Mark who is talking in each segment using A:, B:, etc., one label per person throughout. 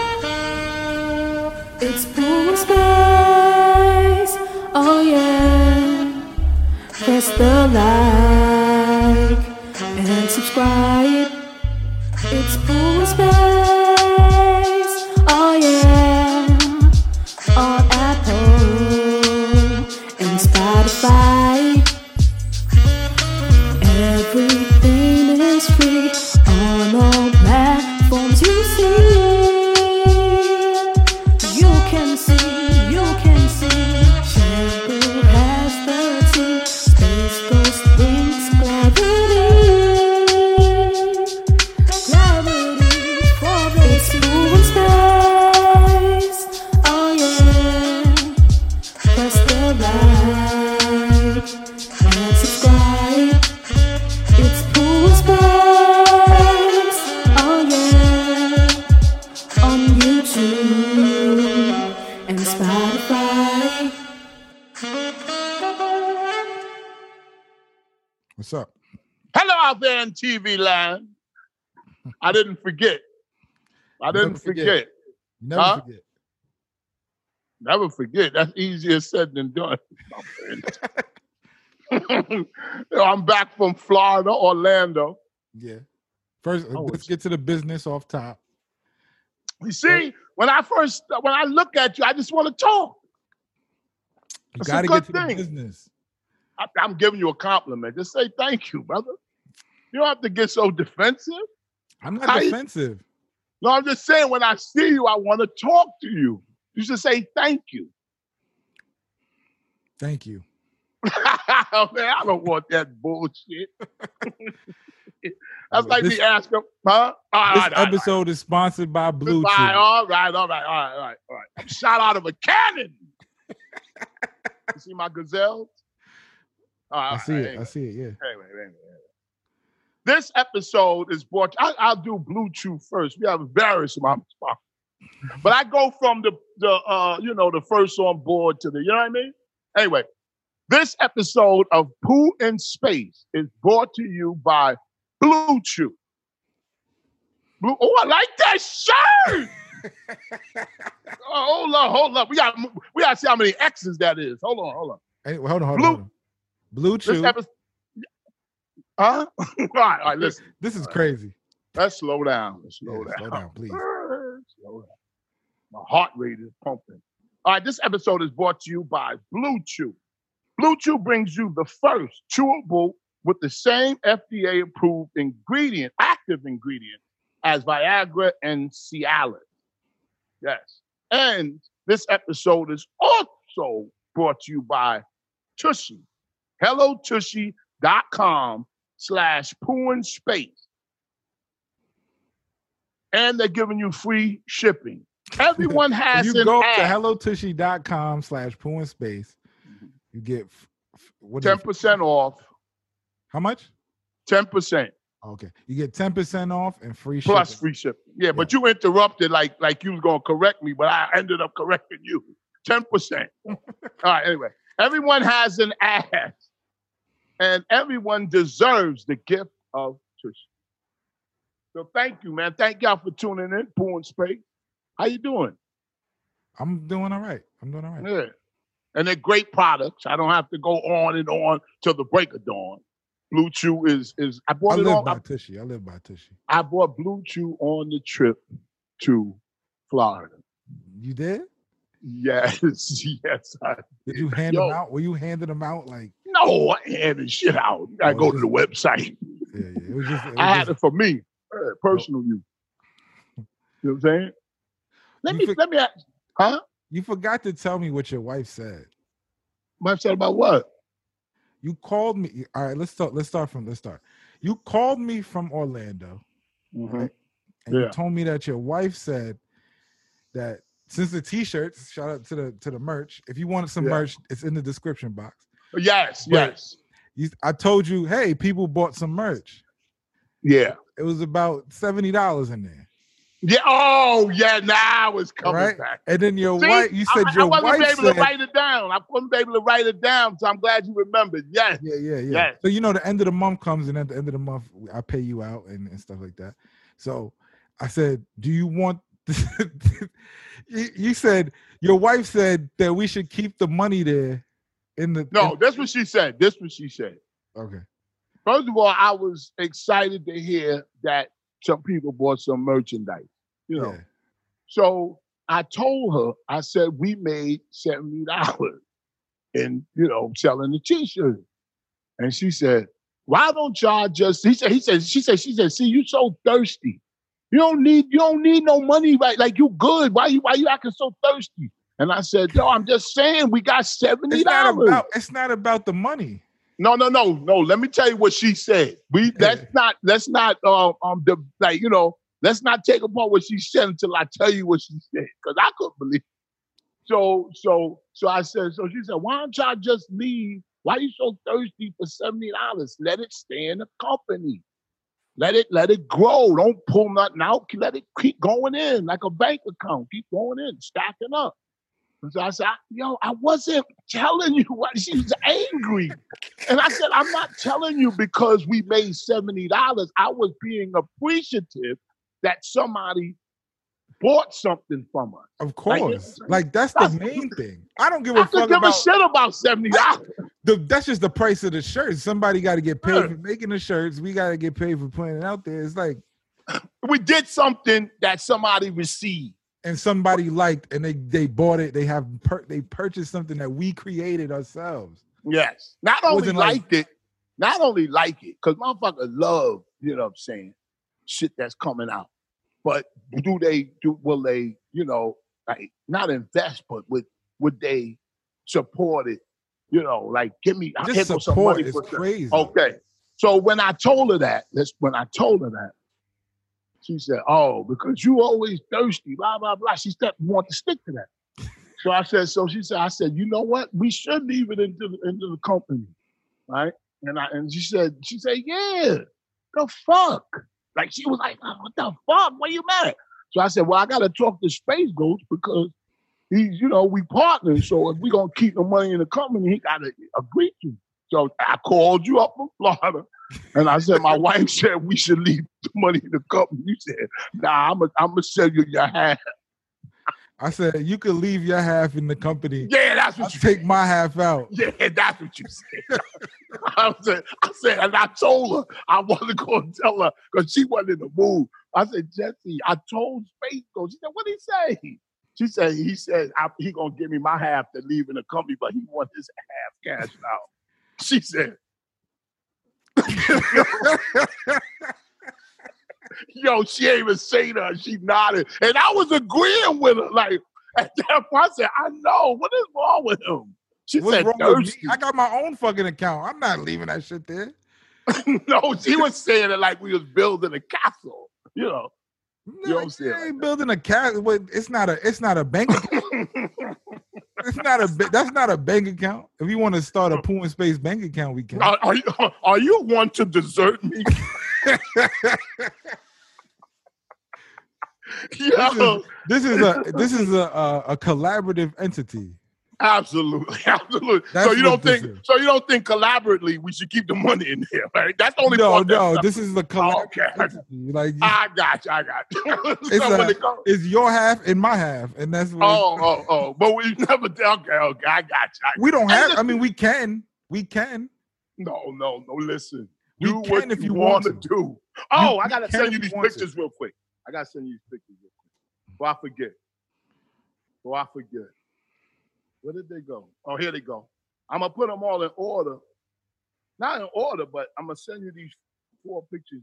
A: oh It's cool space. I am on Apple and Spotify. Everything is free on all platforms. You see, you can see, you can see. Shampoo has thirty space ghost links gravity. Gravity for it's cool space. Oh yeah, press the like and subscribe. It's cool space. Oh yeah, on YouTube and Spotify.
B: What's up?
C: Hello out there in TV land. I didn't forget. I
B: Never
C: didn't
B: forget.
C: forget.
B: You never
C: Huh?
B: forget.
C: Never forget. That's easier said than done. I'm back from Florida, Orlando.
B: Yeah. First,
C: Oh,
B: let's
C: it's-
B: get to the business off top.
C: You see, when I first when I look at you, I just want to talk.
B: You
C: It's a
B: got to
C: good
B: get to the
C: thing.
B: business.
C: I, I'm giving you a compliment. Just say thank you, brother. You don't have to get so defensive.
B: I'm not
C: How you-
B: defensive.
C: No, I'm just saying when I see you, I want to talk to you. You should say thank you.
B: Thank you.
C: Man, I don't want that bullshit. That's like
B: This-
C: me asking, huh? All right,
B: This
C: all right, all right.
B: episode is sponsored by Blue Chew.
C: Goodbye. All right, all right, all right, all right, all right. I'm shot out of a cannon. you see my gazelles? All right,
B: I
C: all
B: see
C: right,
B: it.
C: anyway,
B: I see it. Yeah.
C: anyway, anyway, anyway. This episode is brought. I, I'll do Blue Chew first. We have a various amount of sponsors, but I go from the the uh, you know the first on board to the you know what I mean. Anyway, this episode of Pooh in Space is brought to you by Blue Chew. Blue, oh, I like that shirt. oh, hold on, hold on. We got we got to see how many X's that is. Hold on, hold on.
B: Hey, well, hold on, hold
C: Blue-
B: on. hold on. Blue
C: This
B: Chew.
C: episode. Huh? all right, all right. Listen.
B: This is crazy.
C: Let's slow down. Let's
B: Yeah,
C: slow down.
B: slow down, please.
C: Slow down. My heart rate is pumping. All right, this episode is brought to you by Blue Chew. Blue Chew brings you the first chewable with the same FDA approved ingredient, active ingredient, as Viagra and Cialis. Yes. And this episode is also brought to you by Tushy. HelloTushy.com slash Pooin Space and they're giving you free shipping. Everyone has
B: you
C: an
B: go to
C: ad.
B: hellotushy.com slash poo and space. You get f- f- what is it?
C: ten percent off.
B: How much? Oh,
C: Ten percent
B: Okay. You get 10% off and free
C: plus
B: shipping.
C: free shipping. Yeah, but you interrupted like like you was gonna correct me, but I ended up correcting you. Ten percent. All right. Anyway, everyone has an ad, and everyone deserves the gift of tush. So thank you, man. Thank y'all for tuning in, Pooh and Space. How you doing?
B: I'm doing all right. I'm doing all right.
C: Yeah. And they're great products. I don't have to go on and on till the break of dawn. Blue Chew is is I
B: I
C: bought it
B: live
C: on
B: by
C: I,
B: Tushy. I live by Tushy.
C: I bought Blue Chew on the trip to Florida.
B: You did?
C: Yes, yes. I,
B: Did you hand them
C: Yo.
B: out? Were you handing them out? Like,
C: no, I had this shit out. I
B: Oh,
C: go to
B: just-
C: the website.
B: yeah, yeah. It was just, it was
C: I had
B: just-
C: it for me, uh, personal use. You know what I'm saying? Let
B: You
C: me
B: fig-
C: let me ask, huh?
B: you forgot to tell me what your wife said.
C: What I said about what?
B: You called me. All right, let's start. Let's start from. Let's start. You called me from Orlando, Mm-hmm.
C: Mhm.
B: and you
C: Yeah.
B: told me that your wife said that since the T-shirts, shout out to the to the merch. If you wanted some
C: Yeah.
B: merch, it's in the description box.
C: Yes,
B: Right.
C: yes.
B: You, I told you, hey, people bought some merch.
C: Yeah.
B: It was about seventy dollars in there,
C: Yeah. Oh, yeah. Now it's coming
B: Right.
C: back.
B: and then your
C: See,
B: wife. You said
C: I, I
B: your
C: wasn't
B: wife
C: able to
B: said,
C: write it down. I wasn't able to write it down, so I'm glad you remembered. Yes.
B: Yeah, yeah, yeah.
C: Yes.
B: So you know, the end of the month comes, and at the end of the month, we- I pay you out and, and stuff like that. So I said, "Do you want?" you, you said your wife said that we should keep the money there. In the
C: No,
B: in-
C: that's what she said. This what she said.
B: okay.
C: First of all, I was excited to hear that some people bought some merchandise, you know.
B: Yeah.
C: So I told her, I said, we made $70 in, you know, selling the t-shirt. And she said, why don't y'all just, he said, he said, she said, she said, see, you so thirsty. You don't need, you don't need no money, right? Like you good. Why you, why you acting so thirsty? And I said, no, I'm just saying we got $70.
B: It's not about it's not about the money.
C: No, no, no, no. Let me tell you what she said. We let's not let's not uh, um the like you know let's not take apart what she said until I tell you what she said because I couldn't believe. It. So so so I said so she said why don't y'all just leave? Why you so thirsty for seventy dollars? Let it stay in the company. Let it let it grow. Don't pull nothing out. Keep- Let it keep going in like a bank account. Keep going in, stacking up. And so I said, "Yo, I wasn't telling you." Why she was angry. And I said, I'm not telling you because we made $70. I was being appreciative that somebody bought something from us.
B: Of
C: Like,
B: course.
C: it's-
B: Like that's the
C: that's-
B: main thing. I don't give a
C: I could
B: fuck
C: give a
B: about
C: shit about $70.
B: the that's just the price of the shirts. Somebody gotta get paid
C: Sure.
B: for making the shirts. We gotta get paid for putting it out there. It's like
C: We did something that somebody received.
B: and somebody liked and they they bought it. They have per, they purchased something that we created ourselves.
C: Yes. Not only
B: Wasn't like-
C: liked it, not only like it, because motherfuckers love, you know what I'm saying, shit that's coming out. But do they do will they, you know, like not invest, but would would they support it? You know, like give me I'll
B: Just
C: hit with some
B: support
C: money
B: is
C: for Oh. some-
B: crazy.
C: Okay. So when I told her that, that's when I told her that, she said, Oh, because you always thirsty, blah, blah, blah. She said, want to stick to that. So I said, so she said, I said, you know what? We should leave it into the into the company. Right? And I and she said, she said, Yeah, the fuck. Like she was like, "Oh, what the fuck? What you mad at? So I said, Well, I gotta talk to Space Ghost because he's, you know, we partners. So if we gonna keep the money in the company, he gotta agree to. it." So I called you up from Florida and I said, My wife said we should leave the money in the company. You said, Nah, I'm gonna I'm gonna sell you your half.
B: I said you could leave your half in the company.
C: Yeah, that's
B: I'll
C: what you
B: take my half out.
C: Yeah, that's what you said. I said, I said, and I told her I wasn't going to tell her because she wasn't in the mood. I said, Jesse, I told Space Ghost. She said, what did he say? She said, he said I, he gonna give me my half to leave in the company, but he want his half cash out. She said, yo, she ain't even say that. She nodded, and I was agreeing with her. Like at that point, I said, I know what is wrong with him. She
B: What's
C: said,
B: wrong with me?
C: thirsty.
B: I got my own fucking account. I'm not leaving that shit there.
C: no, she was saying it like we was building a castle, you know.
B: No,
C: You don't see it
B: you
C: like
B: ain't building a cat. What? It's not a. It's not a bank. account. it's not a. ba- That's not a bank account. If you want to start
C: Mm.
B: a pool and space bank account, we can.
C: Are, are you are you one to desert me? Yo,
B: This is a. This is a a, a collaborative entity.
C: absolutely, absolutely.
B: That's
C: so you don't
B: what this
C: think
B: is.
C: so you don't think collaboratively we should keep the money in there, right? That's the only
B: No,
C: part. that- Oh,
B: no. This is a collaborative
C: okay.
B: entity. Like
C: I got you. I got you.
B: It's
C: so when
B: a-
C: it comes,
B: it's your half and my half, and that's what.
C: oh, oh, oh. But we never. Okay, okay. I got you. I,
B: We don't
C: and
B: have.
C: this-
B: I mean, we can. We can.
C: no, no, no. Listen,
B: We
C: do
B: can
C: what
B: if
C: you
B: you want
C: wanna
B: to.
C: do. Oh,
B: You-
C: I
B: you
C: gotta
B: can
C: send
B: if
C: you
B: you
C: these
B: want to.
C: pictures real quick. I gotta send you these pictures real quick. Well, I forget. Well, I forget. Where did they go? Oh, here they go. I'm gonna put them all in order. Not in order, but I'm gonna send you these four pictures.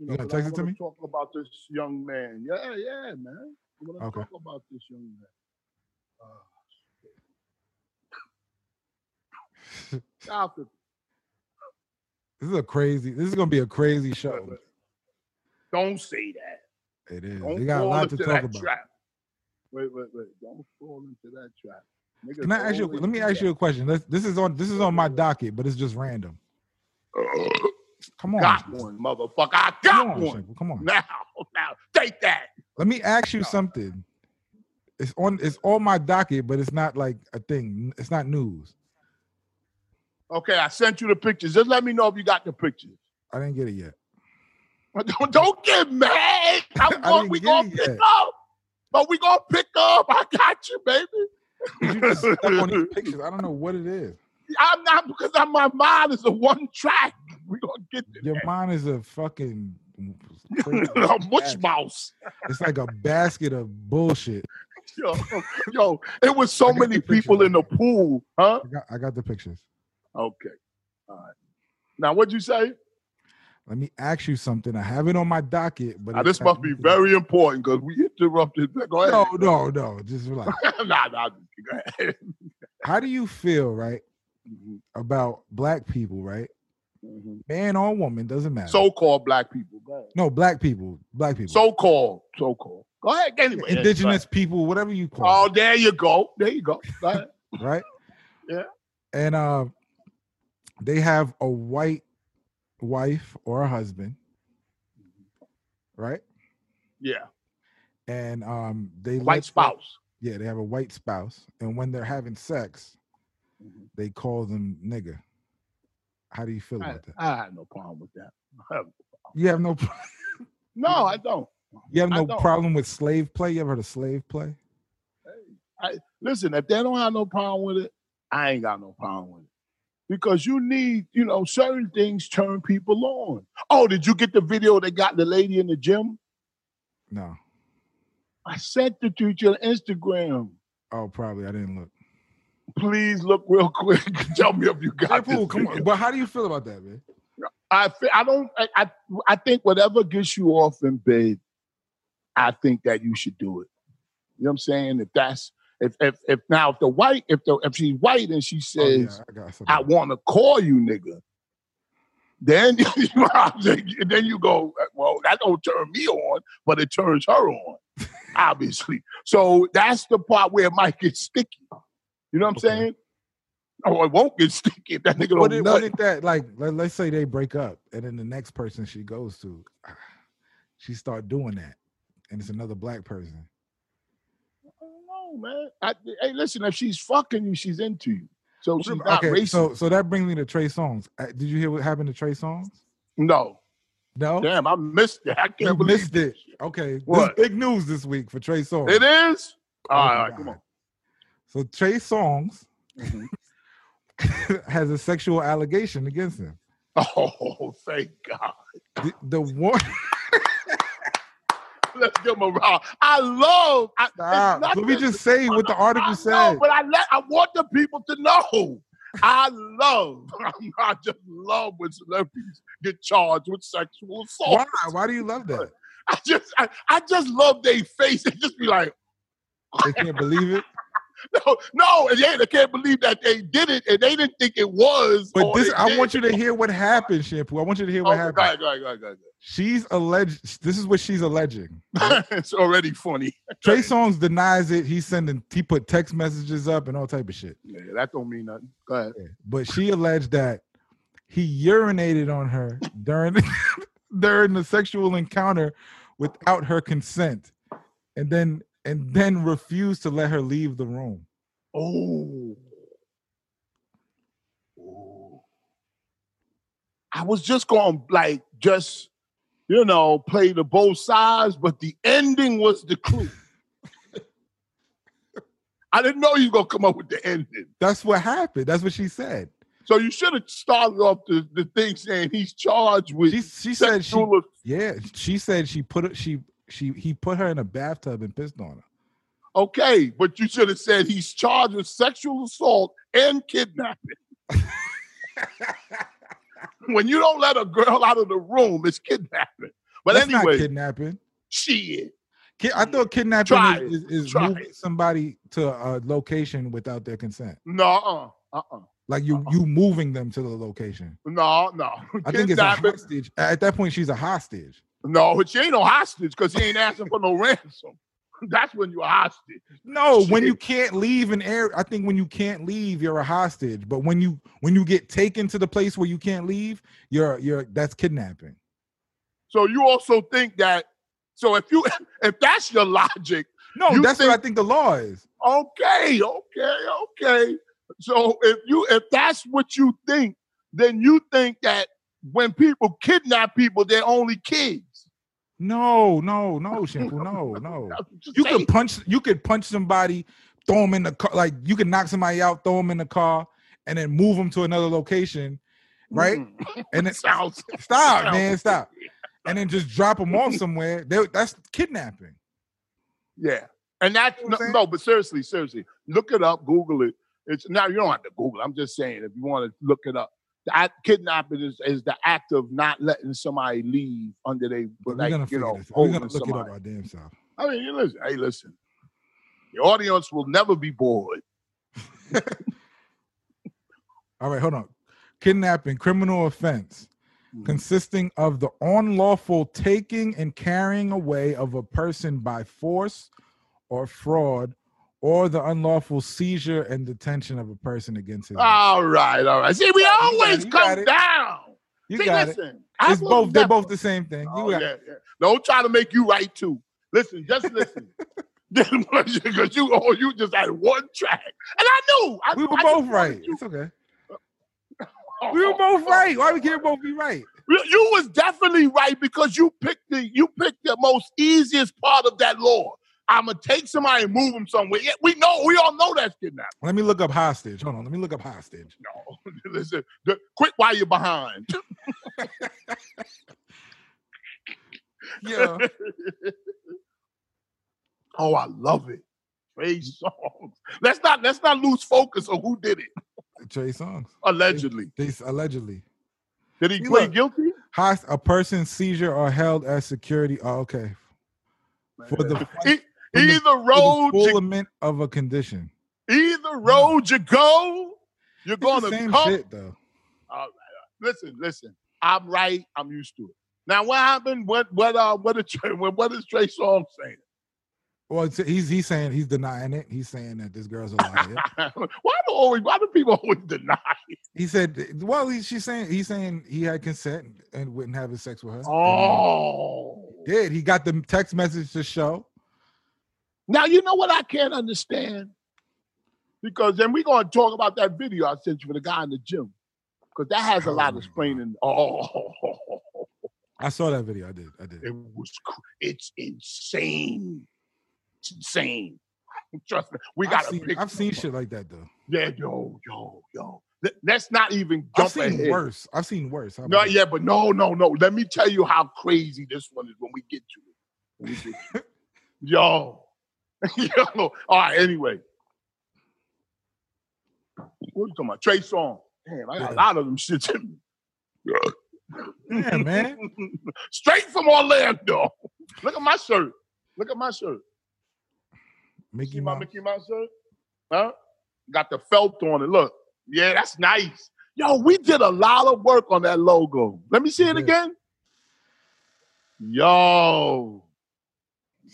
B: You gonna
C: 'cause
B: text
C: I
B: it to
C: wanna
B: me?
C: Talk about this young man. Yeah, yeah, man. I want to
B: Okay.
C: talk about this young man. Ah, shit. Shout out to
B: This is a crazy. This is gonna be a crazy show.
C: Don't say that.
B: It is.
C: Don't
B: We got a
C: fall
B: lot to
C: into
B: talk
C: that
B: about.
C: trap. Wait, wait, wait. Don't fall into that trap. Niggas
B: Can I ask you? a-
C: always
B: Let me
C: do
B: ask you a question. Let's, this is on this is on my docket, but it's just random.
C: that.
B: Come on,
C: got
B: Shaquille.
C: one, motherfucker. I
B: Come
C: got
B: on,
C: one.
B: Shaquille. Come on.
C: Now, now, take that.
B: Let me ask you
C: No.
B: something. It's on. It's on my docket, but it's not like a thing. It's not news.
C: Okay, I sent you the pictures. Just let me know if you got the pictures.
B: I didn't get it yet.
C: Don't, don't get mad. I'm
B: I
C: going,
B: didn't
C: we
B: get
C: gonna
B: it
C: pick
B: yet.
C: up. But we gonna pick up. I got you, baby.
B: But You just stuck on these pictures. I don't know what it is.
C: I'm not because I'm, my mind is a one track. We gonna get to
B: Your mind is a fucking crazy.
C: a mush mouse.
B: it's like a basket of bullshit.
C: Yo, yo, it was so
B: I got
C: many
B: the picture.
C: people in the pool, huh?
B: I got, I got the pictures.
C: Okay. All right. Now, what'd you say?
B: Let me ask you something. I have it on my docket, but
C: Now,
B: it's
C: this must be
B: not-
C: very important because we interrupted. Go ahead.
B: No, no, no. Just relax.
C: nah, nah, go ahead.
B: How do you feel, right,
C: Mhm,
B: Mm-hmm. about black people, right?
C: mhm.
B: Man or woman, doesn't matter.
C: So-called black people. Go ahead.
B: no, black people, black people,
C: So-called, so-called. Go ahead. Anyway, yeah, go
B: indigenous people, whatever you
C: ahead. Oh,
B: call,
C: there you go. There you go. Go ahead.
B: it, right?
C: Yeah.
B: And uh, they have a white wife or a husband, right?
C: Yeah.
B: And um, they let
C: White
B: the-
C: spouse.
B: yeah, they have a white spouse, and when they're having sex,
C: Mhm.
B: they call them nigga. How do you feel
C: I,
B: about that?
C: I had no problem with that.
B: You have no, pro-
C: No,
B: Mm-hmm.
C: I don't.
B: you have
C: I
B: no
C: don't.
B: problem with slave play. You ever heard of slave play?
C: Listen, if they don't have no problem with it, I ain't got no problem with it. Because you need, you know, certain things turn people on. Oh, did you get the video that got the lady in the gym?
B: No.
C: I sent it to you on Instagram.
B: Oh, probably. I didn't look.
C: Please look real quick. Tell me if you got this
B: Deadpool, come
C: video.
B: on. But how do you feel about that, man? Oh,
C: I fe- I don't I, I I think whatever gets you off in bed, I think that you should do it. You know what I'm saying? If that's if if if now if the white if the if she's white and she
B: Oh, yeah,
C: says
B: I got something.
C: I want to call you nigga, then you know what I'm saying? then you go well that don't turn me on, but it turns her on, obviously. So that's the part where it might get sticky. You know what I'm
B: Okay.
C: saying? Oh, it won't get sticky if that nigga don't
B: what, did,
C: nut.
B: what did that like? Let, let's say they break up, and then the next person she goes to, she start doing that, and it's another black person.
C: No, man. I, hey, listen, if she's fucking you, she's into you. So she's not
B: Okay,
C: racist.
B: so so that brings me to Trey Songs. Did you hear what happened to Trey Songs?
C: no.
B: No,
C: Damn, I missed it. I can't
B: you
C: believe
B: missed it. Okay,
C: What?
B: This big news this week for Trey Songs.
C: It is?
B: Oh
C: all
B: my
C: right, all right, come
B: God.
C: on.
B: So Trey Songs
C: Mhm. Mm-hmm.
B: has a sexual allegation against him.
C: Oh, thank God.
B: The, the one.
C: Let's give him a round. I love. I, it's
B: Stop.
C: not
B: Let me
C: that-
B: just say what the
C: I
B: article
C: know,
B: said.
C: but I let, I want the people to know. I love. I just love when celebrities get charged with sexual assault.
B: Why? Why do you love that?
C: I just, I, I just love their face. They just be like,
B: They can't believe it.
C: No, no, and they, they can't believe that they did it, and they didn't think it was.
B: But
C: or
B: this,
C: Oh, they
B: I
C: did.
B: want you to hear what happened, Shampoo. I want you to hear what
C: Oh,
B: happened.
C: go ahead, go ahead, go ahead, go
B: She's alleged. This is what she's alleging.
C: ahead. it's already funny.
B: Trey Songz denies it. He's sending. He put text messages up and all type of shit.
C: Yeah, that don't mean nothing. Go ahead.
B: But she alleged that he urinated on her during during the sexual encounter without her consent, and then and then refused to let her leave the room.
C: Oh. Oh. I was just going to like just you know play the both sides, but the ending was the clue. I didn't know you were gonna come up with the ending.
B: That's what happened. That's what she said.
C: So you should have started off the, the thing saying he's charged with
B: She she said she
C: sexual
B: yeah she said she put it she she he put her in a bathtub and pissed on her.
C: Okay, but you should have said he's charged with sexual assault and kidnapping. when you don't let a girl out of the room, it's kidnapping. But
B: That's not
C: anyway,
B: kidnapping.
C: shit.
B: Ki- I thought kidnapping
C: Try
B: is, is, is
C: Try
B: moving somebody to a location without their consent.
C: No, uh, uh, uh,
B: Like you,
C: Uh-uh.
B: you moving them to the location.
C: no, no.
B: I think it's a
C: kidnapping.
B: hostage. At that point, she's a hostage.
C: no, she ain't no hostage because he ain't asking for no ransom. That's when you're a hostage.
B: No, when
C: Shit.
B: you can't leave an area, I think when you can't leave, you're a hostage. But when you when you get taken to the place where you can't leave, you're you're that's kidnapping.
C: So you also think that. So if you if that's your logic,
B: No,
C: You
B: that's what
C: think-
B: I think the law is.
C: okay, okay, okay. So if you if that's what you think, then you think that when people kidnap people, they're only kids.
B: No, no, no, Shampoo, no, no.
C: That's what
B: You
C: saying.
B: could punch. You could punch somebody, throw them in the car. Like you could knock somebody out, throw them in the car, and then move them to another location. Right?
C: Mm.
B: And it,
C: sounds
B: stop, man, stop. and then just drop them off somewhere. They, that's kidnapping.
C: Yeah. And that's
B: You know what
C: no,
B: I'm
C: no, but seriously, seriously, look it up, Google it. It's now you don't have to Google. it. I'm just saying if you want to look it up. The act, kidnapping is, is the act of not letting somebody leave under they
B: But we're
C: like
B: gonna
C: you
B: figure
C: know
B: this. We're
C: holding
B: gonna look
C: somebody.
B: it up our damn self.
C: I mean, you listen, hey, listen, the audience will never be bored.
B: All right, hold on. Kidnapping, criminal offense
C: Mhm.
B: consisting of the unlawful taking and carrying away of a person by force or fraud or the unlawful seizure and detention of a person against his will.
C: All right, all right. See, we
B: got it, you got it,
C: always
B: you got
C: come
B: it.
C: down.
B: You
C: See,
B: got it.
C: listen, I
B: It's
C: will
B: both they're
C: never-
B: both the same thing.
C: Oh,
B: You got it.
C: yeah, yeah. Don't try to make you right too. Listen, just listen. Because you, oh, you just had one track, and I knew I,
B: we
C: knew-
B: were
C: I just
B: both
C: wanted Oh,
B: right.
C: You.
B: It's okay. We were both right. Why we can't both be right?
C: You, you was definitely right because you picked the you picked the most easiest part of that law. I'm gonna take somebody and move them somewhere. Yeah, we know. We all know that's kidnapping.
B: Let me look up hostage. Hold on. Let me look up hostage.
C: No, listen. The, quit while you're behind.
B: Yeah.
C: Oh, I love it. Trey Songs. Let's not let's not lose focus on who did it.
B: Trey Songs.
C: Allegedly,
B: They s- allegedly.
C: did he
B: He
C: plead
B: look-
C: guilty?
B: Host a person seizure or held as security. Oh, okay. For the, for
C: E-
B: the-
C: either
B: the
C: road, you,
B: fulfillment of a condition.
C: either road you go, you're
B: It's the
C: gonna
B: same
C: come.
B: shit though.
C: Listen, listen. I'm right. I'm used to it. Now, what happened? What what uh what did Trey, what, what is Trey Songz saying?
B: Well, it's- he's he's saying he's denying it. He's saying that this girl's a liar.
C: why do always why do people always deny?
B: he said, "Well, he, she's saying he's saying he had consent and wouldn't have his sex with her."
C: Oh,
B: And he did he got the text message to show?
C: now you know what I can't understand because then we're gonna talk about that video I sent you for the guy in the gym because that has a lot of explaining. Oh,
B: I saw that video. I did. I did.
C: It was cr- it's insane. It's insane. Trust me, we got
B: I've
C: a
B: seen,
C: picture.
B: I've seen shit like that though.
C: Yeah, yo, yo, yo. Let- Let's not even
B: I've
C: jump
B: seen
C: ahead.
B: worse. I've seen worse. How about
C: Not
B: that?
C: yet, but no, no, no. Let me tell you how crazy this one is when we get to it. When we get to it. yo, yo. All right. Anyway, what you talking about? Trey Song. Damn, I got a
B: Yeah.
C: lot of them shits in me.
B: Yeah, man.
C: Straight from Orlando. Look at my shirt. Look at my shirt.
B: Mickey
C: See my
B: Mouse.
C: Mickey Mouse shirt? Huh? Got the felt on it. Look. Yeah, that's nice. Yo, we did a lot of work on that logo. Let me see
B: We
C: it
B: did.
C: again. Yo.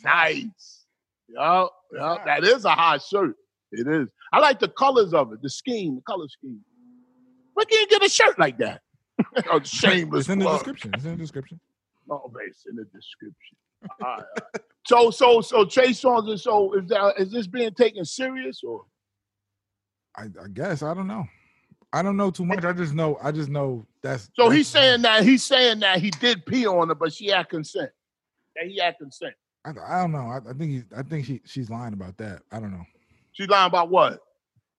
C: Nice. Yo, yo, that is a hot shirt. It is. I like the colors of it, the scheme, the color scheme. Where can you get a shirt like that? oh, shameless.
B: It's in the
C: plug.
B: description. It's in the description.
C: Oh, man, it's in the description. All right, all right. So, so, so Trey Songz is so is that is this being taken serious or
B: I, I guess I don't know. I don't know too much. I just know. I just know that's.
C: so?
B: that's-
C: He's saying that he's saying that he did pee on her, but she had consent. That he had consent.
B: I, I don't know. I, I think he's. I think she, she's lying about that. I don't know.
C: She lying about what?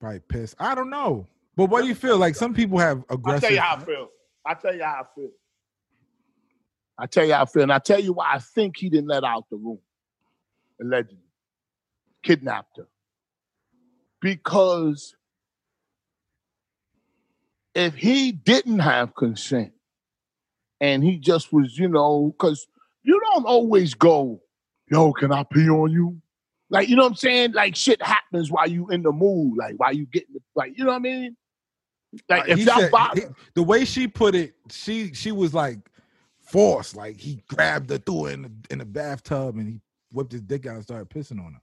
B: Probably pissed. I don't know. But what do you feel? Like some people have
C: I
B: aggressive.
C: tell you how I feel. I tell you how I feel. I tell you how I feel, and I tell you why I think he didn't let her out the room. Allegedly, kidnapped her because if he didn't have consent and he just was, you know, because you don't always go, yo, can I pee on you? Like, you know what I'm saying? Like shit happens while you in the mood, like while you getting like, you know what I mean? Like if
B: Uh, He
C: y'all
B: said-
C: bother,
B: he- the way she put it, she she was like forced. Like he grabbed her, threw her in the, in the bathtub, and he whipped his dick out and started pissing on her.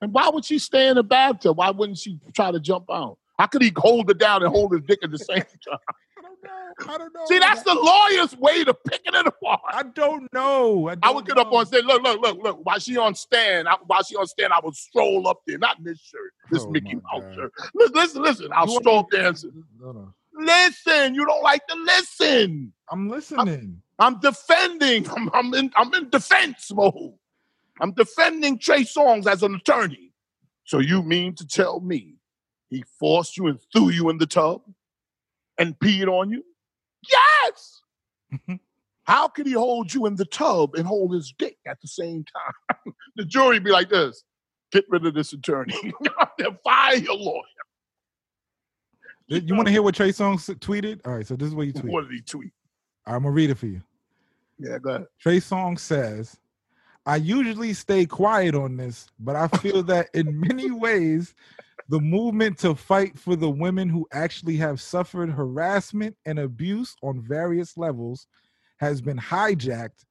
C: And why would she stay in the bathtub? Why wouldn't she try to jump out? How could he hold her down and hold his dick at the same time?
B: I don't know. I don't know.
C: See, that's the lawyer's way to picking it apart.
B: I don't know.
C: I
B: don't
C: would get up
B: know.
C: on say, look, look, look, look. While she on stand, I, while she on stand, I would stroll up there. Not in this shirt, this
B: Oh,
C: Mickey
B: my
C: Mouse
B: God.
C: shirt. Listen, listen, listen. I'll
B: You want-
C: stroll up there and say,
B: Hold on.
C: listen. You don't like to listen.
B: I'm listening.
C: I'm defending. I'm, I'm in. I'm in defense mode. I'm defending Trey Songz as an attorney. So you mean to tell me he forced you and threw you in the tub and peed on you? Yes. How could he hold you in the tub and hold his dick at the same time? the jury be like this get rid of this attorney. They'll fire your lawyer.
B: You want to hear what Trey Songz tweeted? All right, so this is what you tweeted.
C: What did he tweet?
B: I'm gonna read it for you.
C: Yeah, go ahead.
B: Trey Songz says, "I usually stay quiet on this, but I feel that in many ways, the movement to fight for the women who actually have suffered harassment and abuse on various levels has been hijacked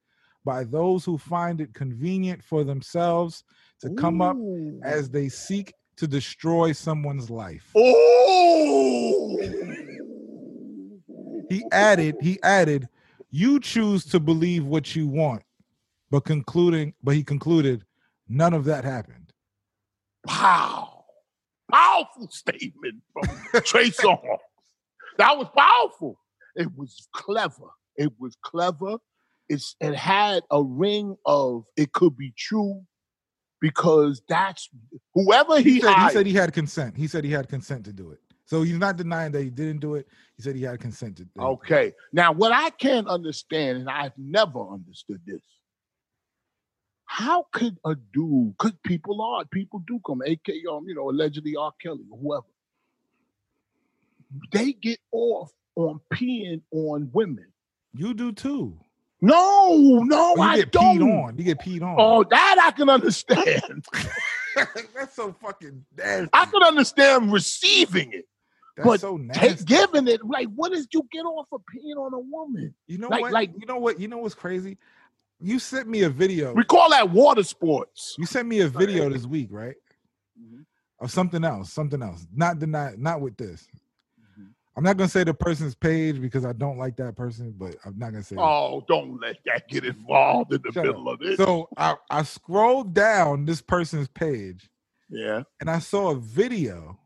B: by those who find it convenient for themselves to come up
C: Ooh.
B: as they seek to destroy someone's life."
C: Oh.
B: he added he added you choose to believe what you want but concluding but he concluded none of that happened
C: Wow. Powerful statement from Trey Songz. That was powerful. It was clever. It was clever. It's, it had a ring of it could be true because that's whoever he,
B: he said, he
C: hired.
B: said he had consent he said he had consent to do it so he's not denying that he didn't do it he said he had consent to do it
C: Okay. Now, what I can't understand, and I've never understood this, how could a dude, because people are, people do come, AK, um, you know, allegedly R. Kelly or whoever, they get off on peeing on women.
B: you do too
C: No, no,
B: Or Oh, you
C: I
B: get
C: don't.
B: peed on you get peed on
C: Oh, that I can understand.
B: that's so fucking nasty
C: Oh. I can understand receiving it.
B: that's
C: but
B: so
C: Take
B: nasty
C: giving it, like, what did you get off of peeing on a woman?
B: you know
C: like-
B: what
C: like-
B: you know what you know what's crazy you sent me a video
C: We call that water sports.
B: you sent me a
C: Sorry.
B: video this week right Mm-hmm.
C: Mhm,
B: of something else, something else. Not deny, not with this. Mm-hmm.
C: mhm.
B: I'm not gonna say the person's page because I don't like that person, but I'm not gonna say. that.
C: Oh, don't let that get involved in the
B: Shut
C: middle of it.
B: So I, I scrolled down this person's page
C: yeah.
B: and I saw a video.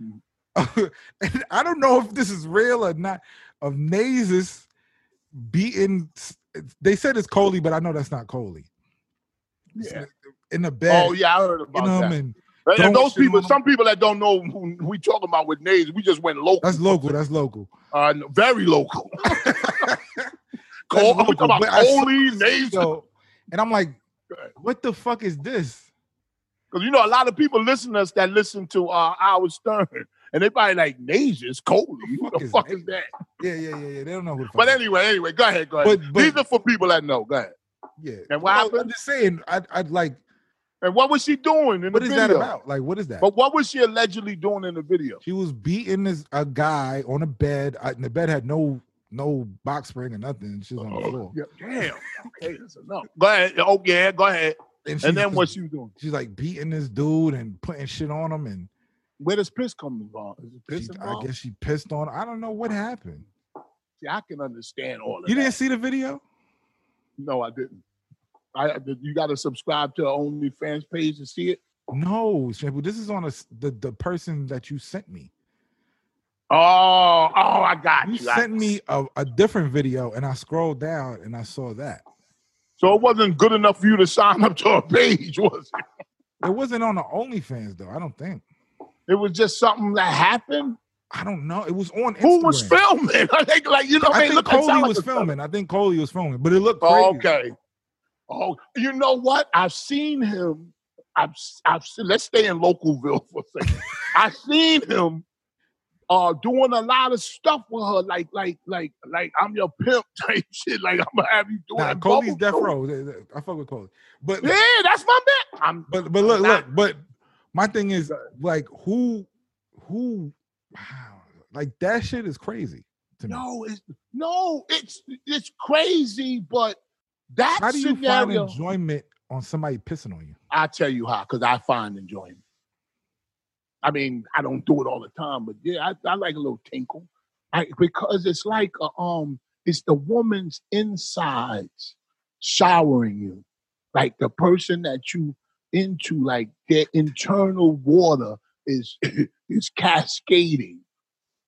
B: and I don't know if this is real or not. Of Nasus beating. They said it's Coley, but I know that's not Coley.
C: yeah.
B: In the bed,
C: Oh, yeah, I heard
B: you
C: about
B: know,
C: that.
B: and
C: And
B: don't
C: those
B: you
C: people,
B: know-
C: some people that don't know who we talking about with names, we just went local,
B: that's local. That's local.
C: uh, very local. Cole,
B: That's
C: we talking
B: local,
C: about
B: but I saw
C: Coley,
B: this
C: Nays, because
B: video, and I'm like,
C: Go ahead.
B: what the fuck is this?
C: you know a lot of people listen to us that listen to uh, Howard Stern, and they probably like Nays, Coley. Who the fuck is that?
B: Yeah, yeah, yeah, yeah. They don't know who. the fuck
C: But
B: I am.
C: anyway, anyway, go ahead, go ahead.
B: But- but-
C: These are for people that know. Go ahead.
B: Yeah.
C: And what
B: No, I'm
C: happened?
B: just saying, I'd, I'd like,
C: And what was she doing in
B: what
C: the
B: is
C: video?
B: that about? Like, what is that?
C: But what was she allegedly doing in the video?
B: She was beating this a guy on a bed, uh, and the bed had no no box spring or nothing. She was on the floor,
C: Oh, Yeah, damn. Okay, that's enough. Go ahead. Oh yeah, go ahead.
B: she's
C: And then
B: just-
C: what she was doing?
B: She's like beating this dude and putting shit on him, and
C: Where does piss come involved? Is it piss
B: she, I
C: involved?
B: guess she pissed on. I don't know what happened.
C: See, I can understand all of
B: You
C: that.
B: didn't see the video?
C: No, I didn't. I I did- you got to subscribe to her OnlyFans page to see it.
B: No, Shampoo. This is on a, s- the the person that you sent me.
C: Oh, oh, I got you.
B: You
C: I-
B: sent me a, a different video, and I scrolled down and I saw that.
C: So it wasn't good enough for you to sign up to her page, was it?
B: It wasn't on the OnlyFans though. I don't think.
C: It was just something that happened.
B: I don't know. It was on. Instagram.
C: Who was filming? I think, like you know,
B: I
C: man,
B: think
C: look, it sound
B: Coley
C: like
B: was
C: a-
B: filming. I think Coley was filming, but it looked crazy.
C: Oh, okay. Oh, you know what? I've seen him. I've I've seen, let's stay in Localville for a second. I've seen him uh doing a lot of stuff with her, like like like like I'm your pimp type shit. Like I'm gonna have you doing.
B: Nah,
C: that
B: Coley's
C: bubble
B: death
C: show.
B: row. Th- th- I fuck with Coley, but
C: Yeah, that's my man. I'm
B: but but look
C: Nah.
B: look. But my thing is uh, like who who wow, like that shit is crazy to me.
C: no, it's no, it's it's crazy, but that
B: How do you
C: scenario.
B: find enjoyment on somebody pissing on you?
C: I tell you how, because I find enjoyment. I mean, I don't do it all the time, but yeah, I, I like a little tinkle, I, because it's like a, um, it's the woman's insides showering you, like the person that you into, like their internal water is is cascading,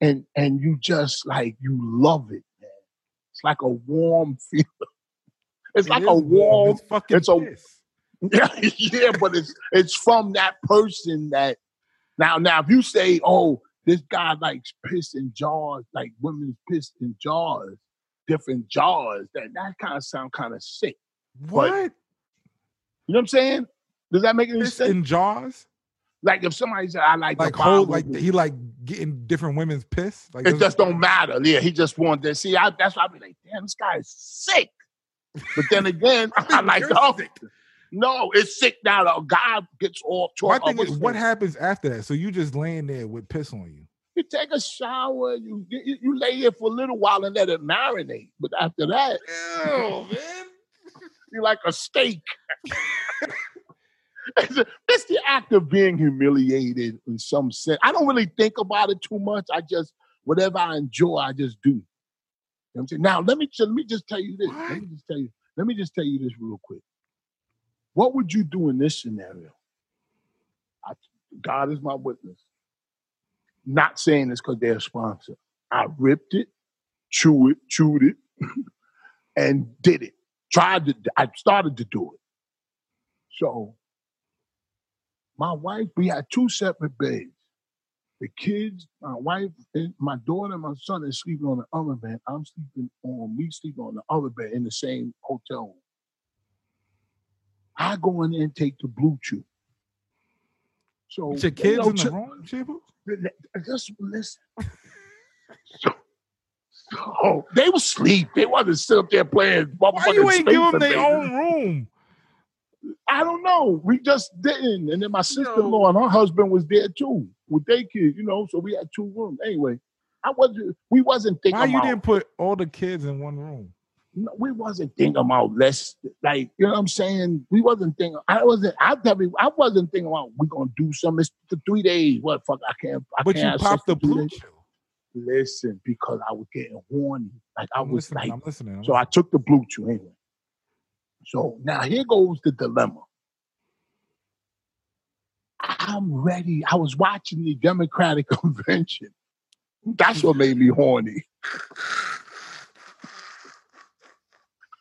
C: and and you just like you love it, man. It's like a warm feeling. It's
B: It
C: like
B: is
C: a
B: warm.
C: warm
B: It's fucking.
C: it's a-
B: piss.
C: yeah, yeah, but it's it's from that person that now now if you say, oh, this guy likes piss in jars, like women's piss in jars, different jars. That that kind of sound kind of sick. But-
B: What?
C: You know what I'm saying? Does that make any
B: It's
C: sense?
B: in jars?
C: like if somebody said, "I like,
B: Like
C: the Bible,"
B: hold like he like getting different women's piss? Like
C: it
B: that's-
C: just don't matter. Yeah, he just wanted to see. I, that's why I be like, "Damn, this guy is sick." But then again, I like
B: you're
C: the other. No, it's sick now. The guy gets all
B: my
C: talk.
B: thing is what
C: happened?
B: happens after that? So you just laying there with piss on you.
C: You take a shower. You, you you lay here for a little while and let it marinate. But after that,
B: Ew, man.
C: you like a steak. it's, a- it's the act of being humiliated in some sense. I don't really think about it too much. I just whatever I enjoy, I just do. You know what I'm saying? Now let me ju- let me just tell you this. Let me just tell you. Let me just tell you this real quick. What would you do in this scenario? I, God is my witness. Not saying this because they're a sponsor. I ripped it, chewed it, chewed it, and did it tried to I started to do it. So my wife, we had two separate beds. The kids, my wife, and my daughter and my son is sleeping on the other bed. I'm sleeping on we sleep on the other bed in the same hotel room. I go in there and take the blue chew. So
B: With your
C: they
B: kids
C: know
B: in the
C: chi-
B: room, Chibu?
C: just listen. so, so they were asleep. They wanted to sit up there playing.
B: Why you
C: motherfucking
B: ain't
C: Space
B: give them their
C: Invaders.
B: own room?
C: I don't know. We just didn't. And then my sister-in-law and her husband was there too with their kids, you know. So we had two rooms. Anyway, I wasn't. We wasn't thinking
B: Why you
C: about.
B: didn't put all the kids in one room?
C: no, we wasn't thinking about less. Like you know what I'm saying. We wasn't thinking. I wasn't. I never. I wasn't thinking about we gonna do something. It's the three days. What fuck? I can't. I
B: But
C: can't
B: you
C: have sex
B: popped the
C: for three
B: blue
C: days.
B: chew.
C: Listen, because I was getting horny. Like I
B: I'm
C: was
B: listening.
C: like
B: I'm listening. I'm
C: so I took the blue chew anyway. So now here goes the dilemma. I'm ready. I was watching the Democratic convention. That's what made me horny.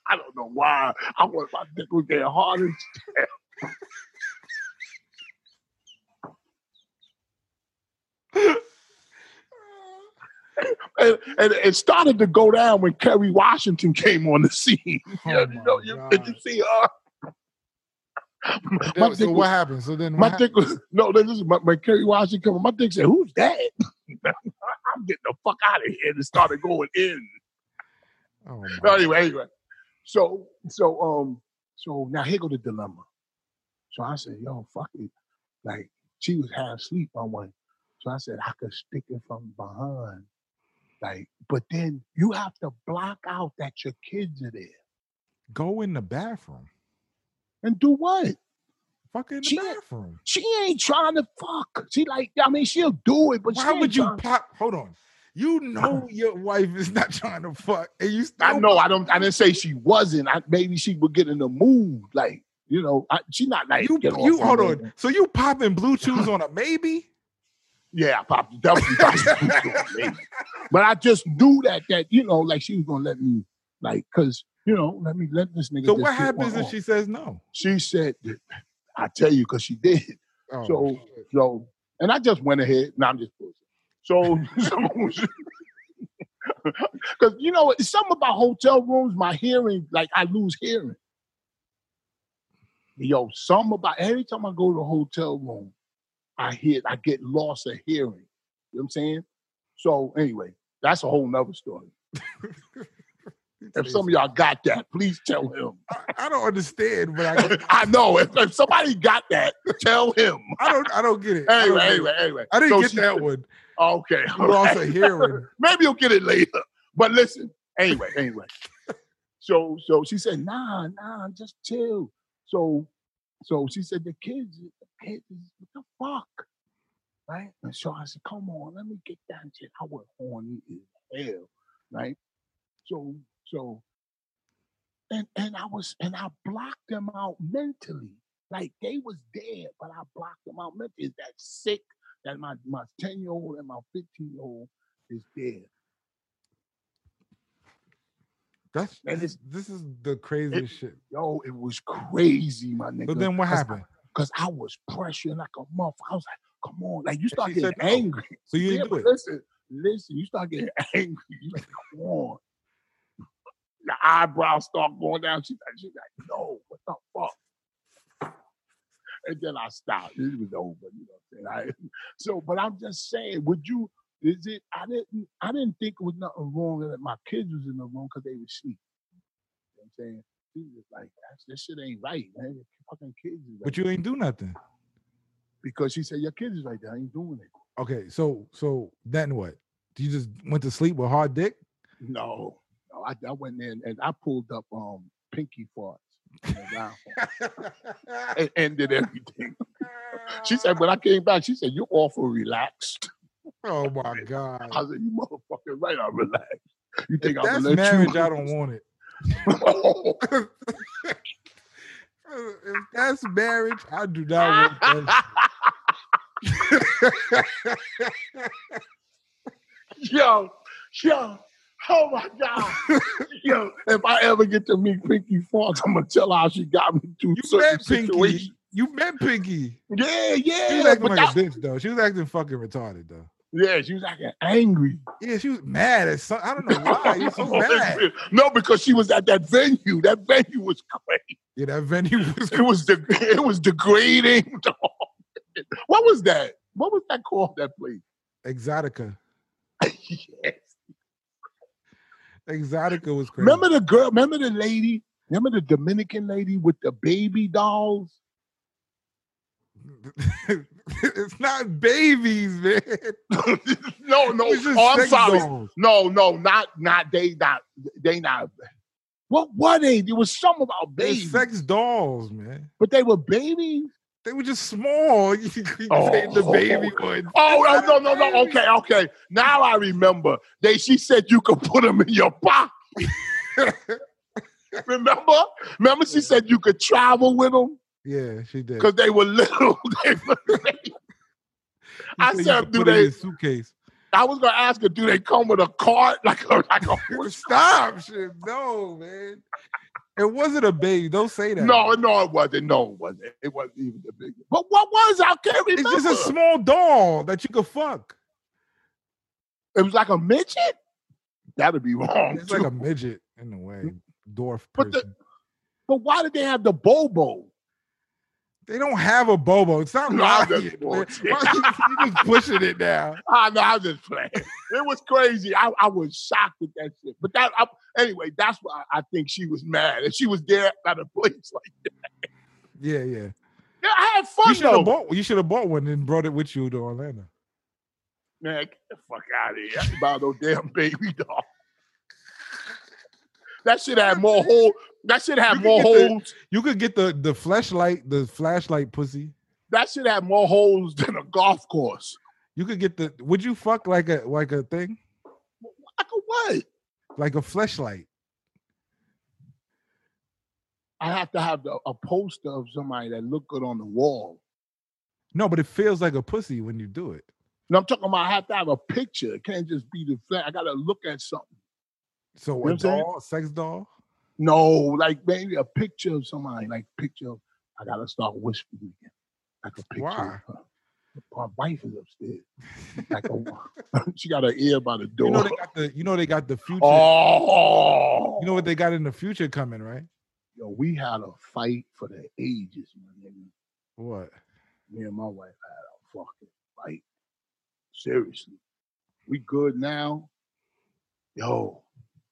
C: I don't know why. I was my dick was getting hard as and, and it started to go down when Kerry Washington came on the scene.
B: Oh
C: Yeah, you know,
B: my
C: you,
B: God.
C: did you see her?
B: That- so
C: dick
B: what happened? So then
C: My
B: what
C: dick was no. This is my, my Kerry Washington coming. My dick said, "Who's that?" I'm getting the fuck out of here. And it started going in.
B: hap- oh my
C: No, anyway, anyway. So, so, um, so now here go the dilemma. So I said, "Yo, fuck it." Like she was half asleep on one. So I said, "I could stick it from behind." Like, but then you have to block out that your kids are there
B: go in the bathroom.
C: and do what?
B: Fuck in the
C: She-
B: bathroom.
C: She ain't trying to fuck. She like, I mean, she'll do it, but she
B: Why
C: ain't
B: would you
C: trying-
B: pop? Hold on. You know your wife is not trying to fuck, and you still.
C: I know. I don't. I didn't say she wasn't. I, maybe she would get in the mood, like you know. I, she not like
B: You
C: get off
B: you
C: me,
B: hold
C: man.
B: on. So you popping blue chews on a baby?
C: Yeah, I popped definitely popped the balloon, baby. But I just knew that that you know, like she was gonna let me, like, cause you know, let me let this nigga.
B: So
C: just
B: what
C: get
B: happens
C: one
B: if
C: on.
B: she says no?
C: She said, "I tell you," cause she did.
B: Oh,
C: So, so, and I just went ahead. No, I'm just bullshit. So, because you know, it's something about hotel rooms. My hearing, like I lose hearing. Yo, something about every time I go to a hotel room, I hear I get lost of hearing. You know what I'm saying? So, anyway, that's a whole nother story. If some of y'all got that, please tell him.
B: I, I don't understand, but I,
C: I know if, if somebody got that, tell him.
B: I don't I don't get it. I, don't
C: Anyway,
B: get it.
C: anyway, anyway.
B: I didn't
C: So
B: get
C: she-
B: that one.
C: Okay.
B: You
C: all
B: lost
C: right.
B: a hearing.
C: Maybe you'll get it later. But listen, anyway, anyway. So so she said, nah, nah, just chill. So so she said, the kids, the kids, what the fuck? Right? And so I said, come on, let me get that shit. I was horny as hell. Right? So so and and I was and I blocked them out mentally. Like they was there, but I blocked them out mentally. Is that sick? That my my 10 year old and my 15 year old is there.
B: That's
C: And
B: this,
C: it's-
B: this is the craziest shit.
C: Yo, it was crazy, my nigga.
B: So then what
C: Cause I-
B: happened?
C: Cause I was pressuring like a motherfucker. I was like, come on. Like you start
B: she
C: getting
B: said no.
C: angry.
B: So you
C: Yeah,
B: didn't do
C: but
B: it.
C: listen, listen, you start getting angry. You like, come on. the eyebrows start going down. She's like, she's like, no, what the fuck? And then I stopped. It was over. You know what I'm saying? I, so, but I'm just saying, would you? Is it? I didn't. I didn't think it was nothing wrong that my kids was in the room because they were asleep. You know what I'm saying? She was like, "That's- this shit ain't right, man. Your fucking kids is right
B: But you ain't do nothing.
C: because she said your kids is right there. I ain't doing it.
B: Okay, so so then what? You just went to sleep with hard dick?
C: No, no. I, I went in and I pulled up um pinky farts. and round farts. It ended everything. She said when I came back, she said you're awful relaxed.
B: "Oh my god,
C: I said you motherfucking right. I'm relaxed. You
B: if
C: think I'm
B: that's
C: gonna let
B: marriage,
C: you?
B: I don't want it. If that's marriage, I do not want that.
C: yo, yo, oh my god, yo! If I ever get to meet Pinky Fox, I'm gonna tell her how she got me through
B: You
C: certain
B: met
C: situations.
B: Pinky. You met Pinky.
C: Yeah,
B: She
C: yeah,
B: was acting
C: but
B: like
C: that-
B: a bitch though. She was acting fucking retarded though.
C: yeah. She was acting angry.
B: Yeah, she was mad at some. I don't know why. You so mad.
C: No, because she was at that venue. That venue was crazy.
B: Yeah, that venue was.
C: It was de- it was degrading. what was that? What was that called? That place?
B: Exotica.
C: yes.
B: Exotica was crazy.
C: Remember the girl? Remember the lady? Remember the Dominican lady with the baby dolls?
B: it's not babies, man.
C: no, no.
B: It's just
C: Oh, I'm
B: sex
C: sorry.
B: dolls.
C: No, no, not not they not they not. What were they? There was some about
B: They're
C: babies,
B: sex dolls, man.
C: but they were babies.
B: They were just small. You could say the
C: Oh.
B: baby one.
C: Oh no, no, no, no. Okay, okay. Now I remember. They she said you could put them in your pocket. remember? Remember she said you could travel with them
B: Yeah, she did.
C: because they were little. they were babies.
B: She
C: I
B: you
C: said,
B: could
C: do
B: put it in
C: they-
B: a suitcase?
C: I was gonna ask her, do they come with a cart like a like a horse?
B: Stop, shit. No, man. It wasn't a baby. Don't say that.
C: No, no, it wasn't. No, it wasn't. It wasn't even the big. But what was? I can't
B: it's
C: remember.
B: just a small doll that you could fuck.
C: It was like a midget. That'd be wrong.
B: It's
C: too.
B: like a midget in a way, dwarf
C: But the-
B: person.
C: but why did they have the Bobo?
B: they don't have a bobo. It's not
C: No,
B: lying.
C: I'm
B: man.
C: just
B: Why
C: bullshit.
B: you, you just pushing it now.
C: I know. I'm just playing. It was crazy. I, I was shocked at that shit. But that I, anyway, that's why I think she was mad. And she was there at a place like,
B: Yeah, yeah.
C: yeah, I had fun
B: You should have
C: though.
B: bought. You should have bought one and brought it with you to Orlando.
C: Man, get the fuck out of here. I ain't buy no damn baby doll. That should have more holes. That should
B: You
C: have
B: can
C: more
B: get the-
C: holes.
B: You could get the the flashlight, the flashlight pussy.
C: that should have more holes than a golf course.
B: You could get the. Would you fuck like a like a thing,
C: Like a what?
B: like a flashlight?
C: I have to have the, a poster of somebody that look good on the wall.
B: No, but it feels like a pussy when you do it.
C: No, I'm talking about I have to have a picture. It can't just be the fact. I gotta look at something.
B: So
C: know
B: a
C: what I'm saying?
B: doll, sex doll.
C: No, like maybe a picture of somebody, like picture of I gotta start whispering again. Like a picture
B: Why?
C: of her. My wife is upstairs. Like a, she got her ear by the door.
B: You know they got the. You know they got the future.
C: oh
B: You know what they got in the future coming, right?
C: Yo, we had a fight for the ages, my nigga.
B: What?
C: me and my wife had a fucking fight. Seriously. We good now? Yo,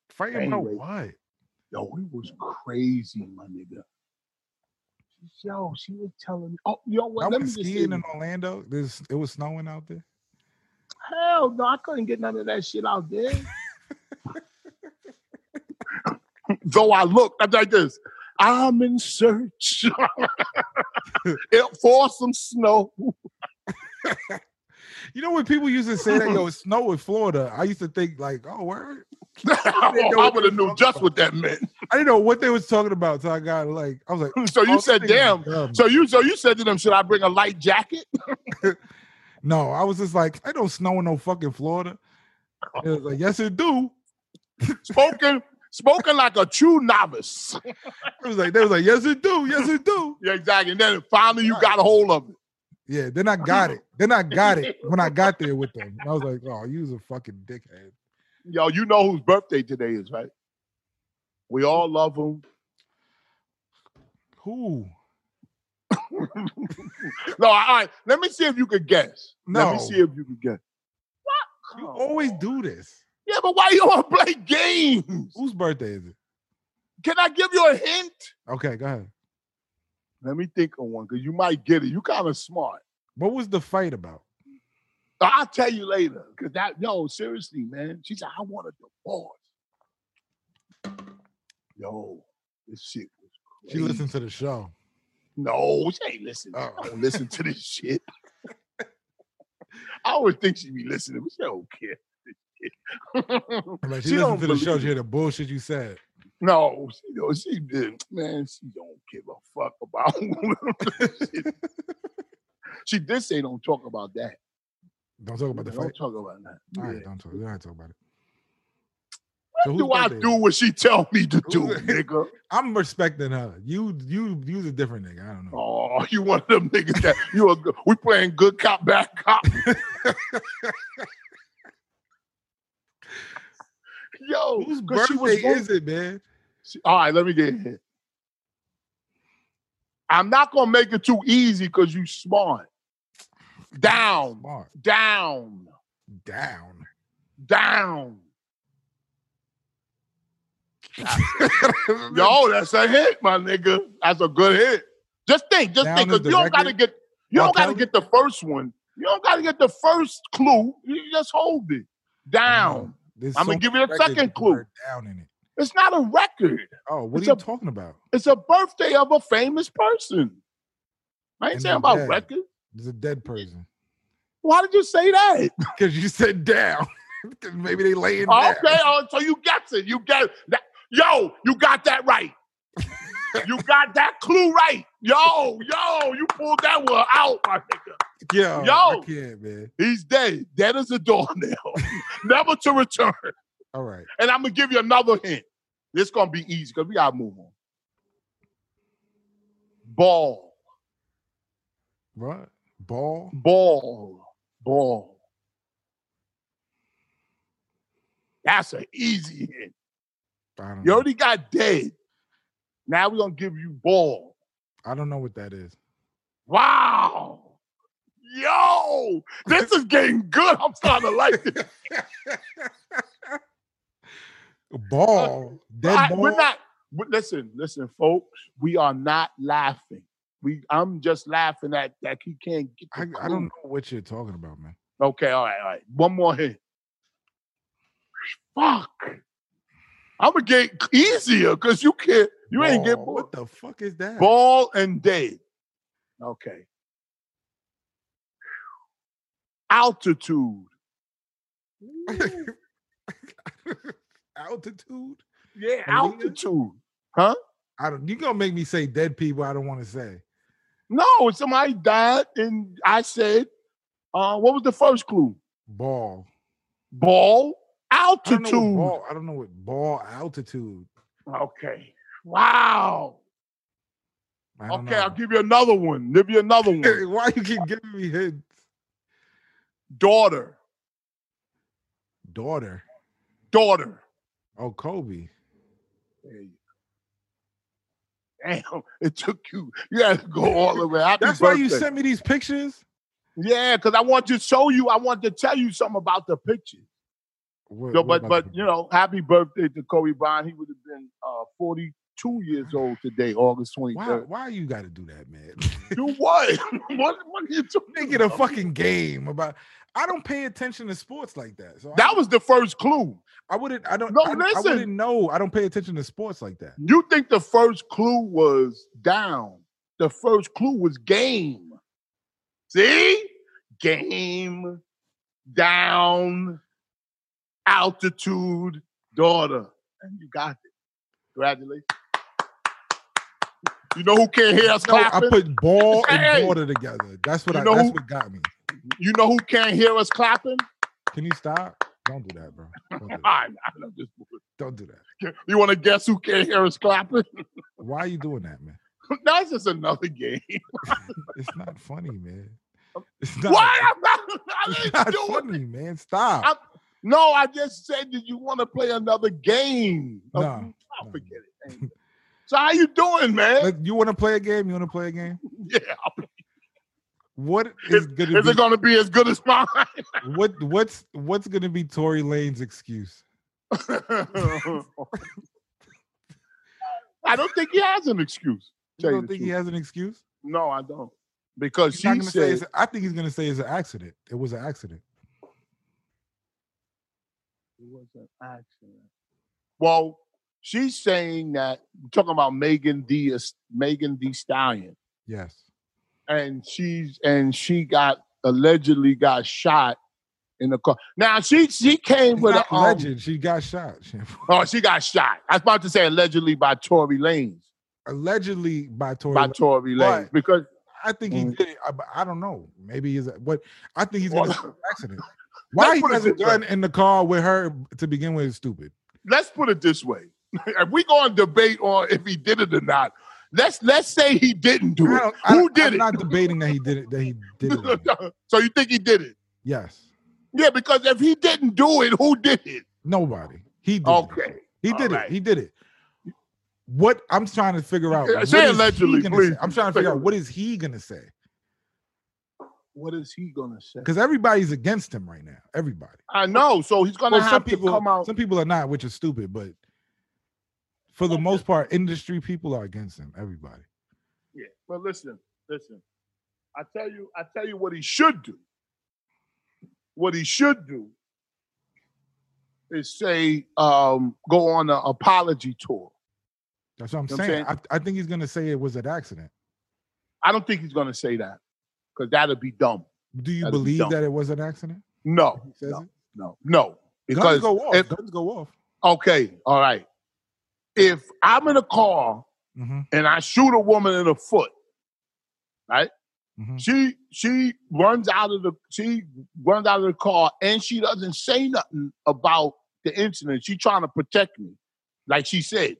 B: Fighting about
C: Anyway.
B: what?
C: yo, we was crazy, my nigga. Yo, she was telling me. Oh, yo,
B: I
C: what? Let
B: went
C: me just say,
B: skiing in Orlando. There's it was snowing out there.
C: hell no, I couldn't get none of that shit out there. Though I looked, I'm like this. I'm in search for some snow.
B: You know when people used to say that yo, it snowed in Florida. I used to think like, oh, word.
C: I would have knew just what that meant.
B: I didn't know what they was talking about. So I got like, I was like,
C: So you
B: "Oh,
C: said,
B: this thing is
C: damn,
B: dumb."
C: So you so you said to them, should I bring a light jacket?
B: No, I was just like, I don't snow in no fucking Florida. It was like, yes, it do.
C: Spoken spoken like a true novice.
B: It was like they was like, yes, it do, yes, it do.
C: Yeah, exactly. And then finally you got a hold of it.
B: Yeah, then I got it. Then I got it when I got there with them. I was like, oh, you was a fucking dickhead.
C: Yo, you know whose birthday today is, right? We all love him.
B: Who?
C: No, all right. Let me see if you could guess. Let
B: No.
C: me see if you could guess. What?
B: You always do this.
C: Yeah, but why you want to play games?
B: Whose birthday is it?
C: Can I give you a hint?
B: Okay, go ahead.
C: Let me think of one because you might get it. You kind of smart.
B: What was the fight about?
C: I'll tell you later. Cause that yo, seriously, man. She said, I want a divorce. Yo, this shit was
B: She
C: crazy.
B: listened to the show.
C: No, she ain't listening.
B: Oh.
C: I don't listen to this shit. I always think she be listening, but she don't care.
B: I'm like, she,
C: She
B: listened
C: don't
B: to the show.
C: believe
B: She heard the bullshit you said.
C: no, she don't, she didn't. Man, she don't give a fuck about shit. She did say don't talk about that.
B: Don't talk about the
C: don't
B: fight.
C: talk about that.
B: All
C: Yeah.
B: right, don't talk. We don't have to talk about it. So
C: What
B: whose
C: do I
B: birthday is
C: do
B: it?
C: what she tell me to do,
B: Who's-
C: nigga?
B: I'm respecting her. You, you, you's a different nigga. I don't know.
C: Oh, you one of them niggas that you a, good- we playing good cop bad cop. Yo,
B: Whose
C: Oh, 'cause
B: birthday
C: she was going-
B: is it, man?
C: she- all right, let me get here. I'm not gonna make it too easy because you smart. Down,
B: Mark
C: down,
B: down.
C: down. Yo, that's a hit, my nigga. That's a good hit. Just think, just
B: Down
C: think,
B: is
C: because you don't
B: directed-
C: gotta get you
B: I'll
C: don't gotta
B: tell
C: get the first one. You don't gotta get the first clue. You just hold it. Down.
B: There's
C: I'ma
B: many
C: give you the
B: records
C: second
B: with the
C: clue.
B: word Down in it.
C: It's not a record.
B: Oh, what
C: It's
B: are you
C: a-
B: talking about?
C: It's a birthday of a famous person. I ain't
B: And
C: saying
B: they're
C: about
B: dead.
C: record.
B: There's a dead person.
C: Why did you say that?
B: Because you said down. 'Cause Maybe they laying down.
C: Okay, oh, so you guess it. You get that. Yo, you got that right. you got that clue right. Yo, yo, you pulled that one out, my nigga.
B: Yo, I
C: Yo.
B: can't, man.
C: He's dead, dead as a doornail, never to return.
B: All right.
C: And I'm gonna give you another hint. This gonna be easy because we gotta move on. Ball,
B: What? Ball?
C: ball, ball. That's an easy hint.
B: I don't
C: You
B: know.
C: already got dead. Now we're gonna give you ball.
B: I don't know what that is.
C: Wow. Yo, this is getting good. I'm starting to like this.
B: Ball. Dead
C: I-
B: ball.
C: Uh, we're not. we- listen, listen, folks. We are not laughing. We. I'm just laughing at that he can't get.
B: I,
C: the
B: I don't
C: clue.
B: know what you're talking about, man.
C: Okay. All right. All right. One more hit. Fuck. I'm gonna get easier because you can't. You ain't get
B: Ball. What the fuck is that?
C: ball and day. Okay. Altitude.
B: Altitude?
C: Yeah,
B: Arena?
C: altitude.
B: I don't you gonna make me say dead people I don't want to say.
C: No, somebody died, and I said, uh, what was the first clue?
B: Ball.
C: Ball
B: I don't
C: altitude.
B: know what ball. I don't know what ball altitude.
C: Okay. Wow.
B: I don't
C: Okay,
B: know.
C: I'll give you another one. Give you another one.
B: Why you keep giving me hints?
C: daughter,
B: Daughter.
C: daughter.
B: Oh, Kobe.
C: There you go. Damn, it took you. You had to go all the way. Happy
B: That's why you
C: birthday.
B: sent me these pictures.
C: Yeah, because I want to show you. I want to tell you something about the picture.
B: What-
C: So,
B: what
C: but
B: about
C: but
B: the-
C: you know, happy birthday to Kobe Bryant. He would have been uh, 42 years old today, August 23rd.
B: why why you got to do that, man?
C: Do what? what? What are you talking
B: Make it a
C: about?
B: fucking game about. I don't pay attention to sports like that. So I,
C: That was the first clue.
B: I wouldn't. I don't.
C: No,
B: I, I
C: listen.
B: wouldn't know. I don't pay attention to sports like that.
C: You think the first clue was down? The first clue was game. See, game, down, altitude, daughter, and you got it. Congratulations. You know who can't hear us
B: No, I
C: clapping?
B: put ball
C: Hey.
B: and water together. That's what.
C: You
B: I,
C: know
B: that's
C: who-
B: what got me.
C: you know who can't hear us clapping?
B: Can you stop? Don't do that, bro. Don't do that.
C: I, I know this. boy.
B: Don't do that.
C: You want to guess who can't hear us clapping?
B: Why are you doing that, man?
C: That's just another game.
B: It's not funny, man. It's not.
C: What? I'm not, I
B: It's
C: didn't
B: not
C: do it.
B: funny, man. Stop.
C: I'm- No, I just said that you want to play another game.
B: No,
C: I'll forget it. Ain't it? So how you doing, man?
B: Like, you want to play a game? You want to play a game?
C: Yeah, I'll-
B: What is
C: is,
B: going
C: is
B: to
C: it gonna be as good as mine?
B: be what? What's what's going to be Tory Lane's excuse?
C: I don't think he has an excuse.
B: You
C: Tell you
B: don't
C: the
B: think he
C: truth.
B: has an excuse?
C: No, I don't. Because
B: He's not
C: she
B: gonna say
C: said,
B: it's, I think he's going to say it's an accident. It was an accident.
C: It was an accident. Well, she's saying that talking about Megan D. Megan D. Stallion,
B: Yes.
C: and she's and she got allegedly got shot in the car. Now she she came
B: It's
C: with
B: not
C: a um,
B: legend. She got shot. Shampoo.
C: Oh, she got shot. I was about to say allegedly by Tory Lanez.
B: Allegedly by Tory.
C: By
B: Lane.
C: Tory Lanez
B: But-
C: because
B: I think he
C: Mm.
B: did it. I, but I don't know. Maybe he's what I think he's going to
C: Well-
B: say it's an accident. Why he
C: put it
B: has a
C: this way.
B: gun in the car with her to begin with is stupid.
C: let's put it this way: if we go and debate on if he did it or not, let's let's say he didn't do
B: I
C: it.
B: don't- I-
C: Who did
B: I'm
C: it?
B: Not debating that he did it. That he did it. or not.
C: so you think he did it?
B: Yes.
C: Yeah, because if he didn't do it, who did it?
B: Nobody. He did. It.
C: Okay.
B: He
C: All
B: did
C: right.
B: it. He did it. What I'm trying to figure out.
C: Yeah,
B: what
C: say
B: is he
C: allegedly,
B: gonna
C: please.
B: say. I'm trying to figure out what is he gonna say
C: What is he gonna say?
B: because everybody's against him right now. Everybody.
C: I know. So he's gonna
B: Well, some
C: have to come
B: people.
C: out.
B: Some people are not, which is stupid. But for the most part, industry people are against him. Everybody.
C: Yeah. But listen, listen. I tell you, I tell you what he should do. What he should do is say, um, go on an apology tour.
B: That's what I'm
C: You know what I'm
B: saying. I, I think he's gonna say it was an accident.
C: I don't think he's gonna say that because that'd be dumb.
B: Do you
C: That'd be
B: believe
C: dumb.
B: that it was an accident?
C: No,
B: He says
C: no,
B: it?
C: no, no.
B: Guns
C: Because
B: go off.
C: if-
B: Guns go off.
C: okay, all right. If I'm in a car
B: hmm
C: and I shoot a woman in the foot,
B: hmm
C: she she runs out of the she runs out of the car and she doesn't say nothing about the incident. She trying to protect me, like she said,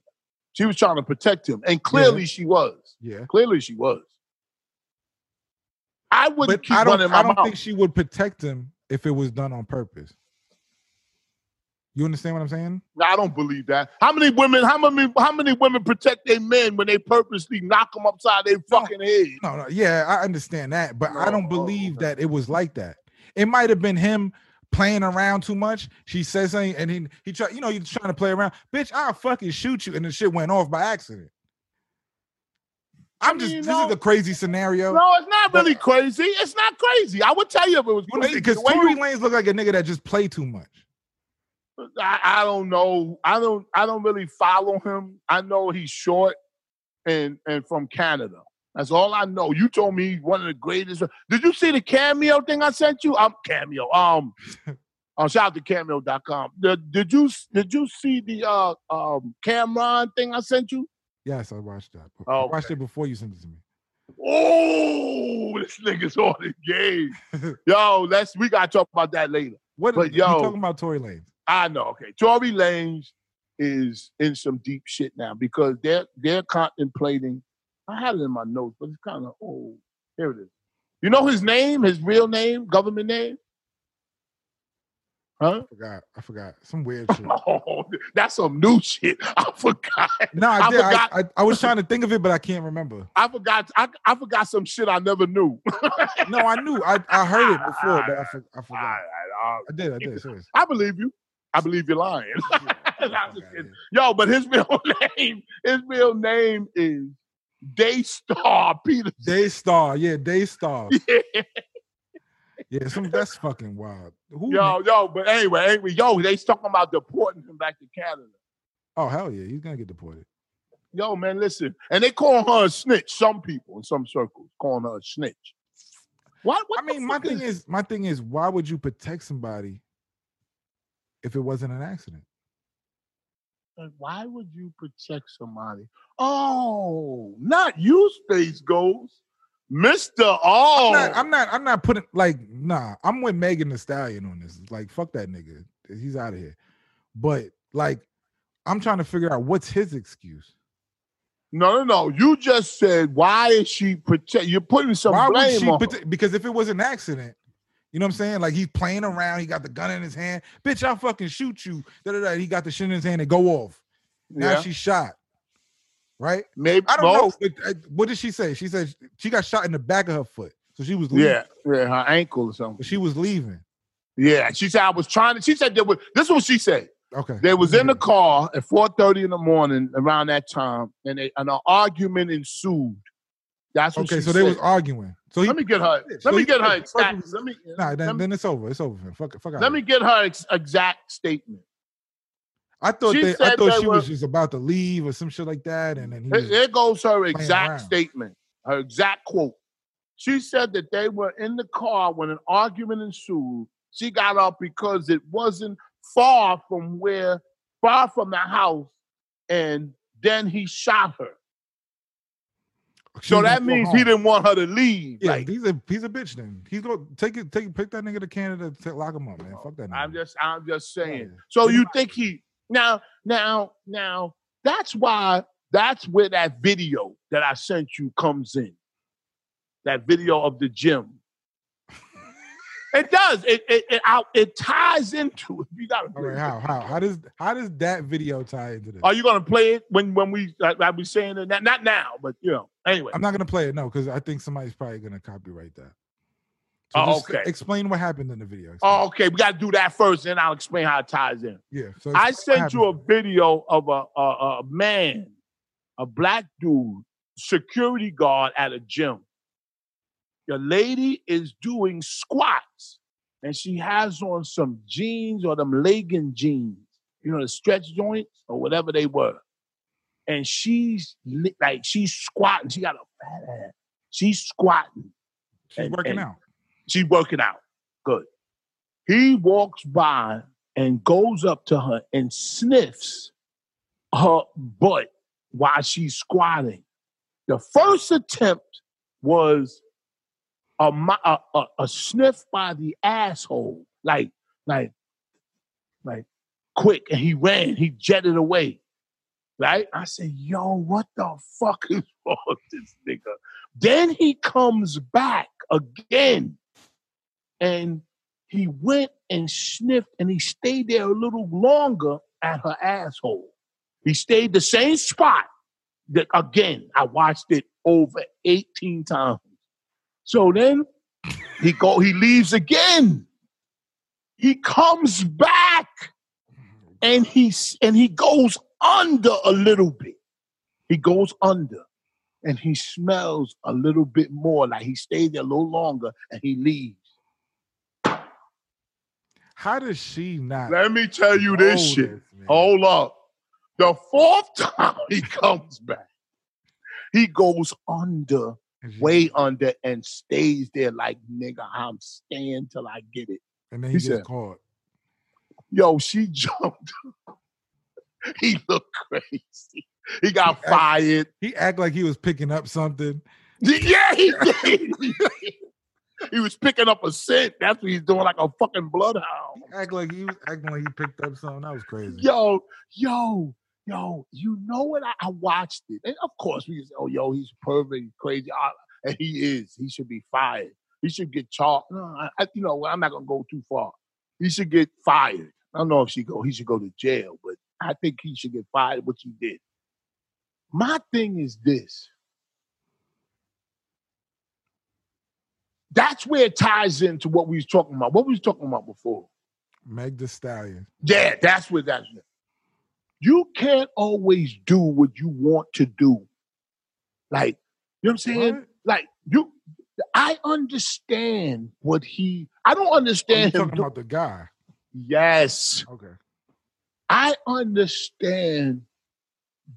C: she was trying to protect him, and clearly she was.
B: Yeah.
C: Clearly she was. I wouldn't
B: But
C: keep
B: I don't.
C: running my
B: I don't
C: mouth.
B: think she would protect him if it was done on purpose. You understand what I'm saying?
C: No, I don't believe that. How many women? How many? How many women protect their men when they purposely knock them upside their fucking head?
B: No, no. Yeah, I understand that, but I don't
C: No, oh,
B: believe
C: okay.
B: that it was like that. It might have been him playing around too much. She says something, and he he try. You know, you're trying to play around, bitch. I'll fucking shoot you, and the shit went off by accident. I'm
C: mean,
B: just.
C: you
B: This
C: know-
B: is a crazy scenario.
C: No, it's not really crazy. It's not crazy. I would tell you if it was crazy.
B: Because
C: The way
B: Tory
C: you-
B: Lanez look like a nigga that just play too much.
C: I, I don't know. I don't. I don't really follow him. I know he's short, and and from Canada. That's all I know. You told me he's one of the greatest. Did you see the cameo thing I sent you? I'm cameo. Um, oh, shout out to cameo.com. Did, did you did you see the uh um Cameron thing I sent you?
B: Yes, I watched that. I
C: Oh,
B: watched it before you sent it to me.
C: Oh, this nigga's on the game. yo, let's we gotta talk about that later.
B: What?
C: But
B: you
C: yo-
B: talking about Tory Lanez?
C: I know. Okay, Tory Lanez is in some deep shit now because they're they're contemplating. I had it in my notes, but it's kind of old. Here it is. You know his name, his real name, government name. Huh?
B: Forgot. I forgot. Some weird shit.
C: Oh, that's some new shit. I forgot.
B: No, I,
C: I
B: did. I,
C: forgot.
B: I, I was trying to think of it, but I can't remember.
C: I forgot. I, I forgot some shit I never knew.
B: No, I knew. I, I heard it before,
C: Ah,
B: but I, for, I
C: All
B: forgot.
C: right, all right.
B: I did. I did. Seriously.
C: I believe you. I believe you're lying. I'm just
B: Okay.
C: kidding. Yo, but his real name, his real name is Daystar Peter.
B: Daystar. Yeah, Daystar.
C: Yeah.
B: Yeah, some, that's fucking wild. Who?
C: Yo, yo, but anyway, anyway, yo, they talking about deporting him back to Canada.
B: Oh, hell yeah. He's going to get deported.
C: Yo, man, listen. And they call her a snitch, some people in some circles calling her a snitch. What, what
B: I mean, my thing is, my thing is, why would you protect somebody if it wasn't an accident?
C: is why would you protect somebody? Oh, not you, Space Ghost. Mr.
B: I'm
C: Oh,
B: not, I'm not, I'm not putting like, nah, I'm with Megan the Stallion on this. Like, fuck that nigga. He's out of here. But like, I'm trying to figure out what's his excuse.
C: No, no, no. You just said why is she protect? You're putting some
B: Why would
C: blame
B: she?
C: on. her.
B: partic- because if it was an accident, you know what I'm saying? Like he's playing around, he got the gun in his hand. Bitch, I'll fucking shoot you. Da, da, da. He got the shit in his hand and go off. Now
C: Yeah.
B: she's shot. Right?
C: Maybe
B: I don't
C: both.
B: know. But, uh, what did she say? She said she got shot in the back of her foot. So she was leaving.
C: Yeah, yeah, her ankle or something.
B: She was leaving.
C: Yeah, she said I was trying to. She said there was. This is what she said.
B: Okay.
C: They was
B: Mm-hmm.
C: in the car at 4:30 in the morning around that time, and they, and an argument ensued. That's what
B: Okay,
C: she
B: so
C: said.
B: they was arguing. So he
C: let me get her. Let
B: So
C: me
B: he-
C: get her
B: he-
C: exact. Let me.
B: nah, then,
C: let me,
B: then it's over. It's over. Fuck it. Fuck out.
C: let me get her ex, exact statement.
B: I thought
C: she
B: they, I
C: said
B: thought
C: they
B: she
C: were-
B: was just about to leave or some shit like that, and then he
C: Here-
B: was,
C: Here goes her exact
B: Mm-hmm. around.
C: statement, her exact quote. She said that they were in the car when an argument ensued. She got up because it wasn't far from where, far from the house, and then he shot her.
B: she
C: So
B: was gonna
C: that
B: go
C: means
B: home.
C: he didn't want her to leave.
B: Yeah,
C: like,
B: he's a he's a bitch. Then he's gonna take it, take pick that nigga to Canada, take, lock him up, man. Fuck that. Nigga.
C: I'm just, I'm just saying.
B: Yeah.
C: So you think he now, now, now? That's why. That's where that video that I sent you comes in. That video of the gym. it does. It it it, out, it ties into it. You got to.
B: All right, how how how does how does that video tie into this?
C: Are you gonna play it when when we like, like we saying it? Not, not now, but you know. Anyway,
B: I'm not gonna play it no, because I think somebody's probably gonna copyright that. So
C: Oh,
B: just
C: okay.
B: Explain what happened in the video. Explain.
C: oh, okay, we got to do that first, then I'll explain how it ties in.
B: yeah. So
C: I
B: explain what
C: sent you a
B: happened.
C: video of a, a a man, a black dude, security guard at a gym. The lady is doing squats, and she has on some jeans or them legging jeans, you know, the stretch joints or whatever they were. And she's li- like she's squatting. She got a fat ass. She's squatting.
B: She's
C: and-
B: working
C: and-
B: out.
C: She's working out. Good. He walks by and goes up to her and sniffs her butt while she's squatting. The first attempt was a, mi- a, a, a sniff by the asshole, like, like, like, quick. And he ran, he jetted away. Right? I said, yo, what the fuck is wrong with this nigga? Then he comes back again and he went and sniffed and he stayed there a little longer at her asshole. He stayed the same spot that again, I watched it over 18 times. So then he go he leaves again. He comes back and he s- and he goes under a little bit. He goes under and he smells a little bit more like he stayed there a little longer and he leaves.
B: How does she not?
C: Let me tell you this
B: know
C: shit. Oh,
B: man?
C: Hold up. The fourth time he comes back, he goes under,
B: And she-
C: way under, and stays there like, nigga, I'm staying till I get it.
B: And then he,
C: he
B: gets
C: said-
B: caught.
C: Yo, she jumped. he looked crazy. He got
B: Yeah.
C: fired.
B: He act like he was picking up something.
C: Yeah, he did. he was picking up a scent. That's what he's doing, like a fucking bloodhound.
B: Act like he was acting like he picked up something. That was crazy.
C: yo, yo, yo, you know what? I, I watched it. And of course, we just, oh, yo, he's perfect, he's crazy. Ah, and he is. He should be fired. He should get charged. No, I, I, you know, I'm not going to go too far. He should get fired. I don't know if she go. He should go to jail, but I think he should get fired. What he did. My thing is this. That's where it ties into what we was talking about. What we was talking about before.
B: Meg the Stallion.
C: Yeah, that's what that's. You can't always do what you want to do. Like, you know what I'm saying?
B: What?
C: Like, you I understand what he I don't
B: Oh, you
C: understand him.
B: talking
C: do-
B: about the guy?
C: yes.
B: Okay.
C: I understand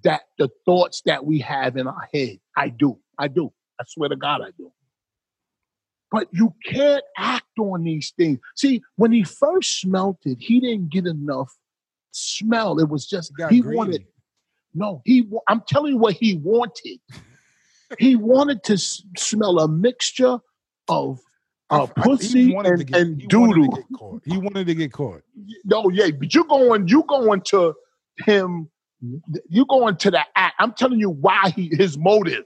C: that the thoughts that we have in our head. I do. I do. I swear to God, I do. But you can't act on these things. See, when he first smelt it, he didn't get enough smell. It was just
B: He got
C: he
B: greedy.
C: wanted. No, he. wa- I'm telling you what he wanted. he wanted to s- smell a mixture of
B: I-
C: uh,
B: I-
C: pussy and, and
B: he wanted to
C: doodoo.
B: get caught. He wanted to get caught.
C: No, Oh, yeah, but you going, you going to him, you going to the act. I'm telling you why he his motive.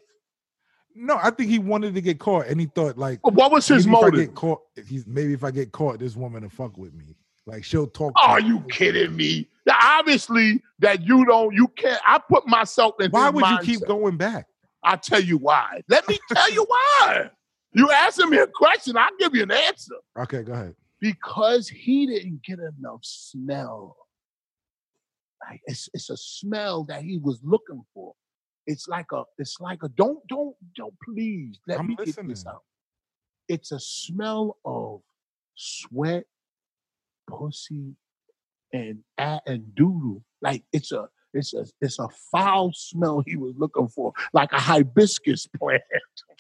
B: No, I think he wanted to get caught, and he thought like,
C: What was his
B: maybe if I
C: motive?
B: get caught, if he's maybe if I get caught, this woman to fuck with me. Like she'll talk.
C: Are you kidding me? Now, obviously, that you don't, you can't. I put myself in.
B: Why
C: his
B: would you
C: mindset.
B: keep going back?
C: I tell you why. Let me tell you why. You asking me a question, I'll give you an answer.
B: Okay, go ahead.
C: Because he didn't get enough smell. Like it's, it's a smell that he was looking for. It's like a, it's like a, don't, don't, don't please let
B: I'm
C: me get this
B: listening.
C: out. It's a smell of sweat, pussy, and a- and doodle. Like it's a it's a it's a foul smell he was looking for, like a hibiscus plant.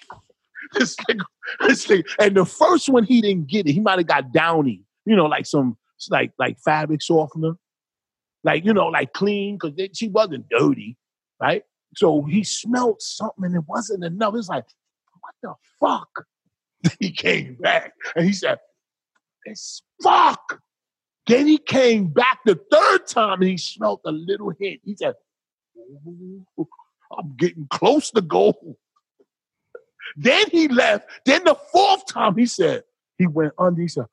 C: this thing, this thing. And the first one he didn't get it. He might have got downy, you know, like some like like fabric softener, like you know, like clean because she wasn't dirty, right? So he smelled something and it wasn't enough. It's like, what the fuck? he came back and he said, "It's fuck." Then he came back the third time and he smelt a little hint. He said, "Ooh, I'm getting close to gold. Then he left. Then the fourth time he said, he went under. He said,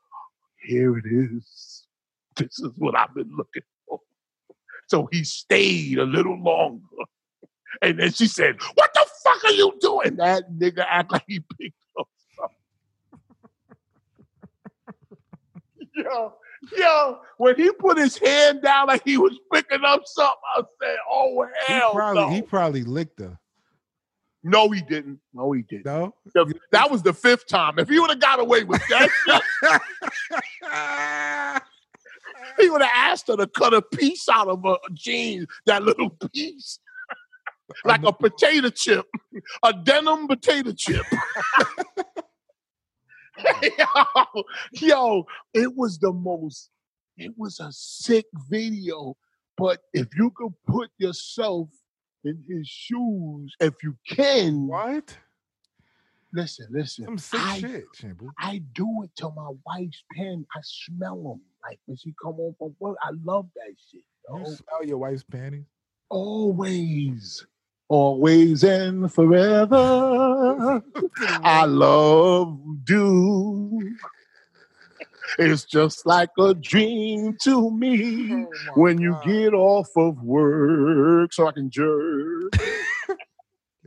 C: Here it is. This is what I've been looking for. So he stayed a little longer. And then she said, What the fuck are you doing? That nigga act like he picked up something. Yo. Yo, when he put his hand down like he was picking up something, I said, "Oh
B: He
C: hell
B: probably
C: no!"
B: he probably licked her.
C: no, he didn't. No, he didn't.
B: No.
C: The- that was the fifth time. If he would have got away with that, shit, he would have asked her to cut a piece out of her jeans, that little piece, like a potato chip, a denim potato chip. yo, yo, it was the most, it was a sick video. But if you could put yourself in his shoes, if you can,
B: what?
C: listen, listen.
B: Some sick
C: I
B: shit, Shampoo.
C: I do it till my wife's pen. I smell them. Like when she come home from work, I love that shit.
B: You
C: yo.
B: smell your wife's panties.
C: Always, always and forever. I love do. It's just like a dream to me
A: Oh
C: when you get off of work so I can jerk.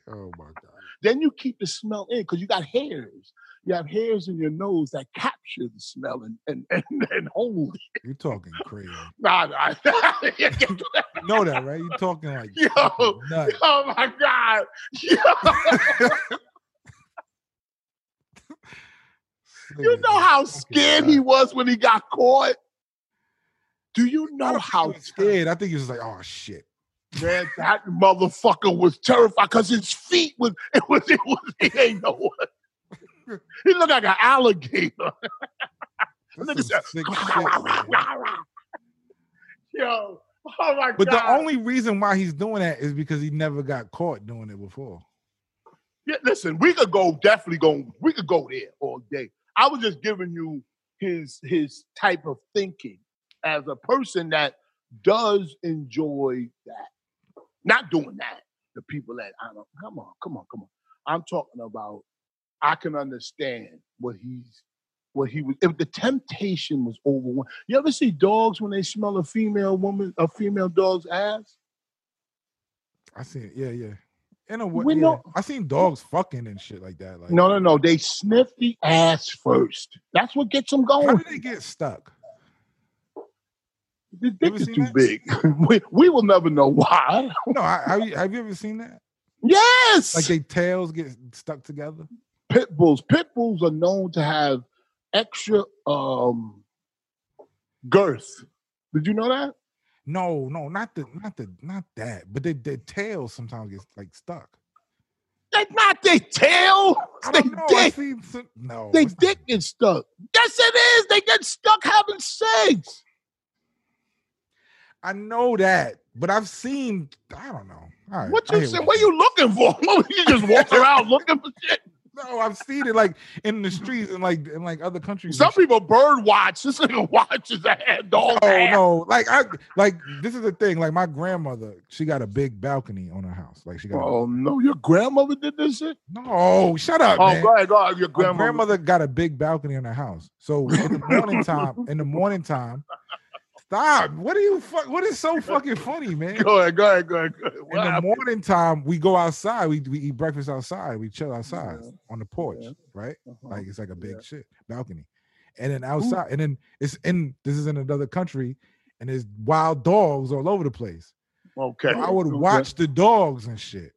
B: Oh my god.
C: Then you keep the smell in because you got hairs. You have hairs in your nose that capture the smell and and and, and hold it.
B: You're talking crazy.
C: Nah, nah.
B: You know that, right? You're talking like
C: Yo.
B: fucking nuts.
C: oh my god, Yo, you
B: Nigga
C: know
B: is
C: how
B: fucking
C: scared he
B: nuts.
C: was when he got caught. Do you
B: I
C: know
B: don't think he
C: how
B: was scared. I think he was like, oh shit.
C: Man, that motherfucker was terrified because his feet was it was it was he ain't know what. He looked like an alligator.
B: That's
C: Nigga
B: some
C: said,
B: sick shit, man.
C: Yo, oh my
B: But
C: god.
B: the only reason why he's doing that is because he never got caught doing it before.
C: Yeah, listen, we could go definitely go. We could go there all day. I was just giving you his his type of thinking as a person that does enjoy that, not doing that. The people that I don't come on, come on, come on. I'm talking about. I can understand what he's what he was. If the temptation was overwhelming, you ever see dogs when they smell a female woman, a female dog's ass?
B: I seen it. Yeah, yeah. In a way,
C: We
B: yeah.
C: know-
B: I seen dogs fucking and shit like that. Like,
C: No, no, no. They sniff the ass first. That's what gets them going.
B: How did they get stuck?
C: The dick
B: ever
C: is
B: seen
C: too
B: that?
C: big. we, we will never know why.
B: No, I, I, have you ever seen that?
C: Yes,
B: Like they tails get stuck together.
C: pit bulls. Pit bulls are known to have extra um girth. Did you know that?
B: No, no, not the, not the, not that. But they, their tails sometimes get like stuck.
C: That's not their tail.
B: I
C: They
B: don't know. I
C: dick.
B: seen some, no,
C: They
B: it's not-
C: dick get stuck. Yes, it is. They get stuck having sex.
B: I know that, but I've seen. I don't know. All right,
C: What
B: I
C: you
B: hear
C: say?
B: you're
C: What
B: saying.
C: you looking for? you just walk around looking for shit.
B: No, No, I've seen it like in the streets and like in like other countries.
C: Some people bird watch. This nigga watches a head dog.
B: Oh no! Like I like this is the thing. Like my grandmother, she got a big balcony on her house. Like she got.
C: Oh no, your grandmother did this shit.
B: No, shut up,
C: Oh,
B: man.
C: go ahead, go ahead. Your
B: My
C: grandmother.
B: grandmother got a big balcony in her house. So in the morning time, in the morning time, stop. What are you? Fuck, what is so fucking funny, man?
C: Go ahead, go ahead, go ahead. Go ahead.
B: in
C: What
B: the
C: happened?
B: morning time, we go outside. We we eat breakfast outside. We chill outside
C: Yeah.
B: on the porch,
C: Mm-hmm. Yeah.
B: right?
C: Uh-huh.
B: Like it's like a big
C: Yeah.
B: shit balcony, and then outside, and then it's in. This is in another country, and there's wild dogs all over the place.
C: okay.
B: So I would
C: Okay. Mm.
B: watch the dogs and shit,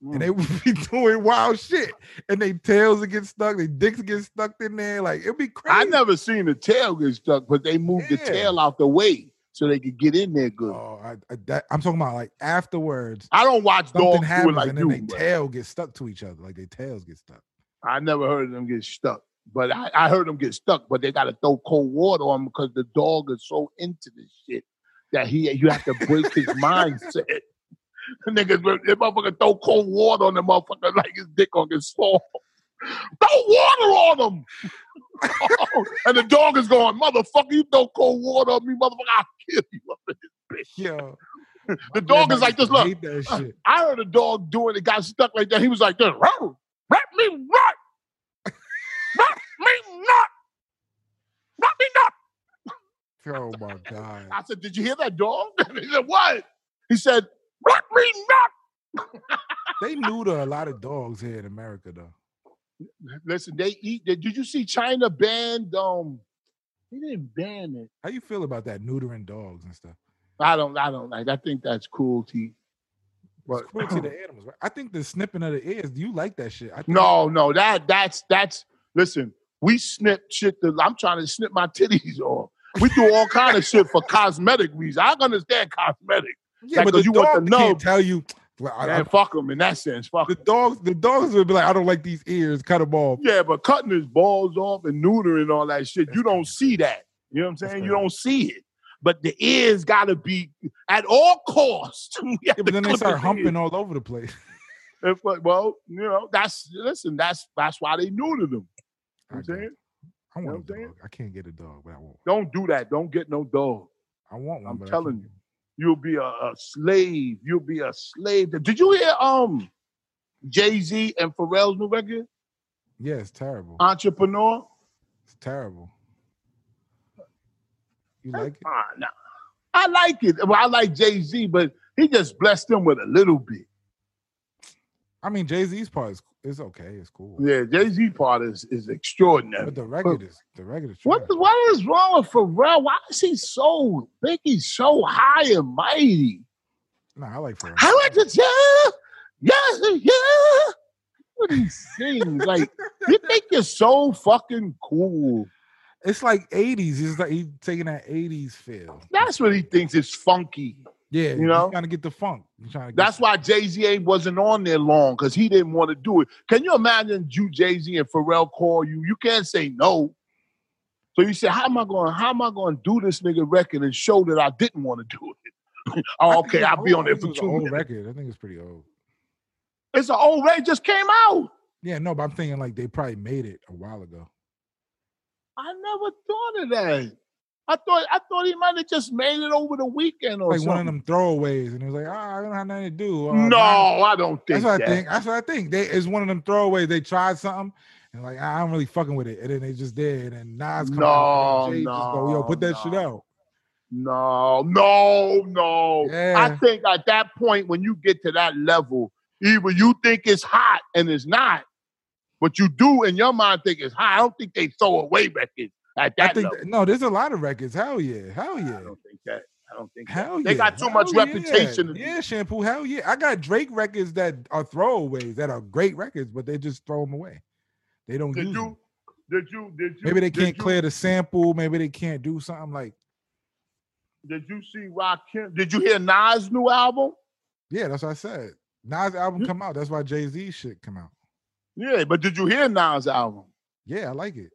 B: and they would be doing wild shit, and they tails would get stuck, they dicks get stuck in there. Like it'd be crazy.
C: I never seen the tail get stuck, but they moved the
B: Yeah.
C: tail out the way so they could get in there good.
B: Oh, I, I, that, I'm talking about like afterwards.
C: I don't watch
B: Something
C: dogs do it
B: happens
C: like
B: and then
C: you.
B: they
C: bro.
B: tail get stuck to each other, like they tails get stuck.
C: I never heard them get stuck, but I, I heard them get stuck. But they got to throw cold water on because the dog is so into this shit that he you have to break his mindset. Niggas, the motherfucker throw cold water on the motherfucker like his dick on his soul. Throw water on him, and the dog is going, motherfucker, you throw cold water on me, motherfucker, I'll kill you.
B: Yo,
C: The dog is like this. Look,
B: Hate that shit.
C: I heard a dog doing it, got stuck like that. He was like, this, "Rap rap me not, rap me not, rap me not."
B: Oh my god.
C: I said, "Did you hear that dog?" he said, "What?" He said, "Rap me not."
B: They neuter a lot of dogs here in America though.
C: Listen, they eat. They, did you see China banned? Um, they didn't ban it.
B: How you feel about that neutering dogs and stuff?
C: I don't. I don't like. I think that's cruelty.
B: It's
C: But
B: cruelty to animals, right? I think the snipping of the ears, do you like that shit? I think
C: no, no, that that's that's. Listen, we snip shit. To, I'm trying to snip my titties off. We do all kind of shit for cosmetic reasons. I can understand cosmetic.
B: yeah,
C: like,
B: but
C: 'cause
B: the
C: you
B: you
C: want
B: dog
C: the
B: can't
C: nub.
B: tell you. Well, I- I-
C: Man, fuck them in that sense. Fuck.
B: the
C: 'em.
B: dogs, the dogs would be like, I don't like these ears, cut them off.
C: Yeah, but cutting his balls off and neutering all that shit, you don't see that. You know what I'm
B: That's
C: saying? You
B: crazy.
C: don't see it. But the ears gotta be at all costs. we have
B: Yeah,
C: to
B: but then they
C: clip
B: start
C: his
B: humping all over the place.
C: ears. If- well, you know, that's listen, that's that's why they neutered him.
B: I
C: You know what I'm
B: don't-
C: saying?
B: I
C: know
B: want
C: what I'm
B: a
C: saying?
B: dog. I can't get a dog, but I want.
C: Don't do that. Don't get no dog.
B: I want one.
C: I'm
B: but I
C: telling
B: can't
C: you. You'll be a, a slave. You'll be a slave. Did you hear um Jay-Z and Pharrell's new record?
B: get- Yeah, it's terrible.
C: Entrepreneur?
B: It's terrible. You
C: That's
B: like it?
C: fine. Ah, Nah. I like it. Well, I like Jay Z, but he just blessed them with a little bit.
B: I mean, Jay Z's part is it's okay. It's cool.
C: Yeah, Jay Z part is is extraordinary.
B: But the record is the record is
C: What
B: trash.
C: what is wrong with Pharrell? Why is he so big? He's so high and mighty.
B: Nah, I like Pharrell.
C: How like to tell? Yes, yeah. What he sings like. You think you're so fucking cool.
B: It's like '80s. It's like he's taking that '80s feel.
C: That's what he thinks is funky.
B: yeah,
C: you know?
B: he's trying to get the funk. He's trying to get
C: That's why Jay Z ain't wasn't on there long because he didn't want to do it. Can you imagine you Jay Z and Pharrell call you? You can't say no. So you say, how am I going? How am I going to do this nigga record and show that I didn't want to do it?
B: I
C: oh,
B: think
C: okay,
B: it's
C: I'll be
B: old.
C: on
B: I think
C: there for
B: was
C: two
B: an old
C: minutes.
B: record. I think it's pretty old.
C: It's an old record just came out.
B: Yeah, no, but I'm thinking like they probably made it a while ago.
C: I never thought of that. I thought I thought he might have just made it over the weekend or
B: Like one of
C: something.
B: them throwaways, and it was like, ah, I don't have nothing to do. Uh,
C: no,
B: mine-
C: I don't think
B: that's what
C: that.
B: I think. That's what I think. They it's one of them throwaways. They tried something and like ah, I'm really fucking with it, and then they just did. And Nas come out, and
C: No,
B: Jay just go, yo,
C: no,
B: put that shit
C: no.
B: out.
C: No, no, no. I
B: Yeah.
C: think at that point, when you get to that level, either you think it's hot and it's not, but you do in your mind think it's hot. I don't think they throw away records at that
B: I think
C: level.
B: that- no, there's a lot of records. Hell yeah, hell yeah.
C: I don't think that. I don't think that.
B: Hell yeah.
C: They got too much
B: Hell yeah.
C: reputation.
B: Yeah. shampoo. Hell yeah. I got Drake records that are throwaways that are great records, but they just throw them away. They don't
C: Did
B: use them.
C: you? Did you? Did you?
B: Maybe they
C: did
B: can't
C: you-
B: clear the sample. Maybe they can't do something like
C: Did you see Rakim? Did you hear Nas' new album?
B: yeah. That's what I said. Nas album
C: You-
B: come out. That's why Jay Z shit come out.
C: Yeah, but did you hear Nas' album?
B: Yeah, I like it.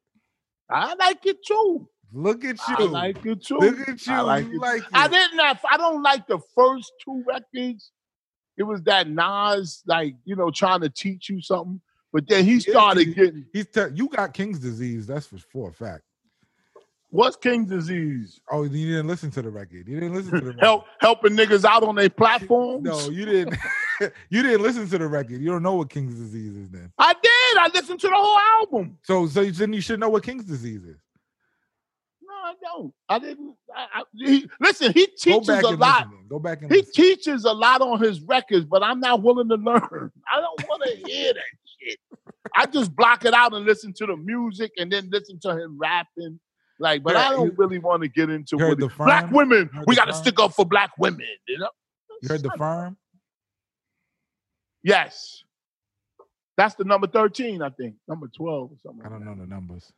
C: I like it too.
B: Look at
C: I
B: you.
C: like it too.
B: Look at you.
C: I like
B: you
C: it.
B: like it.
C: I didn't. Have, I don't like the first two records. It was that Nas, like you know, trying to teach you something. But then he started getting
B: He's te- you got King's disease. That's for, for a fact.
C: what's King disease?
B: Oh, you didn't listen to the record. You didn't listen to the record.
C: Help helping niggas out on their platforms.
B: No, you didn't. you didn't listen to the record. You don't know what King's disease is then.
C: I did. I listened to the whole album.
B: So so you- then you should know what King's disease is.
C: No, I don't. I didn't. I, I, he, listen, he
B: Go
C: teaches
B: back
C: a
B: and
C: lot.
B: listen. then. Go back and
C: He
B: listen.
C: teaches a lot on his records, but I'm not willing to learn. I don't want to hear that shit. I just block it out and listen to the music and then listen to him rapping. Like, but
B: Yeah,
C: I don't
B: you-
C: really want to get into
B: you heard
C: what
B: the
C: he- black
B: firm?
C: women.
B: You heard
C: We
B: the
C: got to
B: firm?
C: stick up for black women. You know?
B: You heard the firm?
C: Yes. That's the number 13, I think. Number 12 or something.
B: I
C: like
B: don't
C: that.
B: know the numbers.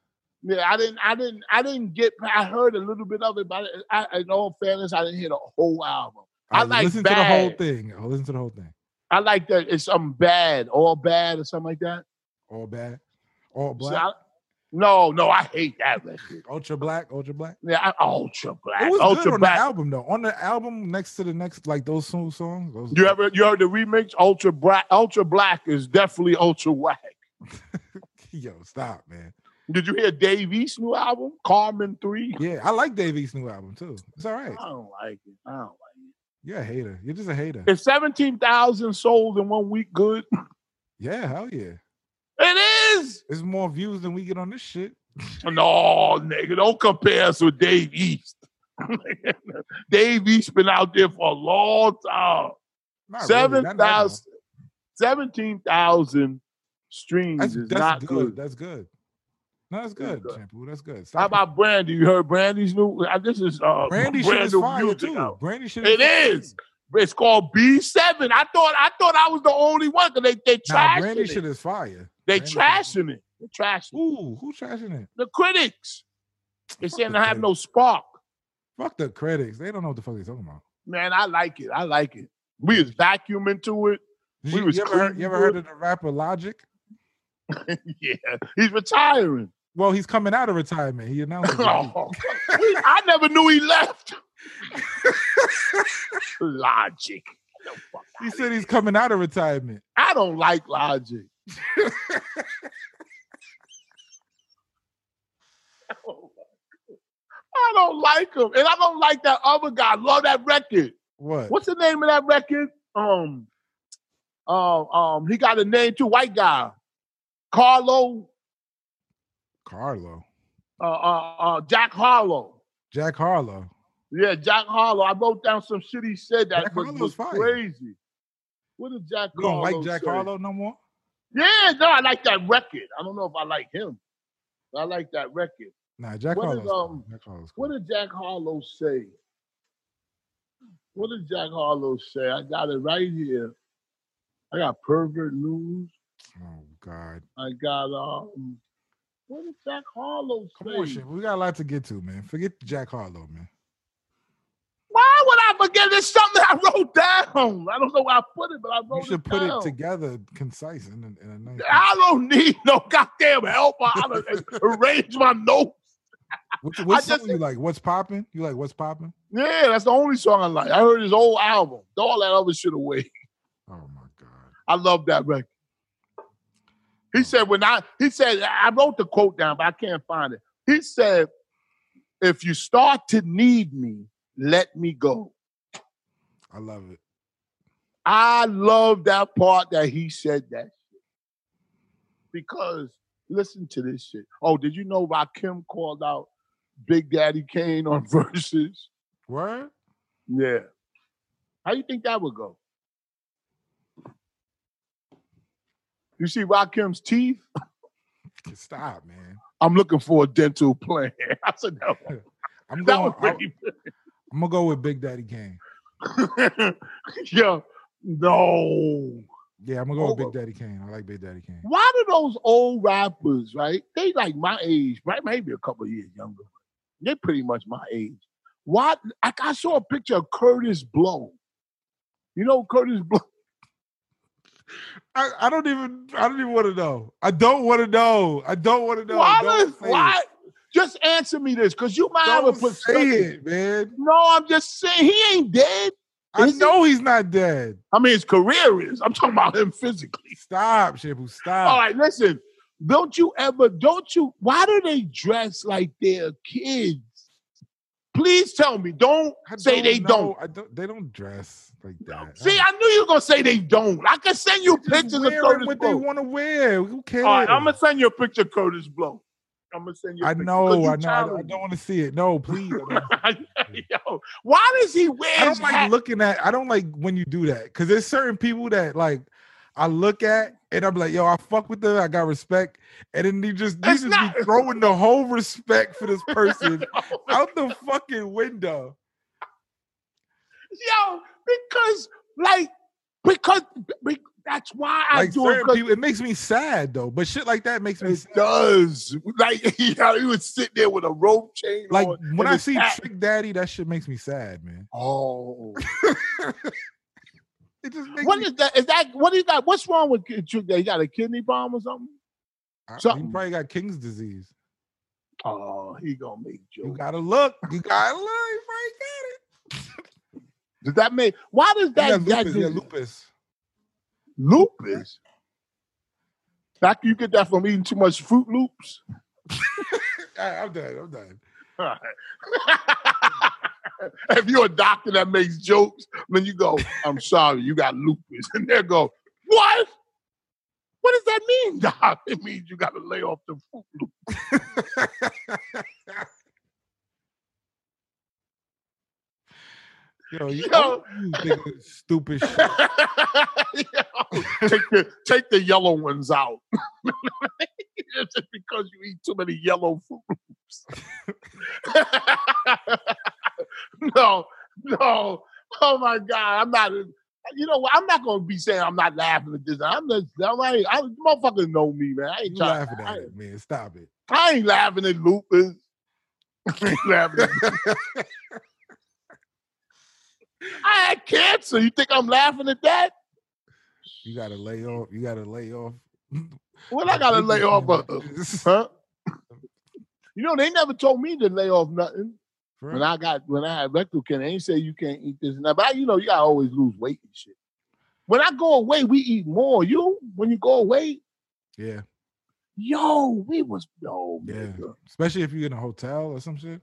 C: Yeah, I didn't, I didn't, I didn't get. I heard a little bit of it, but I, I, in all fairness, I didn't hear the whole album. I
B: Alright,
C: like
B: listen to the whole
C: bad.
B: thing. I'll listen to the whole thing.
C: I like that it's something bad, all bad, or something like that.
B: All bad. All
C: So
B: black.
C: I- no, no, I hate that record.
B: ultra black. Ultra black.
C: Yeah, I, ultra black,
B: It was good
C: ultra
B: on
C: black.
B: the album though. On the album next to the next, like those two songs. Those,
C: You ever you heard the remix? Ultra black, ultra black is definitely ultra whack.
B: Yo, stop, man.
C: Did you hear Dave East new album, Carmen Three?
B: Yeah, I like Dave East's new album too. It's all
C: I
B: right.
C: don't like it. I don't like
B: You're a hater. You're just a hater.
C: it. Is seventeen thousand sold in one week good?
B: Yeah, hell yeah.
C: It is.
B: It's more views than we get on this shit.
C: No, nigga, don't compare us with Dave East. Dave East been out there for a long time.
B: Not really, not-
C: Seven
B: not
C: thousand,
B: much.
C: seventeen thousand 17,000 streams
B: That's,
C: is
B: that's
C: not
B: good.
C: good.
B: That's good. No, that's
C: That's
B: good,
C: good.
B: Shampoo. That's good.
C: How
B: Stop it.
C: about Brandy? You heard Brandy's new? uh, This is uh,
B: Brandy shit
C: brand
B: is
C: new
B: fire
C: music
B: too.
C: out.
B: Brandy shit
C: It is. It's called B Seven. I thought I thought I was the only one because they they
B: Nah,
C: trashing
B: Brandy
C: it.
B: shit is fire.
C: they
B: Brandy shit is-
C: trashing it. They trashing it.
B: Ooh, who trashing it?
C: the critics. They saying
B: the
C: I have no spark.
B: Fuck the critics. They don't know what the fuck they're talking about.
C: Man, I like it. I like it. We was vacuuming to it.
B: Did
C: We
B: you,
C: was
B: you ever heard,
C: clean
B: you ever
C: good.
B: heard of the rapper Logic?
C: yeah, he's retiring.
B: Well, he's coming out of retirement. He announced. it.
C: Oh, we- I never knew he left. Logic. Get the fuck
B: he
C: outta
B: said he's coming out of retirement.
C: I don't like logic. I don't like him, and I don't like that other guy. Love that record.
B: What?
C: What's the name of that record? Um, um, um, he got a name too. White guy, Carlo,
B: Carlo.
C: uh, uh, uh, Jack Harlow.
B: Jack Harlow.
C: Yeah, Jack Harlow. I wrote down some shit he said that
B: Jack
C: was,
B: Harlow's
C: was
B: fire.
C: crazy. What did Jack
B: You don't
C: Harlow
B: like Jack
C: say?
B: Harlow no more?
C: Yeah, no, I like that record. I don't know if I like him. But I like that record.
B: Nah, Jack
C: What is,
B: Harlow's cool.
C: um,
B: Jack Harlow's cool.
C: What did Jack Harlow say? What did Jack Harlow say? I got it right here. I got pervert news.
B: Oh God.
C: I got um. What did Jack Harlow
B: Come on,
C: say?
B: shit. We got a lot to get to, man. Forget Jack Harlow, man.
C: Why would I forget? It's something I wrote down. I don't know where I put it, but I wrote
B: You should
C: it
B: put
C: down.
B: it together, concise, and in, a nice.
C: I don't need no goddamn help on how to arrange my notes.
B: What, what
C: I just-
B: song you like? What's popping? You like what's popping?
C: Yeah, that's the only song I like. I heard his whole album, throw all that other shit away.
B: Oh my God.
C: I love that record. He said, when I, he said, I wrote the quote down, but I can't find it. He said, if you start to need me, let me go.
B: I love it.
C: I love that part that he said that shit. Because listen to this shit. Oh, did you know Rakim called out Big Daddy Kane on Versus?
B: Word?
C: Yeah. How you think that would go? You see Rakim's teeth?
B: Stop, man.
C: I'm looking for a dental plan. I said that, was-
B: I'm
C: that was
B: going. I,
C: pretty.
B: am gonna go with Big Daddy Kane.
C: yeah. No.
B: Yeah, I'm gonna go with
C: Over.
B: Big Daddy Kane. I like Big Daddy Kane.
C: Why do those old rappers, right? They like my age, right? Maybe a couple of years younger. They're pretty much my age. Why? I, I saw a picture of Curtis Blow. You know Curtis Blow?
B: I, I don't even. I don't even want to know. I don't want to know. I don't want to know.
C: why
B: Don't
C: does
B: say it.
C: why? Just answer me this, because you might have a
B: Don't say
C: perspective.
B: it, man.
C: No, I'm just saying he ain't dead.
B: I
C: Is he?
B: know he's not dead.
C: I mean, his career is. I'm talking about him physically.
B: Stop, Shampoo.
C: All
B: Stop.
C: right, listen. Don't you ever? Don't you? Why do they dress like they're kids? Please tell me. Don't
B: I
C: say they
B: know.
C: don't.
B: I don't. They don't dress like that.
C: See, I knew you were gonna say they don't. I can send you
B: Just
C: pictures of
B: wearing
C: Curtis
B: what they
C: Blow.
B: want to wear. Who cares?
C: All right, I'm gonna send you a picture of Curtis Blow. I'm gonna send you. a
B: I
C: picture,
B: know. I
C: 'cause you
B: know. I don't, I
C: challenged
B: don't want to see it. No, please. I don't,
C: me. Yo, why does he wear?
B: I don't
C: his
B: like
C: hat?
B: looking at. I don't like when you do that because there's certain people that like I look at and I'm like, yo, I fuck with them. I got respect, and then you just you
C: It's
B: just
C: not-
B: be throwing the whole respect for this person out the fucking window.
C: Yo, because like because be- that's why I
B: Like
C: do it.
B: certain
C: 'cause
B: people, it makes me sad though. But shit like that makes me
C: It
B: sad.
C: does. Like you know, he would sit there with a rope chain.
B: like
C: on
B: when
C: and
B: I
C: his
B: see
C: hat-
B: Trick Daddy, that shit makes me sad, man.
C: oh,
B: It just makes
C: what
B: me.
C: is that? Is that what is that? What's wrong with Kid Trick? They got a kidney bomb or something?
B: I- You
C: something?
B: probably got King's disease.
C: Oh, he gonna make
B: You
C: jokes.
B: gotta look. You gotta look. You probably got it.
C: Does that make? Why does
B: He
C: that?
B: got lupus.
C: that do-
B: He got lupus.
C: lupus. That you get that from eating too much Fruit Loops.
B: All right, I'm done. I'm done.
C: if you're a doctor that makes jokes, then you go, I'm sorry, you got lupus. And they go, What? What does that mean, doc? It means you got to lay off the fruit loop.
B: Yo, you,
C: Yo.
B: you think of stupid shit.
C: take, the, take the yellow ones out. It's Just because you eat too many yellow fruit loops. no, no. Oh my God, I'm not. You know what? I'm not gonna be saying I'm not laughing at this. I'm just, I'm like, I, motherfuckers know me, man. I ain't
B: You
C: trying.
B: laughing at it, man. Stop it.
C: I ain't laughing at lupus. I ain't laughing at I had cancer. You think I'm laughing at that?
B: You gotta lay off. You gotta lay off.
C: Well, I gotta lay off of. Huh? You know, they never told me to lay off nothing. When I got when I had rectal cancer, they ain't say you can't eat this and that. But I, you know, you gotta always lose weight and shit. When I go away, we eat more. You when you go away,
B: yeah,
C: yo, we was yo,
B: Yeah.
C: nigga.
B: especially if you're in a hotel or some shit.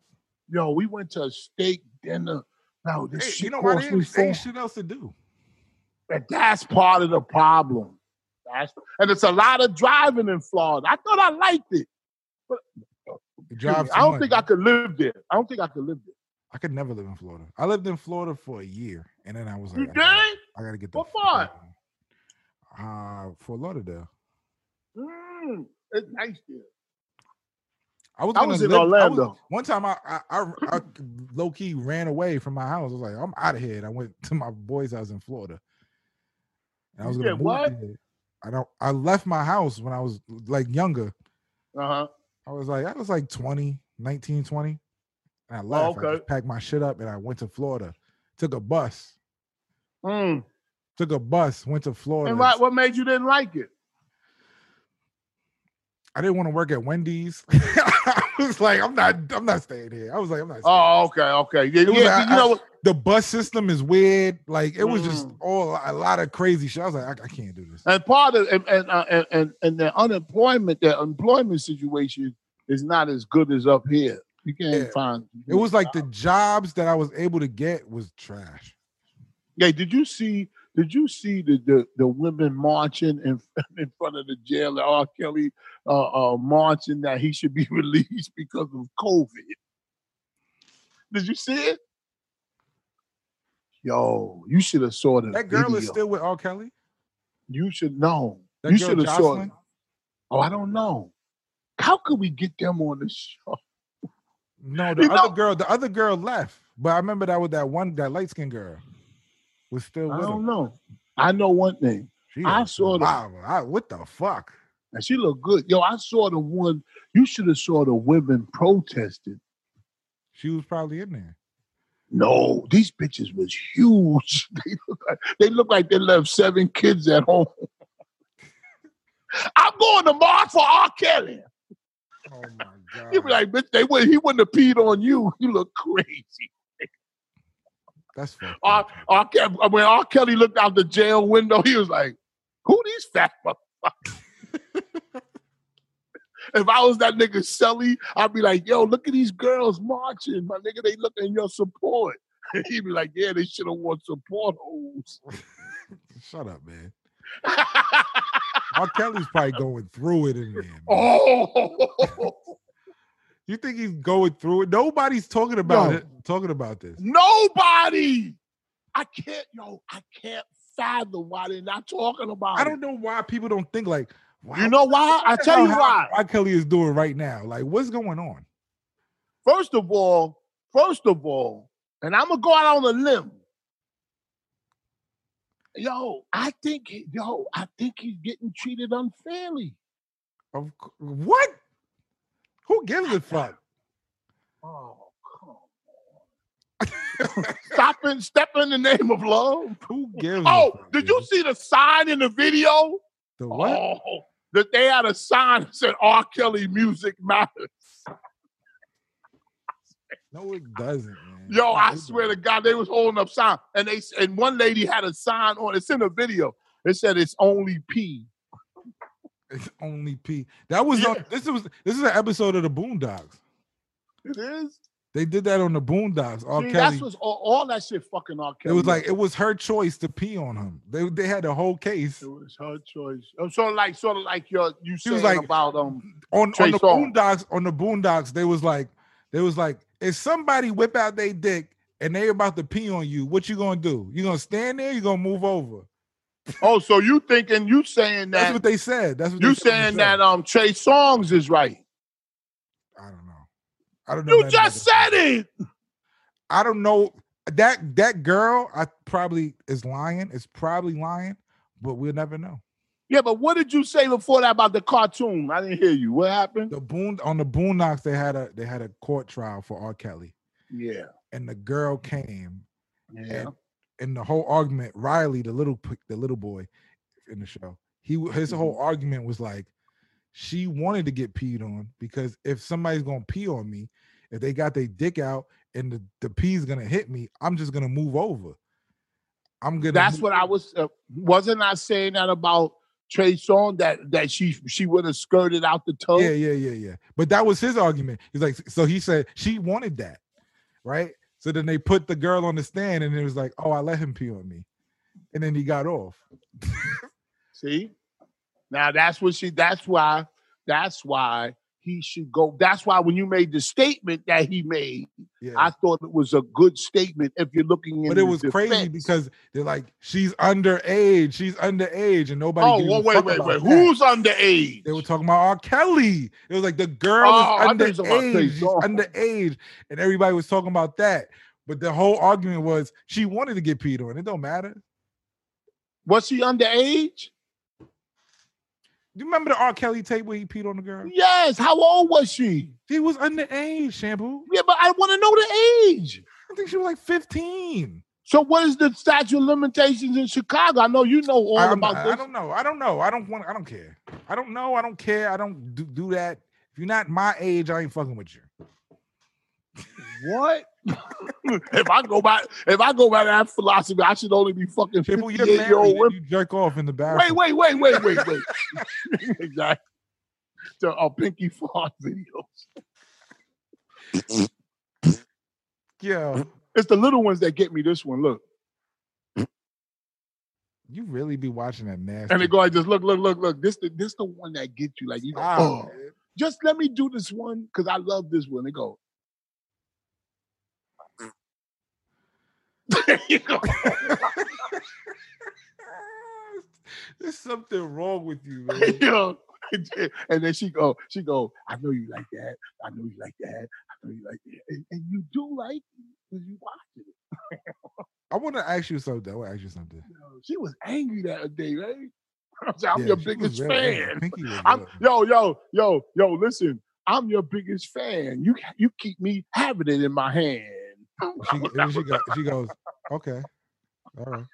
C: yo, we went to a steak dinner. Now this
B: Hey,
C: shit
B: you know why
C: cost
B: they
C: me
B: ain't, they ain't shit else to do.
C: four- and that's part of the problem. That's and it's a lot of driving in Florida. I thought I liked it.
B: You drive
C: I
B: too
C: don't
B: much.
C: think I could live there. I don't think I could live there.
B: I could never live in Florida. I lived in Florida for a year, and then I was like,
C: You
B: I gotta,
C: did?
B: I gotta get the
C: What
B: fuck
C: part?
B: out of here. Uh, Fort Lauderdale.
C: Mm, it's nice there.
B: I was,
C: I
B: gonna
C: was in
B: live- I was-
C: Orlando.
B: one time, I I, I, I low key ran away from my house. I was like, I'm out of here. And I went to my boy's house in Florida. And I
C: You
B: was gonna
C: said
B: move
C: what?
B: there. I don't. I left my house when I was like younger.
C: Uh-huh.
B: I was like, I was like 20, 19, 20. And I left. I
C: Oh, okay.
B: just packed my shit up and I went to Florida. Took a bus.
C: Mm.
B: Took a bus. Went to Florida.
C: And why, what made you didn't like it?
B: I didn't want to work at Wendy's. I was like, I'm not. I'm not staying here. I was like, I'm not. Staying
C: Oh, okay, okay. Yeah,
B: It was
C: yeah,
B: a-
C: you know what?
B: the bus system is weird. Like it was just
C: Mm.
B: all a lot of crazy shit. I was like, I, I can't do this.
C: And part of and and, uh, and and and the unemployment, the employment situation is not as good as up here. You can't
B: Yeah.
C: find.
B: It was like the jobs that I was able to get was trash.
C: Yeah, did you see? Did you see the the, the women marching in in front of the jail? that R. Kelly uh, uh, marching that he should be released because of COVID. Did you see it? Yo, you should have saw the
B: That girl is
C: video.
B: still with R. Kelly.
C: You should know.
B: That
C: you
B: girl
C: should have saw. it.
B: Jocelyn?
C: Oh, I don't know. How could we get them on the show?
B: No, the
C: You
B: other
C: know-
B: girl, the other girl left. But I remember that was that one, that light skinned girl was still
C: I
B: with
C: don't
B: him.
C: know. I know one thing,
B: She
C: I
B: a
C: saw the-
B: survivor. I- what the fuck?
C: and she looked good. Yo, I saw the one. You should have saw the women protesting.
B: She was probably in there.
C: No, these bitches was huge. They look like they look like they left seven kids at home. I'm going to march for R. Kelly.
B: Oh my god.
C: He'd be like, bitch, they would he wouldn't have peed on you. You look crazy.
B: That's fucked
C: R,
B: up.
C: R, Kelly- uh, when R. Kelly looked out the jail window, he was like, "Who these fat motherfuckers?" if I was that nigga Shelly, I'd be like, "Yo, look at these girls marching, my nigga. They looking in your support." He'd be like, "Yeah, they should have worn support hoes."
B: Shut up, man. R. Kelly's probably going through it in there. man.
C: oh,
B: You think he's going through it? Nobody's talking about
C: No.
B: it. Talking about this.
C: nobody! I can't, yo, I can't fathom why they're not talking about
B: I don't know why people don't think like.
C: it.
B: Wow,
C: You know why? I
B: what the
C: tell you
B: hell
C: why.
B: R. Kelly is doing right now. Like, what's going on?
C: First of all, first of all, and I'm gonna go out on a limb. Yo, I think he- yo, I think he's getting treated unfairly.
B: Of c- what? Who gives a fuck?
C: Oh, come on. Stop and step in the name of love.
B: Who gives? a
C: Oh,
B: fuck,
C: did you
B: dude?
C: see the sign in the video?
B: the what?
C: Oh, that they had a sign that said R. Kelly music matters.
B: No, it doesn't, man.
C: Yo,
B: No,
C: I
B: it
C: swear to
B: doesn't.
C: God, they was holding up sign, and they and one lady had a sign on. It's in the video. It said it's only P.
B: it's only P. That was
C: Yeah.
B: on, this was this is an episode of the Boondocks.
C: It is.
B: They did that on the Boondocks. R. Kelly.
C: See, That's what's all, all that shit. Fucking R.
B: It
C: Kelly.
B: was like it was her choice to pee on him. They they had a whole case
C: it was her choice. It was sort of like, sort of like your you
B: She was
C: saying
B: like-
C: about um.
B: on
C: Trey
B: on the
C: Songz.
B: Boondocks. On the Boondocks, they was like they was like if somebody whip out their dick and they about to pee on you, what you gonna do? You gonna stand there? You gonna move over?
C: Oh, so you thinking you saying
B: That's
C: that
B: what they said. That's what
C: you
B: they said in
C: saying
B: the
C: that
B: show.
C: um Trey Songs is right?
B: I don't know. I don't know.
C: You
B: nothing about
C: just
B: that.
C: said it.
B: I don't know that that girl. I probably is lying. Is probably lying, but we'll never know.
C: Yeah, but what did you say before that about the cartoon? I didn't hear you. What happened?
B: The boon on the Boondocks, they had a they had a court trial for R. Kelly,
C: Yeah.
B: and the girl came,
C: Yeah.
B: and the whole argument. Riley, the little p- the little boy in the show, he w-
C: Mm-hmm.
B: his whole argument was like, she wanted to get peed on because if somebody's gonna pee on me, if they got their dick out and the the pee's gonna hit me, I'm just gonna move over. I'm gonna.
C: That's
B: move
C: what I was. Uh, wasn't I saying that about Trey Song that that she she would have skirted out the toe?
B: Yeah, yeah, yeah, yeah. But that was his argument. He's like, so he said she wanted that, right? So then they put the girl on the stand, and it was like, oh, I let him pee on me, and then he got off.
C: See, now that's what she. That's why. That's why he should go. That's why when you made the statement that he made,
B: Yeah,
C: I thought it was a good statement. If you're looking, in
B: but it
C: his
B: was crazy
C: defense.
B: because they're like, she's underage, she's underage, and nobody.
C: Oh,
B: gave a
C: well, wait,
B: fuck
C: wait,
B: about
C: wait.
B: that.
C: Who's underage?
B: They were talking about R. Kelly. It was like the girl
C: Oh,
B: is
C: I thought you was talking about Trey
B: underage, she's
C: Songz.
B: underage, and everybody was talking about that. But the whole argument was she wanted to get peed on. It don't matter.
C: Was he underage?
B: Do you remember the R. Kelly tape where he peed on the girl?
C: Yes. How old was she?
B: She was underage, Shampoo.
C: Yeah, but I want to know the age.
B: I think she was like 15.
C: So what is the statute of limitations in Chicago? I know you know all
B: I, I'm
C: about
B: not- I
C: this.
B: don't know. I don't know. I don't want. I don't care. I don't know. I don't care. I don't do, do that. If you're not my age, I ain't fucking with you.
C: What? if I go by if I go by that philosophy, I should only be fucking
B: Shampoo,
C: fifty
B: you're
C: eight
B: married.
C: year old
B: and
C: women.
B: You jerk off in the
C: Wait,
B: bathroom.
C: wait, wait, wait, wait, wait. exactly. So, uh, Pinky Fart videos.
B: Yo,
C: It's the little ones that get me this one. Look,
B: you really be watching that nasty.
C: and they go like this. Look, look, look, look. This the this the one that gets you. Like you. go,
B: Wow,
C: oh,
B: man.
C: just let me do this one because I love this one. They go. you go.
B: There's something wrong with you,
C: you
B: man.
C: know, and then she go, she go, I know you like that. I know you like that. I know you like that. And, and you do like because you watch it.
B: I want to ask you something. I want to ask you something.
C: You know. She was angry that day, right? I'm, saying, I'm
B: Yeah,
C: your
B: she was
C: biggest
B: real angry.
C: fan.
B: Pinky was
C: I'm
B: real-
C: yo, yo, yo, yo, listen, I'm your biggest fan. You you keep me having it in my hand.
B: She, and then she, go, she goes, okay, all right.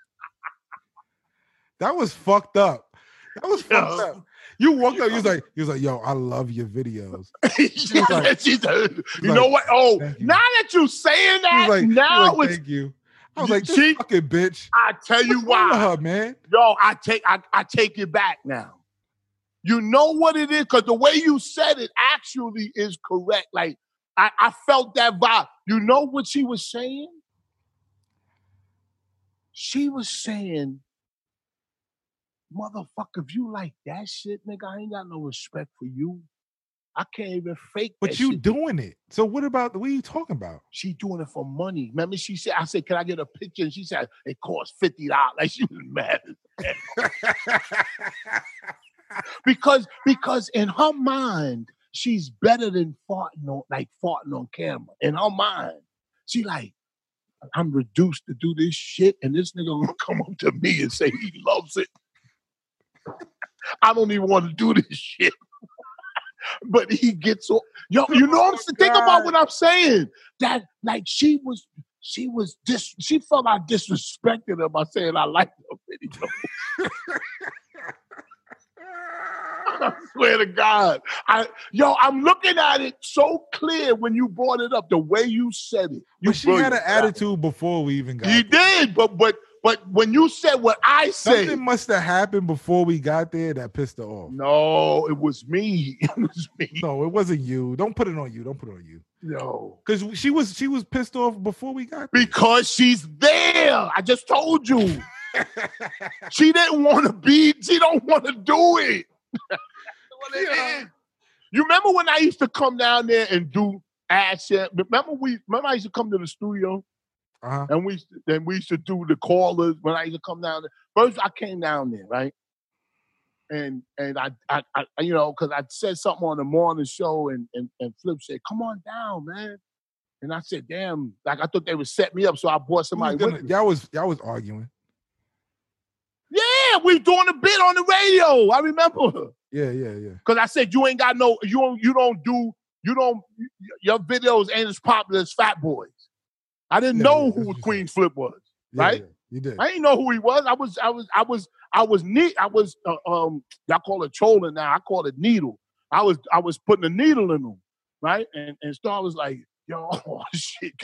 B: That was fucked up. That was fucked
C: Yo.
B: up. You walked up. You was like, you was like, yo, I love your videos.
C: She
B: was like-
C: said- she said, you
B: like,
C: know what? Oh,
B: "Thank you."
C: now that you saying
B: She was
C: that,
B: like, she was
C: now
B: like,
C: it's
B: thank you. I was
C: You
B: like, this
C: cheat?
B: fucking bitch.
C: I tell you
B: What's wrong
C: why.
B: with her, man.
C: Yo, I take I, I take it back now. You know what it is? Because the way you said it actually is correct. Like I, I felt that vibe. You know what she was saying? She was saying, motherfucker, if you like that shit, nigga, I ain't got no respect for you. I can't even fake
B: But
C: that
B: you
C: shit.
B: doing it. So what about what are you talking about?
C: She doing it for money. Remember, she said, I said, can I get a picture? And she said, it costs $50. Like she was mad. because because in her mind she's better than farting on like farting on camera in her mind she like i'm reduced to do this shit and this nigga gonna come up to me and say he loves it i don't even want to do this shit but he gets on yo you know what i'm saying? think about what i'm saying that like she was she was dis- she felt i disrespected her by saying i liked her video I swear to God. I yo, I'm looking at it so clear when you brought it up, the way you said it. You
B: but she had an
C: brilliant.
B: attitude before we even got
C: You
B: there.
C: did, but but but when you said what I
B: Something
C: said,
B: must have happened before we got there that pissed her off.
C: no, it was me. It was me.
B: No, it wasn't you. Don't put it on you. Don't put it on you.
C: No.
B: Because she was she was pissed off before we got there.
C: Because she's there. I just told you. she didn't want to be, she don't want to do it. That's what it
B: Yeah.
C: is. You remember when I used to come down there and do ass shit? Remember we remember I used to come to the studio?
B: Uh-huh.
C: And we used to- then we used to do the callers when I used to come down there. First I came down there, right? And and I I, I you know, because I said something on the morning show and, and and Flip said, come on down, man. And I said, damn, like I thought they would set me up, so I brought somebody
B: Who's gonna-
C: with me.
B: y'all was y'all was arguing.
C: Yeah, we were doing a bit on the radio. I remember.
B: Yeah, yeah, yeah.
C: Cause I said you ain't got no, you don't, you don't do, you don't, y- your videos ain't as popular as Fat Boys. I didn't
B: Yeah,
C: know
B: yeah, that's
C: who
B: what you
C: Queen Flip was.
B: Yeah,
C: Right?
B: yeah, you did.
C: I didn't know who he was. I was, I was, I was, I was neat. I was, uh, um, y'all call it trolling now. I call it needle. I was, I was putting a needle in him, right? And and Star was like, yo, oh, shit,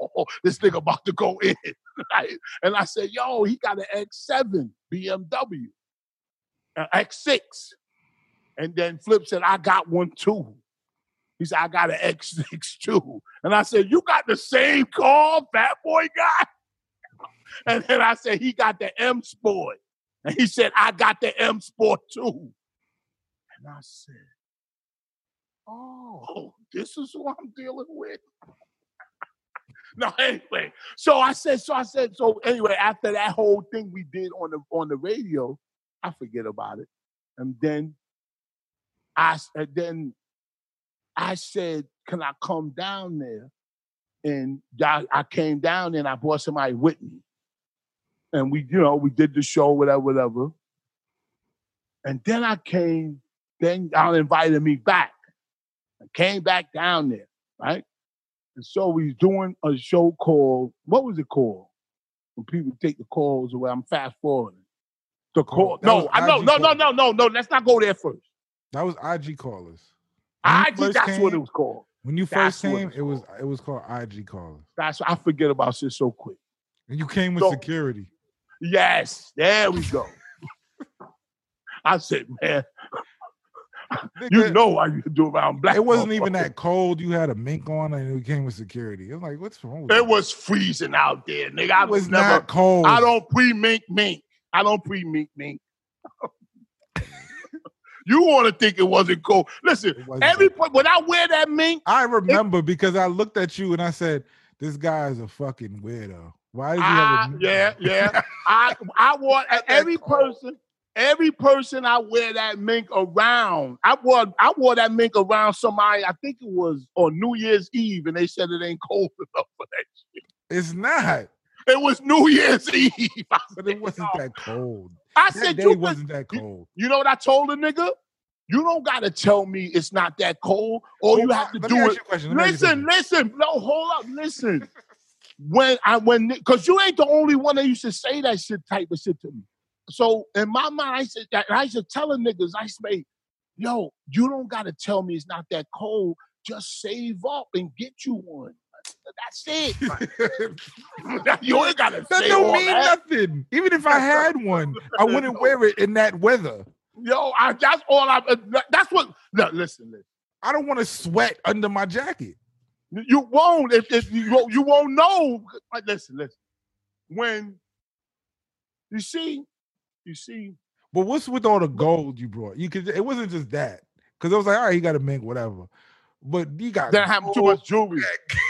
C: oh, this nigga about to go in, right? And I said, yo, he got an X7 BMW, an X6, and then Flip said, I got one too. He said, I got an X6 too. And I said, You got the same car, Fat Boy guy? And then I said, he got the M Sport. And he said, I got the M Sport too. And I said, oh, this is who I'm dealing with. no, anyway. So I said, so I said, so anyway, after that whole thing we did on the on the radio, I forget about it. And then I s- and then I said, can I come down there? And I, I came down and I brought somebody with me and we, you know, we did the show, whatever, whatever. And then I came, then y'all invited me back. I came back down there, right? And so we was doing a show called, what was it called? When people take the calls away, I'm fast forwarding. The call,
B: Oh, that was
C: no, I no,
B: IG
C: no, no,
B: call.
C: no, no, no, let's not go there first.
B: That was IG callers. When you
C: I think
B: first
C: that's what it
B: came-
C: was called.
B: When you
C: That's
B: first
C: what
B: came,
C: it's
B: it was
C: called.
B: it was called IG callers.
C: That's I forget about shit so quick.
B: And you came with
C: So-
B: security.
C: Yes, there we go. I said, man, you
B: Nigga,
C: know I used to do around black.
B: it wasn't even
C: motherfuckers.
B: that cold. You had a mink on and you came with security. I'm like, what's wrong with you?
C: It was freezing out there, nigga. I
B: It was
C: was never.
B: not cold.
C: I don't pre-mink mink. I don't pre-mink mink. you want to think it wasn't cold? Listen,
B: It wasn't.
C: every point when I wear that mink,
B: I remember because I looked at you and I said, This guy is a fucking weirdo. Why did you have
C: I,
B: a mink
C: Ah, yeah,
B: on?"
C: yeah. I I wore every person. Every person I wear that mink around, I wore I wore that mink around somebody. I think it was on New Year's Eve, and they said it ain't cold enough for that.
B: It's not,
C: It was New Year's Eve. I
B: but it wasn't
C: "No."
B: that cold.
C: I
B: That
C: said
B: day
C: you was
B: wasn't that cold.
C: You know what I told the nigga? You don't gotta tell me it's not that cold. All you
B: Well,
C: have to
B: let
C: do
B: me ask
C: is
B: you a question, let me ask you a
C: listen, listen. No, hold up, listen. When I when because you ain't the only one that used to say that shit type of shit to me. So in my mind, I said that and I used to tell the niggas, I say, yo, you don't gotta tell me it's not that cold. Just save up and get you one. That's it. you ain't gotta
B: That
C: say
B: don't
C: all
B: mean
C: that.
B: nothing. Even if I had one, I wouldn't wear it in that weather.
C: Yo, I, that's all I. That's what. No, listen, listen.
B: I don't want to sweat under my jacket.
C: You won't if, if you won't- you won't know. Like, listen, listen. When you see, you see.
B: But what's with all the gold you brought? You could it wasn't just that. Cause I was like, all right, he got a mink, whatever. But he got
C: That happened too much jewelry.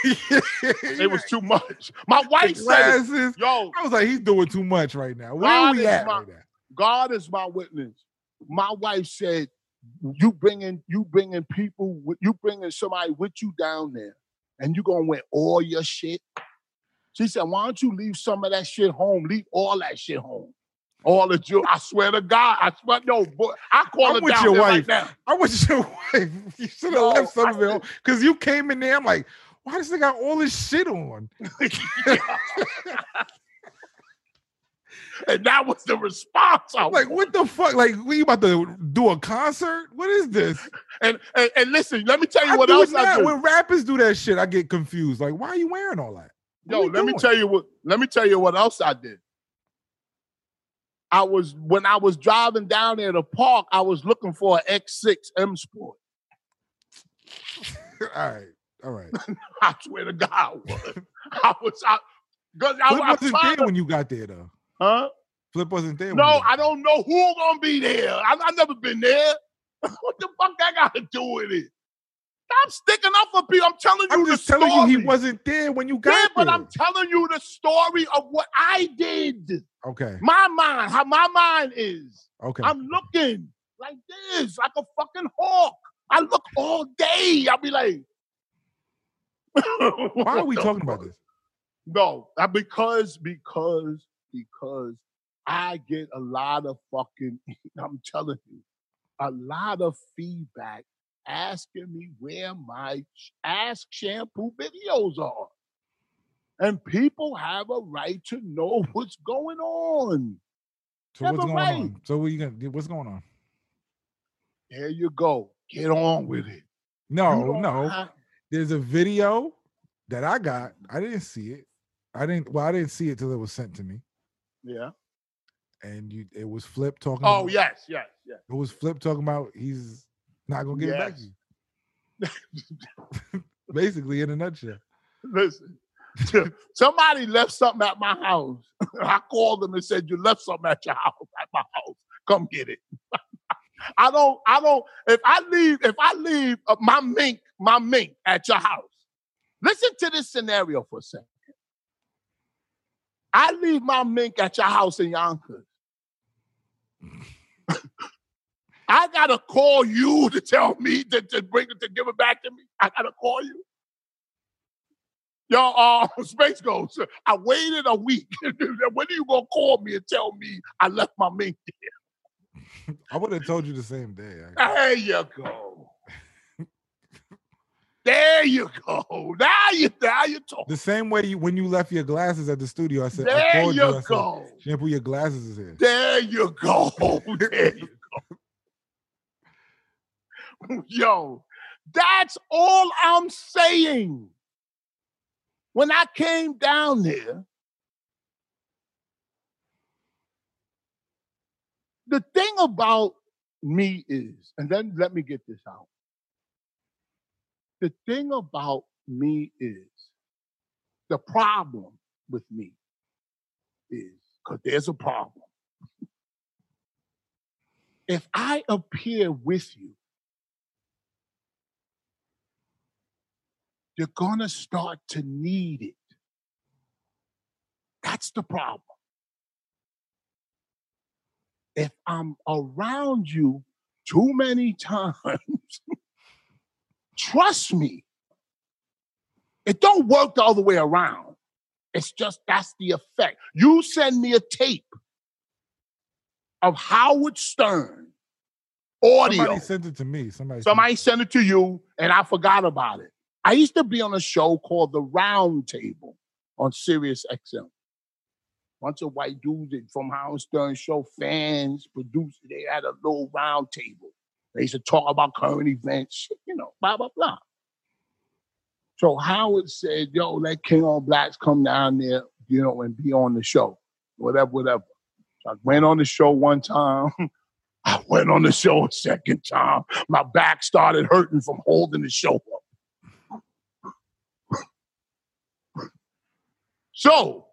C: It
B: it
C: was too much. My wife said, it.
B: glasses.
C: "Yo,
B: I was like, he's doing too much right now. Where
C: God
B: are we
C: is
B: at
C: my-
B: right now?
C: God is my witness." My wife said, "You bringing you bringing people with you bringing somebody with you down there, and you gonna wear all your shit." She said, "Why don't you leave some of that shit home? Leave all that shit home." All the jewelry. I swear to God. I swear, no, boy. I call
B: I'm
C: her
B: with
C: down
B: your
C: there
B: wife.
C: right now.
B: I was your wife. You should have
C: No,
B: left some
C: I
B: of it because you came in there. I'm like, why does they got all this shit on?
C: and that was the response. I
B: I'm like, what the fuck? Like, we about to do a concert? What is this?
C: and, and and listen, let me tell you
B: I
C: what
B: do
C: else I
B: not-
C: do.
B: When rappers do that shit, I get confused. Like, why are you wearing all that? What
C: Yo,
B: we
C: let me
B: doing?
C: tell you what. Let me tell you what else I did. I was when I was driving down there to park. I was looking for an X6 M Sport.
B: all right, all right.
C: I swear to God, I was. I was out. Cause I,
B: Flip
C: I'm
B: wasn't
C: trying
B: there
C: to,
B: when you got there though.
C: huh?
B: Flip wasn't there. when
C: No,
B: you got
C: I don't know who gonna be there. I, I've never been there. what the fuck I got to do with it? Stop sticking up for people. I'm telling
B: there.
C: you
B: I'm
C: the
B: just telling
C: story.
B: you he wasn't there when you got
C: Yeah,
B: there.
C: but I'm telling you the story of what I did.
B: okay,
C: My mind, how my mind is.
B: okay.
C: I'm looking like this, like a fucking hawk. I look all day. I'll be like,
B: why are we talking about this?
C: No, I- because because because I get a lot of fucking. I'm telling you, a lot of feedback asking me where my sh- ask shampoo videos are, and people have a right to know what's going on.
B: So what's
C: Never
B: going
C: mind.
B: on? So what you gonna? What's going on?
C: There you go. Get on with it. You
B: No,
C: don't
B: Oh, no.
C: have-
B: there's a video that I got. I didn't see it. I didn't. Well, I didn't see it till it was sent to me,
C: yeah.
B: and you, it was Flip talking.
C: Oh
B: about-
C: yes, yes, yes.
B: it was Flip talking about he's not gonna give it back to
C: Yes.
B: you. Basically, in a nutshell.
C: Listen, somebody left something at my house. I called them and said, "You left something at your house, at my house. Come get it." I don't. I don't. If I leave, if I leave uh, my mink, my mink at your house. Listen to this scenario for a second. I leave my mink at your house in Yonkers. I gotta call you to tell me to, to bring it to give it back to me. I gotta call you. Yo, uh, Space Ghost, I waited a week. when are you gonna call me and tell me I left my mink?
B: I would have told you the same day. I guess.
C: There you go. there you go. Now you now you talk.
B: the same way you, when you left your glasses at the studio, I said, I
C: There
B: called you. I
C: you
B: said,
C: go.
B: Shampoo, your glasses is here.
C: There you go. There you go. Yo, that's all I'm saying. When I came down there, the thing about me is, and then let me get this out. The thing about me is, the problem with me is, because there's a problem if I appear with you, you're going to start to need it. That's the problem. If I'm around you too many times, trust me, it don't work the other way around. It's just that's the effect. You send me a tape of Howard Stern audio.
B: Somebody sent it to me. Somebody. sent it.
C: Somebody sent it to you, and I forgot about it. I used to be on a show called The Round Table on Sirius XM. Bunch of white dudes that- from Howard Stern show, fans, producers, they had a little round table. They used to talk about current events, shit, you know, blah, blah, blah. So Howard said, yo, let King on Blacks come down there, you know, and be on the show. Whatever, whatever. So I went on the show one time. I went on the show a second time. My back started hurting from holding the show up. so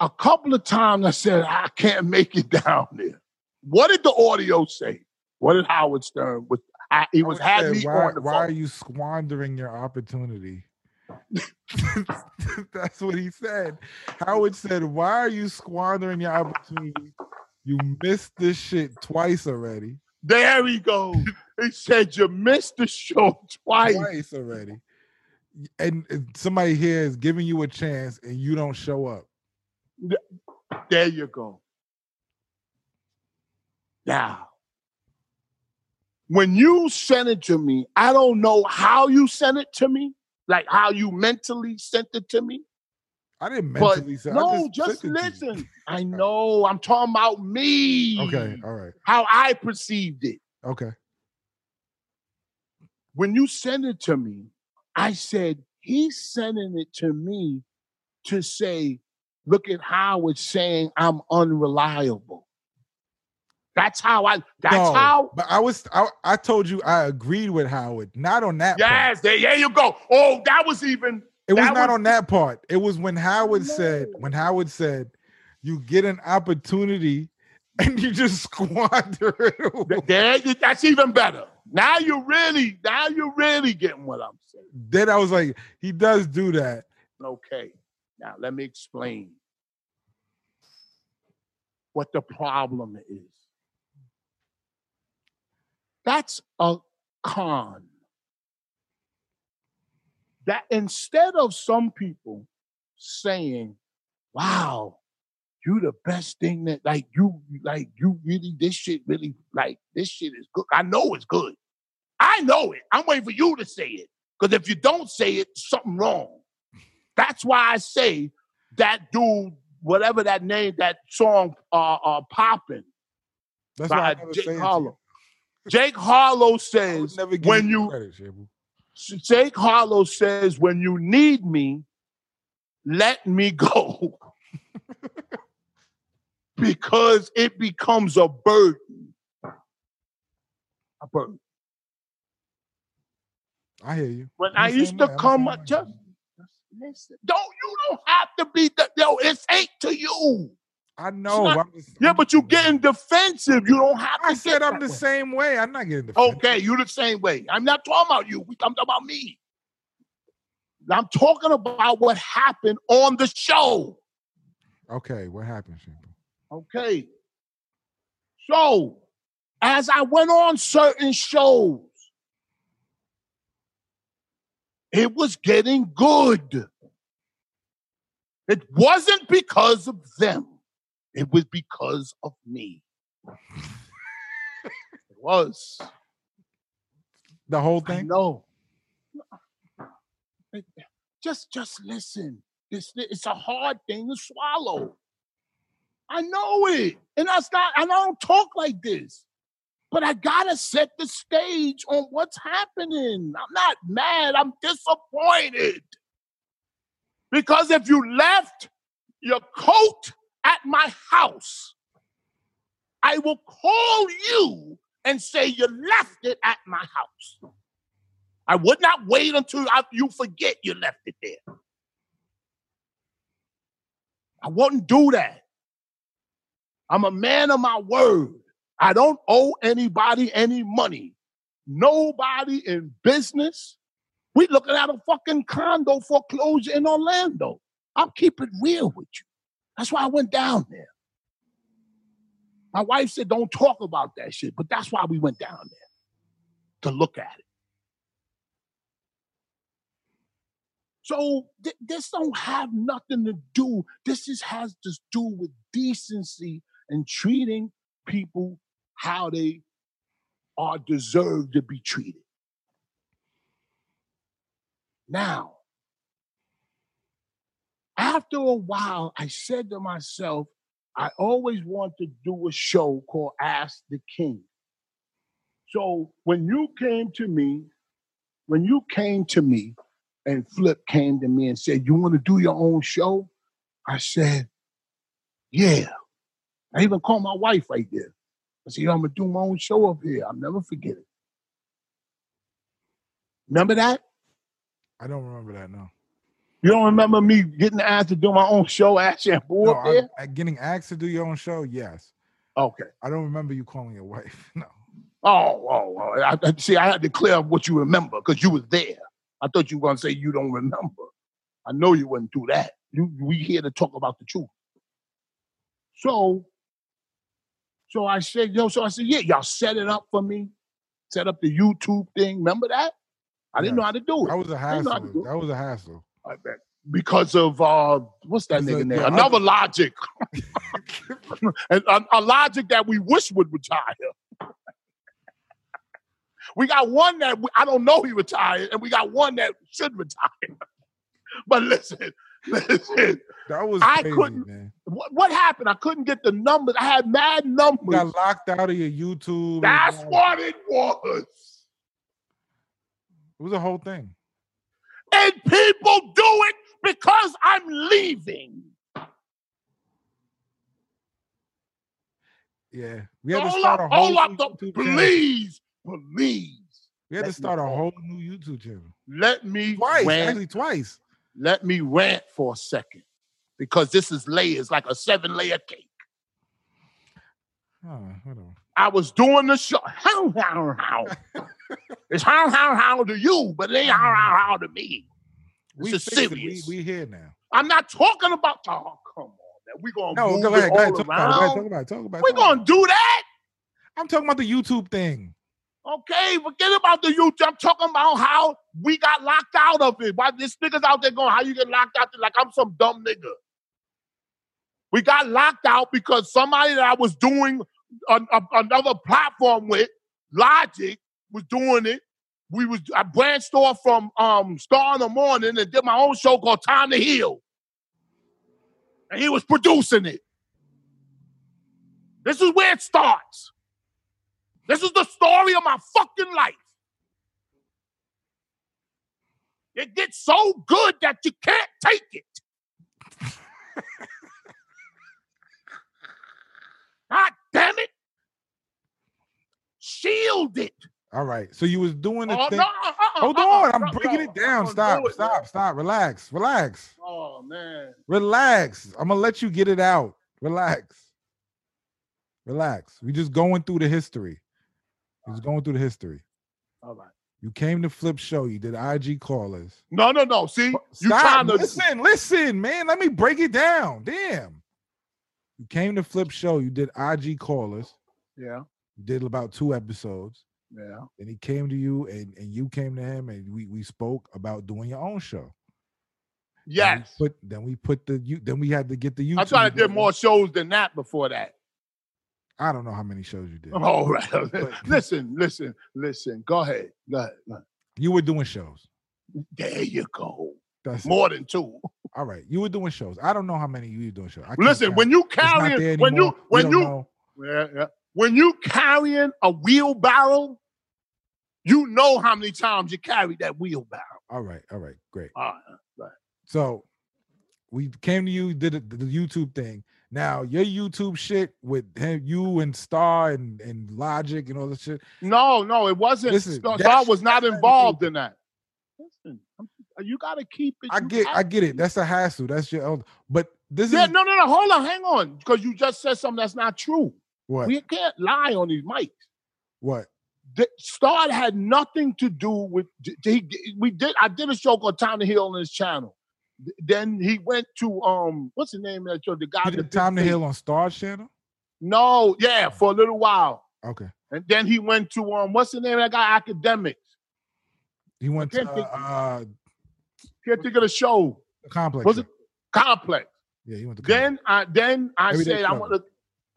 C: a couple of times I said, I can't make it down there. What did the audio say? What did Howard Stern was I, he was
B: I
C: had
B: said,
C: me
B: why,
C: on the
B: why
C: phone.
B: are you squandering your opportunity? That's what he said. Howard said, Why are you squandering your opportunity? You missed this shit twice already.
C: There we go. He said you missed the show twice.
B: Twice already. And and somebody here is giving you a chance and you don't show up.
C: There you go. Now, when you sent it to me, I don't know how you sent it to me, like how you mentally sent it to me.
B: I didn't
C: But
B: mentally say I
C: no, just,
B: sent it to you.
C: listen. I know. I'm talking about me.
B: Okay, all right.
C: How I perceived it.
B: Okay.
C: when you sent it to me, I said, he's sending it to me to say, look at how it's saying I'm unreliable. That's how I, that's
B: no,
C: how.
B: but I was I, I told you I agreed with Howard, not on that part.
C: Yes, there, there you go. Oh, that was even,
B: It was
C: That
B: not
C: was-
B: on that part. It was when Howard said,
C: No.
B: when Howard said, you get an opportunity and you just squander it. away."
C: th- there, you- that's even better. Now you're really, now you're really getting what I'm saying.
B: Then I was like, he does do that.
C: Okay, now let me explain what the problem is. That's a con. That instead of some people saying, wow, you the best thing that like you like you really this shit really like this shit is good. I know it's good. I know it. I'm waiting for you to say it. Because if you don't say it, something wrong. That's why I say that dude, whatever that name, that song uh uh popping
B: That's why I
C: by
B: never say it
C: Jake
B: to
C: Harlow. Jake
B: you.
C: Harlow
B: I would
C: says
B: never give
C: when
B: you
C: you
B: credit, Shabu.
C: Jake Harlow says when you need me, let me go. because it becomes a burden. A burden.
B: I hear you.
C: When
B: I'm
C: I
B: the same
C: used
B: way,
C: to
B: I'm the
C: come,
B: same
C: up
B: way.
C: just, just listen. Don't you don't have to be the yo. It's ain't to you.
B: I know.
C: not-
B: but I'm just-
C: Yeah,
B: I'm
C: but
B: just-
C: you getting defensive. You don't have to.
B: I
C: get
B: said I'm
C: that
B: the
C: way. Oh.
B: same way. I'm not getting the
C: Okay, you the same way. I'm not talking about you. We- I'm talking about me. I'm talking about what happened on the show.
B: Okay, what happened, Shabu?
C: Okay. So, as I went on certain shows, it was getting good. It wasn't because of them, it was because of me. it was.
B: The whole
C: I
B: thing?
C: know. Just, just listen. This, it's a hard thing to swallow. I know it, and that's not. And I don't talk like this, but I gotta set the stage on what's happening. I'm not mad. I'm disappointed because if you left your coat at my house, I will call you and say you left it at my house. I would not wait until I- you forget you left it there. I wouldn't do that. I'm a man of my word. I don't owe anybody any money. Nobody in business. We looking at a fucking condo foreclosure in Orlando. I'll keep it real with you. That's why I went down there. My wife said, don't talk about that shit, but that's why we went down there to look at it. So th- this don't have nothing to do. This is has to do with decency and treating people how they are deserved to be treated. Now, after a while, I said to myself, I always want to do a show called Ask the King. So when you came to me when you came to me and Flip came to me and said, You want to do your own show? I said, Yeah. I even called my wife right there. I said, Yo, I'm going to do my own show up here. I'll never forget it. Remember that?
B: I don't remember that. No,
C: You don't remember me getting asked to do my own show, Ash Shampoo
B: no
C: up there?
B: I- I- getting asked to do your own show. Yes,
C: Okay.
B: I don't remember you calling your wife. No,
C: Oh, oh, oh. I, I- see, I had to clear up what you remember because you was there. I thought you were gonna say you don't remember. I know you wouldn't do that. You, we here to talk about the truth. So, so I said, yo, so I said, yeah, y'all set it up for me. Set up the YouTube thing. Remember that? I didn't know
B: Yes.
C: how to do it
B: that was a
C: I know how
B: hassle.
C: to do it.
B: That was a hassle.
C: I bet. because of uh, what's that
B: It's
C: nigga
B: like
C: name?
B: the other-
C: Another logic, and a, a logic that we wish would retire. we got one that we, I don't know he retired, and we got one that should retire. but listen, listen,
B: That was
C: I
B: crazy,
C: couldn't-
B: man.
C: what, what happened? I couldn't get the numbers. I had mad
B: You
C: numbers.
B: got locked out of your YouTube. and
C: That's
B: all-
C: what it was,
B: It was a whole thing.
C: and people do it because I'm leaving.
B: Yeah, we had to
C: hold
B: start
C: up,
B: a
C: hold
B: whole
C: up,
B: new
C: though.
B: YouTube channel.
C: please, please.
B: We had to
C: Let me
B: start a
C: talk.
B: whole new YouTube channel.
C: let me
B: Twice,
C: rant.
B: actually twice.
C: Let me rant for a second because this is layers, like a seven layer cake.
B: Oh, hold on.
C: I was doing the show. How, how, how. it's how, how, how to you, but it ain't how, how, how to me.
B: We
C: This is
B: fixed it. We,
C: serious.
B: we here now.
C: I'm not talking about, oh, come on, man. We're going to
B: No,
C: move
B: go ahead.
C: it
B: Go ahead.
C: all
B: Talk about it. Go ahead. Talk
C: around.
B: about it. Talk about it.
C: We're
B: talk about it.
C: going to do that.
B: I'm talking about the YouTube thing.
C: Okay, forget about the youth. I'm talking about how we got locked out of it. Why this niggas out there going, how you get locked out? Like I'm some dumb nigga. We got locked out because somebody that I was doing an- a- another platform with, Logic, was doing it. We was I branched off from um, Star in the Morning and did my own show called Time to Heal, and he was producing it. This is where it starts. This is the story of my fucking life. It gets so good that you can't take it. God damn it. Shield it.
B: All right. So you was doing the
C: Oh,
B: thing.
C: no, uh-uh,
B: Hold
C: uh-uh,
B: on. I'm
C: no,
B: breaking
C: no,
B: it down.
C: I'm gonna
B: Stop.
C: do it,
B: stop.
C: man.
B: Stop. Relax. Relax.
C: Oh, man.
B: Relax. I'm gonna let you get it out. Relax. Relax. We just going through the history. We Just going through the history.
C: All right.
B: You came to flip show. You did IG callers.
C: No, no, no. See, you
B: Stop.
C: trying to
B: Listen, listen, man. Let me break it down. Damn. You came to flip show. You did IG callers.
C: Yeah,
B: You did about two episodes.
C: yeah.
B: Then he came to you and, and you came to him and we, we spoke about doing your own show. Then we
C: Yes.
B: Put then we put the you then we had to get the YouTube.
C: I tried to do
B: going.
C: more shows than that before that.
B: I don't know how many shows you did.
C: All right.
B: But-
C: listen, listen, listen. Go ahead. Go ahead. go ahead.
B: You were doing shows.
C: There you go.
B: That's it.
C: More than two.
B: all right. You were doing shows. I don't know how many you were doing shows. I can't
C: Listen,
B: count.
C: when you
B: It's not there
C: carrying, when you,
B: anymore. We
C: when
B: don't
C: you,
B: know.
C: Yeah, yeah. When you carrying a wheelbarrow, you know how many times you carry that wheelbarrow.
B: all right, all right, great.
C: Uh,
B: So we came to you, did it- the YouTube thing. Now your YouTube shit with him, you and Star and, and Logic and all this shit.
C: no, no, it wasn't.
B: Listen,
C: Star,
B: that
C: Star
B: shit-
C: was not
B: that's-
C: involved in that. Listen, I'm- you got to keep it.
B: I
C: you
B: get,
C: got-
B: I get it. That's a hassle. That's your own. But this
C: yeah,
B: is
C: no, no, no. Hold on, hang on, because you just said something that's not true.
B: what
C: We can't lie on these mics.
B: what
C: The, Star had nothing to do with. d- He, we did. I did a show called Time to Heal on his channel. Th- Then he went to um, what's the name of that show? The guy.
B: you
C: with the
B: did
C: big
B: time to
C: face.
B: heal on Star Channel.
C: No, yeah, for a little while.
B: Okay,
C: And then he went to um, what's the name of that guy? Academic.
B: he went to
C: can't think-
B: uh, uh
C: Can't think of the show.
B: the complex.
C: Was it-
B: show.
C: Complex.
B: Yeah, he went to complex.
C: Then I then I
B: Everyday
C: said I want to,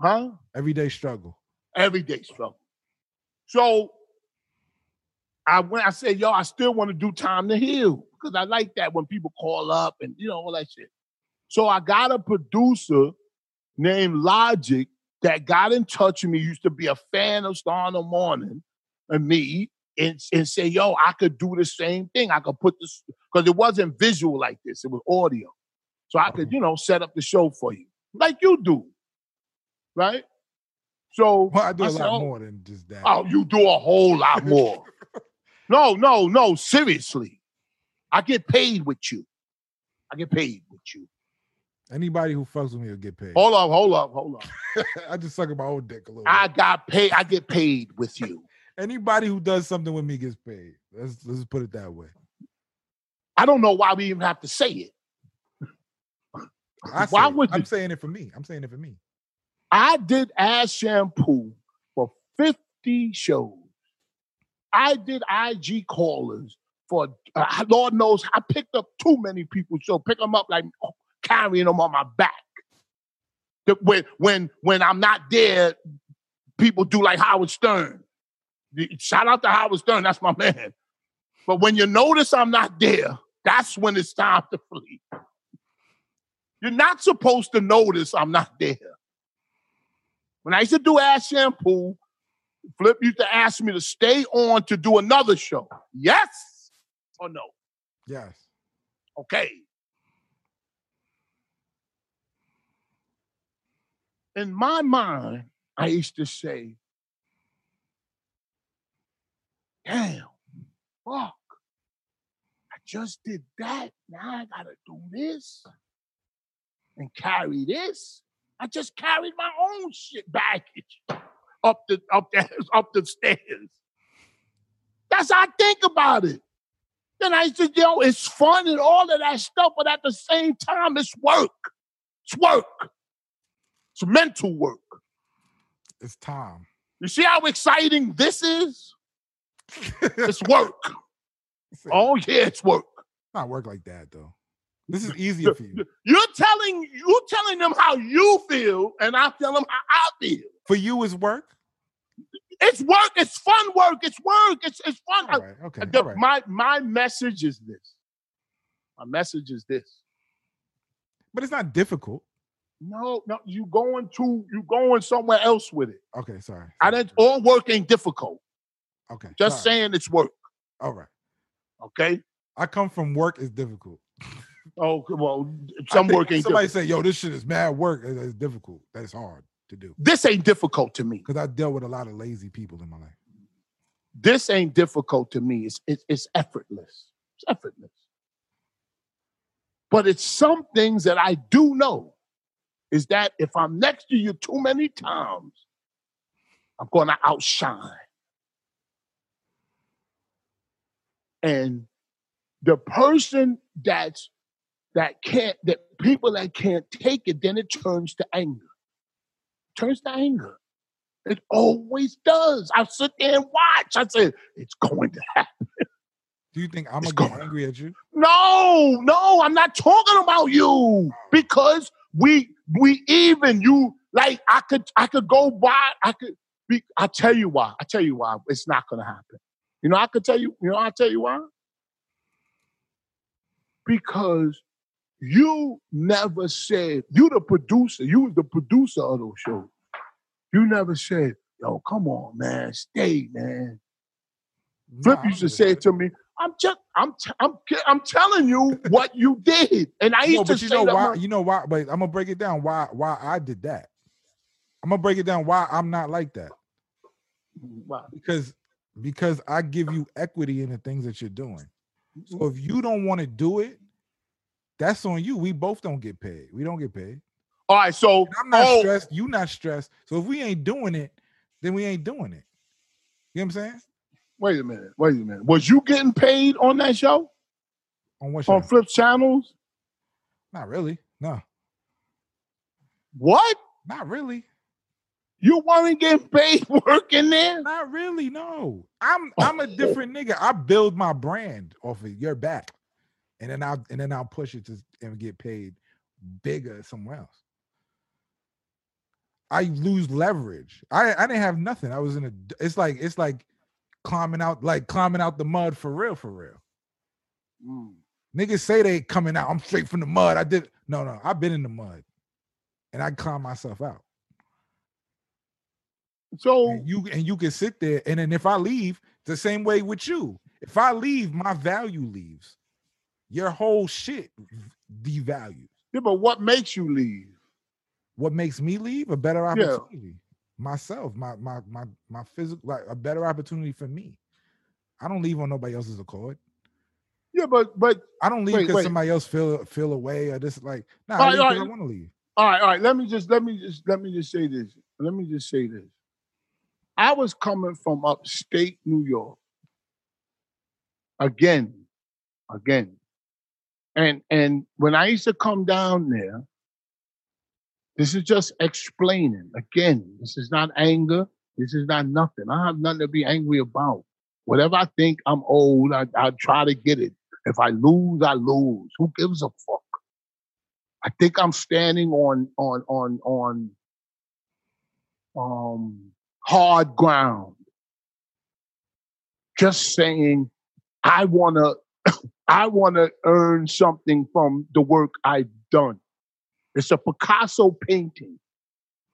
C: huh?
B: everyday struggle.
C: Everyday struggle. So I went. I said, yo, I still want to do time to heal because I like that when people call up and you know all that shit. So I got a producer named Logic that got in touch with me. Used to be a fan of Star in the Morning and me and, and say, yo, I could do the same thing. I could put this because it wasn't visual like this, it was audio. So I could, you know, set up the show for you. Like you do. Right? So
B: Well, I do a
C: said,
B: lot
C: "Oh,
B: more than just that.
C: Oh, you do a whole lot more. no, no, no. Seriously, I get paid with you. I get paid with you.
B: Anybody who fucks with me will get paid.
C: Hold up, hold up, hold up.
B: I just suck at my old dick a little.
C: I
B: bit.
C: got paid. I get paid with you.
B: Anybody who does something with me gets paid. Let's let's put it that way.
C: I don't know why we even have to say it.
B: I
C: Why
B: say it.
C: would
B: I'm
C: you-
B: saying it for me. I'm saying it for me.
C: I did ass shampoo for 50 shows. I did IG callers for uh, Lord knows I picked up too many people. So pick them up like carrying them on my back. The- When when when I'm not there, people do like Howard Stern. The- Shout out to Howard Stern, that's my man. But when you notice I'm not there, that's when it's time to flee. You're not supposed to notice I'm not there. When I used to do ass shampoo, Flip used to ask me to stay on to do another show. Yes or no?
B: Yes.
C: Okay. In my mind, I used to say, damn, fuck, I just did that. Now I gotta do this and carry this. I just carried my own shit baggage up the up the up the stairs. That's how I think about it. Then I said, yo, it's fun and all of that stuff, but at the same time, it's work. It's work. It's mental work.
B: It's time.
C: You see how exciting this is? It's work.
B: Say it.
C: oh, yeah, it's work.
B: not work like that though. This is easier for you.
C: You're telling you telling them how you feel, and I tell them how I feel.
B: For you is work.
C: It's work, it's fun work, it's work, it's it's fun.
B: All right. Okay.
C: The-
B: All right.
C: My my message is this. My message is this.
B: But it's not difficult.
C: No, no, you going to you going somewhere else with it.
B: Okay. Sorry.
C: I didn't all work ain't difficult.
B: Okay.
C: Just
B: sorry.
C: saying it's work,
B: All right.
C: okay?
B: I come from work is difficult.
C: Oh well,
B: I
C: some
B: think
C: work ain't
B: Somebody
C: difficult.
B: say, "Yo, this shit is mad work. It's, it's difficult. That's hard to do."
C: This ain't difficult to me.
B: Because I dealt with a lot of lazy people in my life.
C: This ain't difficult to me. It's it's, it's effortless. It's effortless. But it's some things that I do know is that if I'm next to you too many times, I'm going to outshine. And the person that's that can't that people that can't take it, then it turns to anger. turns to anger. It always does. I sit there and watch. I said, it's going to happen.
B: Do you think I'm
C: It's
B: gonna get
C: gone.
B: angry at you?
C: No, no, I'm not talking about you because we we even you like I could I could go by I could be I tell you why I tell you why it's not gonna happen. You know I could tell you you know I tell you why because you never said you the producer you was the producer of those shows. You never said yo come on man stay man Flip
B: Nah,
C: used
B: I'm
C: to say
B: good.
C: it to me. I'm just, I'm, t- I'm, ki- I'm telling you what you did, and I used
B: No,
C: to
B: but you
C: say
B: know
C: that
B: why?
C: my-
B: You know why? But I'm gonna break it down. Why? Why I did that? I'm gonna break it down. Why I'm not like that?
C: Wow.
B: Because because I give you equity in the things that you're doing. So if you don't want to do it, that's on you. We both don't get paid. We don't get paid.
C: All right, so
B: And I'm not
C: oh,
B: stressed. You not stressed. So if we ain't doing it, then we ain't doing it. You know what I'm saying?
C: wait a minute, wait a minute. Was you getting paid on that show
B: On what?
C: on
B: show?
C: Flip Channels?
B: not really. No,
C: What?
B: not really.
C: You weren't getting paid working there?
B: Not really. No, I'm I'm a different nigga. I build my brand off of your back, and then I'll and then I'll push it to and get paid bigger somewhere else. I lose leverage. I I didn't have nothing. I was in a. d- It's like it's like climbing out like climbing out the mud for real for real.
C: Mm.
B: Niggas say they coming out. I'm straight from the mud. I did no no. I've been in the mud, and I climb myself out.
C: So
B: and you and you can sit there and then if i leave The same way with you. If I leave, my value leaves. Your whole shit devalues.
C: Yeah, but what makes you leave?
B: What makes me leave? A better
C: Yeah.
B: opportunity. Myself, my my my my physical like a better opportunity for me. I don't leave on nobody else's accord.
C: Yeah, but but
B: I don't leave
C: Wait,
B: because
C: wait.
B: somebody else feel feel away or just like nah,
C: All
B: I,
C: right,
B: leave
C: all
B: 'cause I
C: right.
B: want to leave.
C: all right, all right. Let me just let me just let me just say this. Let me just say this. I was coming from upstate New York. Again, again. And and when I used to come down there, this is just explaining. Again, this is not anger. This is not nothing. I have nothing to be angry about. Whatever I think, I'm old. I, I try to get it. If I lose, I lose. Who gives a fuck? I think I'm standing on on on on um hard ground. Just saying I wanna I wanna earn something from the work I've done. It's a Picasso painting.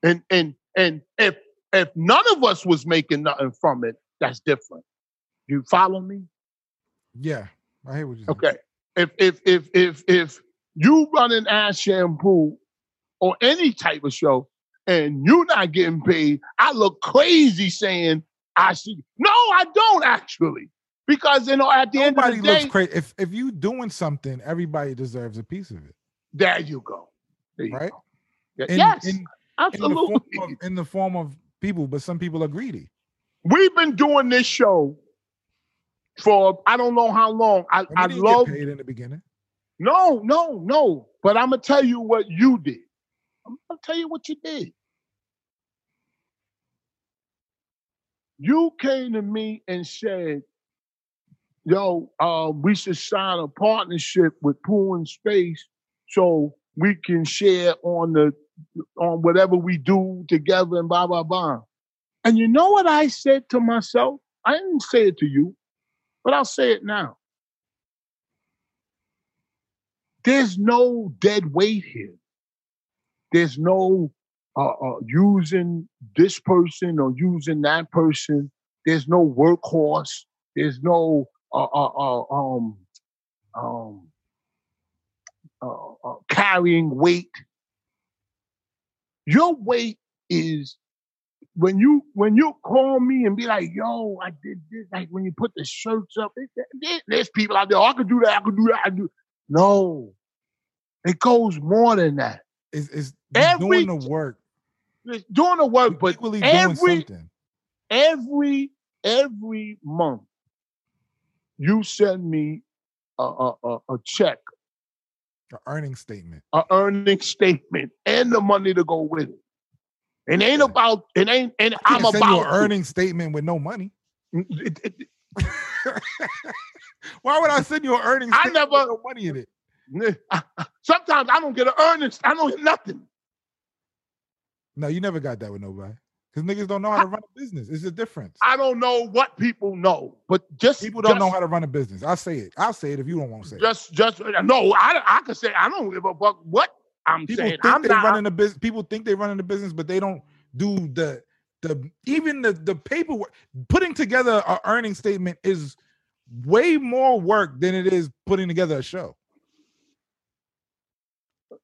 C: And and and if if none of us was making nothing from it, that's different. You follow me?
B: Yeah, I hear what you're saying.
C: Okay. If if if if if you run an ass shampoo or any type of show and you're not getting paid, I look crazy saying I see. No, I don't actually. Because you know, at the
B: Nobody
C: end of the
B: looks
C: day,
B: crazy. If if you doing something, everybody deserves a piece of it,
C: there you go. There you
B: right?
C: go. Yeah,
B: In-
C: yes,
B: in- in the
C: absolutely.
B: form of, in the form of people, but some people are greedy.
C: We've been doing this show for I don't know how long. I,
B: And we
C: I
B: didn't get
C: love
B: paid in the beginning.
C: No, no, no. But I'm gonna tell you what you did. I'm gonna tell you what you did. You came to me and said, "Yo, uh, we should sign a partnership with Pool and Space so we can share on the on whatever we do together and blah blah blah." And you know what I said to myself? I didn't say it to you, but I'll say it now there's no dead weight here. There's no uh, uh, using this person or using that person. There's no workhorse. There's no uh, uh, uh, um, um, uh, uh, carrying weight. Your weight is when you when you call me and be like, "Yo, I did this." Like when you put the shirts up, it- there- there's people out there. Oh, I could do that. I could do that. I could do. No, it goes more than that.
B: Is is
C: Every-
B: doing the work, e-,
C: It's doing the
B: uh,
C: work, but
B: equally doing
C: every
B: something.
C: every every month, you send me a a, a, a check,
B: An earning statement.
C: a earning statement, and the money to go with it. It ain't
B: Yeah.
C: about it ain't and
B: I
C: I'm
B: can't send you an
C: about earning.
B: earning statement with no money. Why would I send you an earning
C: I
B: statement
C: never-
B: with no money in it?
C: Sometimes I don't get an earning. I don't get nothing.
B: No, you never got that with nobody. Because niggas don't know how to run a business. It's a difference.
C: I don't know what people know, but just
B: People don't
C: just-
B: know how to run a business. I'll say it. I'll say it if you don't want to say it.
C: Just, just no. I, I could say I don't give a fuck what I'm
B: People
C: saying.
B: think
C: I'm
B: they
C: not.
B: running a business. People think they running a business, but they don't do the the even the the paperwork. Putting together a earning statement is way more work than it is putting together a show.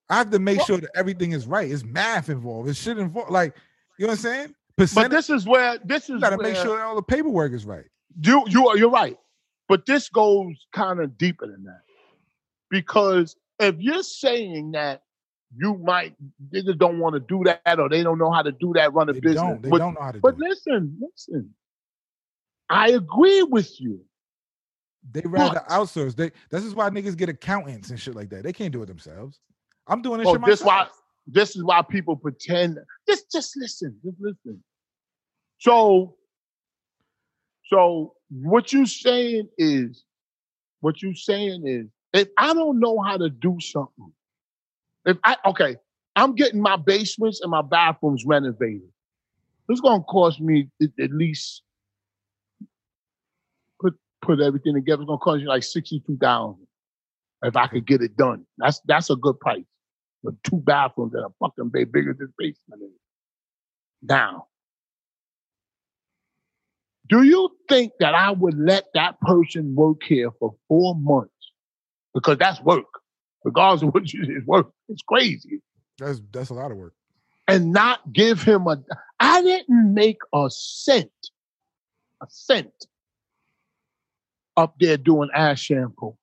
B: I have to make
C: Well-
B: sure that everything is right. It's math involved. It's shit involved. Like you know what I'm saying? Percentage.
C: but this is where this is
B: you gotta
C: where
B: make sure that all the paperwork is right.
C: you you are you're right. But this goes kind of deeper than that because if you're saying that you might niggas don't want to do that or they don't know how to do that, run a
B: They
C: business.
B: don't. They
C: but
B: don't know how to
C: but
B: do it.
C: listen, listen. I agree with you.
B: They rather outsource. They this is why niggas get accountants and shit like that. They can't do it themselves. I'm doing this
C: Oh,
B: shit
C: this
B: myself.
C: why this is why people pretend. Just just listen, just listen. So, so what you saying is, what you saying is, if I don't know how to do something, if I okay, I'm getting my basements and my bathrooms renovated. It's gonna cost me at, at least put put everything together. It's gonna cost you like sixty two thousand if I could get it done. That's that's a good price with two bathrooms and a fucking bay bigger than this basement is. Now, Do you think that I would let that person work here for four months? Because that's work. Regardless of what you it's work. It's crazy.
B: That's that's a lot of work.
C: and not give him a. I didn't make a cent, a cent up there doing ass shampoo.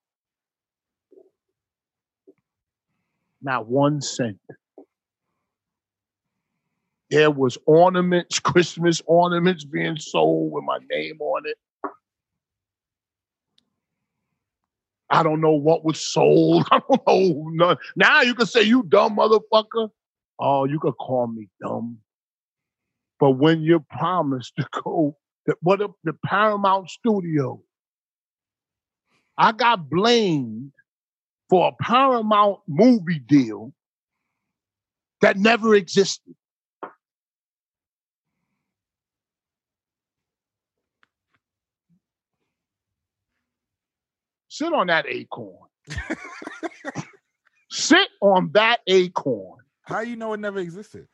C: Not one cent. There was ornaments, Christmas ornaments being sold with my name on it. I don't know what was sold. I don't know. None. Now you can say you dumb motherfucker. Oh, you could call me dumb. But when you're promised to go to what if the Paramount Studio, I got blamed for a Paramount movie deal that never existed. Sit on that acorn. Sit on that acorn.
B: How you know it never existed?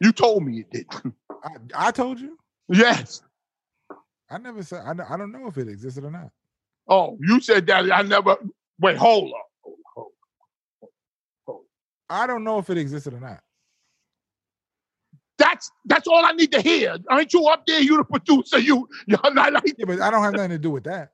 C: You told me it didn't.
B: I, I told you.
C: Yes.
B: I never said. I, don't- I don't know if it existed or not.
C: Oh, you said that. I never. Wait, hold up.
B: I don't know if it existed or not.
C: That's that's all I need to hear. Aren't you up there? You the producer. You you're not like.
B: Yeah, but I don't have nothing to do with that.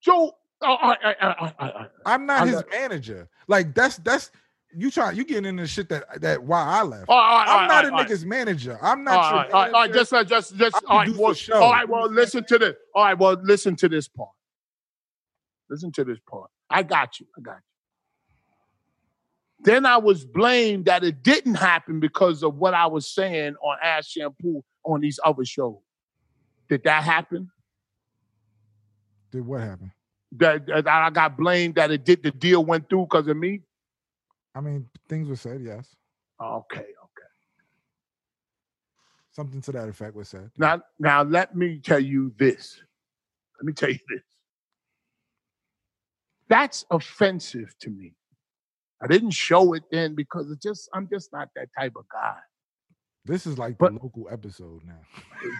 C: So oh, I, I, I, I, I, I.
B: I'm not
C: I'm
B: his manager. Like that's that's you trying you getting into shit that that why I left.
C: All right, Oh, all
B: I'm not a
C: right, all right.
B: nigga's manager. I'm
C: All
B: not your
C: right, all right, all right,
B: manager.
C: just, uh, just, just,
B: I
C: all right,
B: produce
C: well,
B: the show.
C: all right, well, listen to this. All right, well, listen to this part. Listen to this part. I got you. I got you. Then I was blamed that it didn't happen because of what I was saying on Ass Shampoo on these other shows. Did that happen?
B: Dude, what happened?
C: That, that I got blamed that it did the deal went through because of me?
B: I mean, things were said, yes.
C: Okay, okay.
B: Something to that effect was said.
C: Now, now let me tell you this. Let me tell you this. That's offensive to me. I didn't show it then because it just I'm just not that type of guy.
B: This is like
C: But-
B: the local episode now.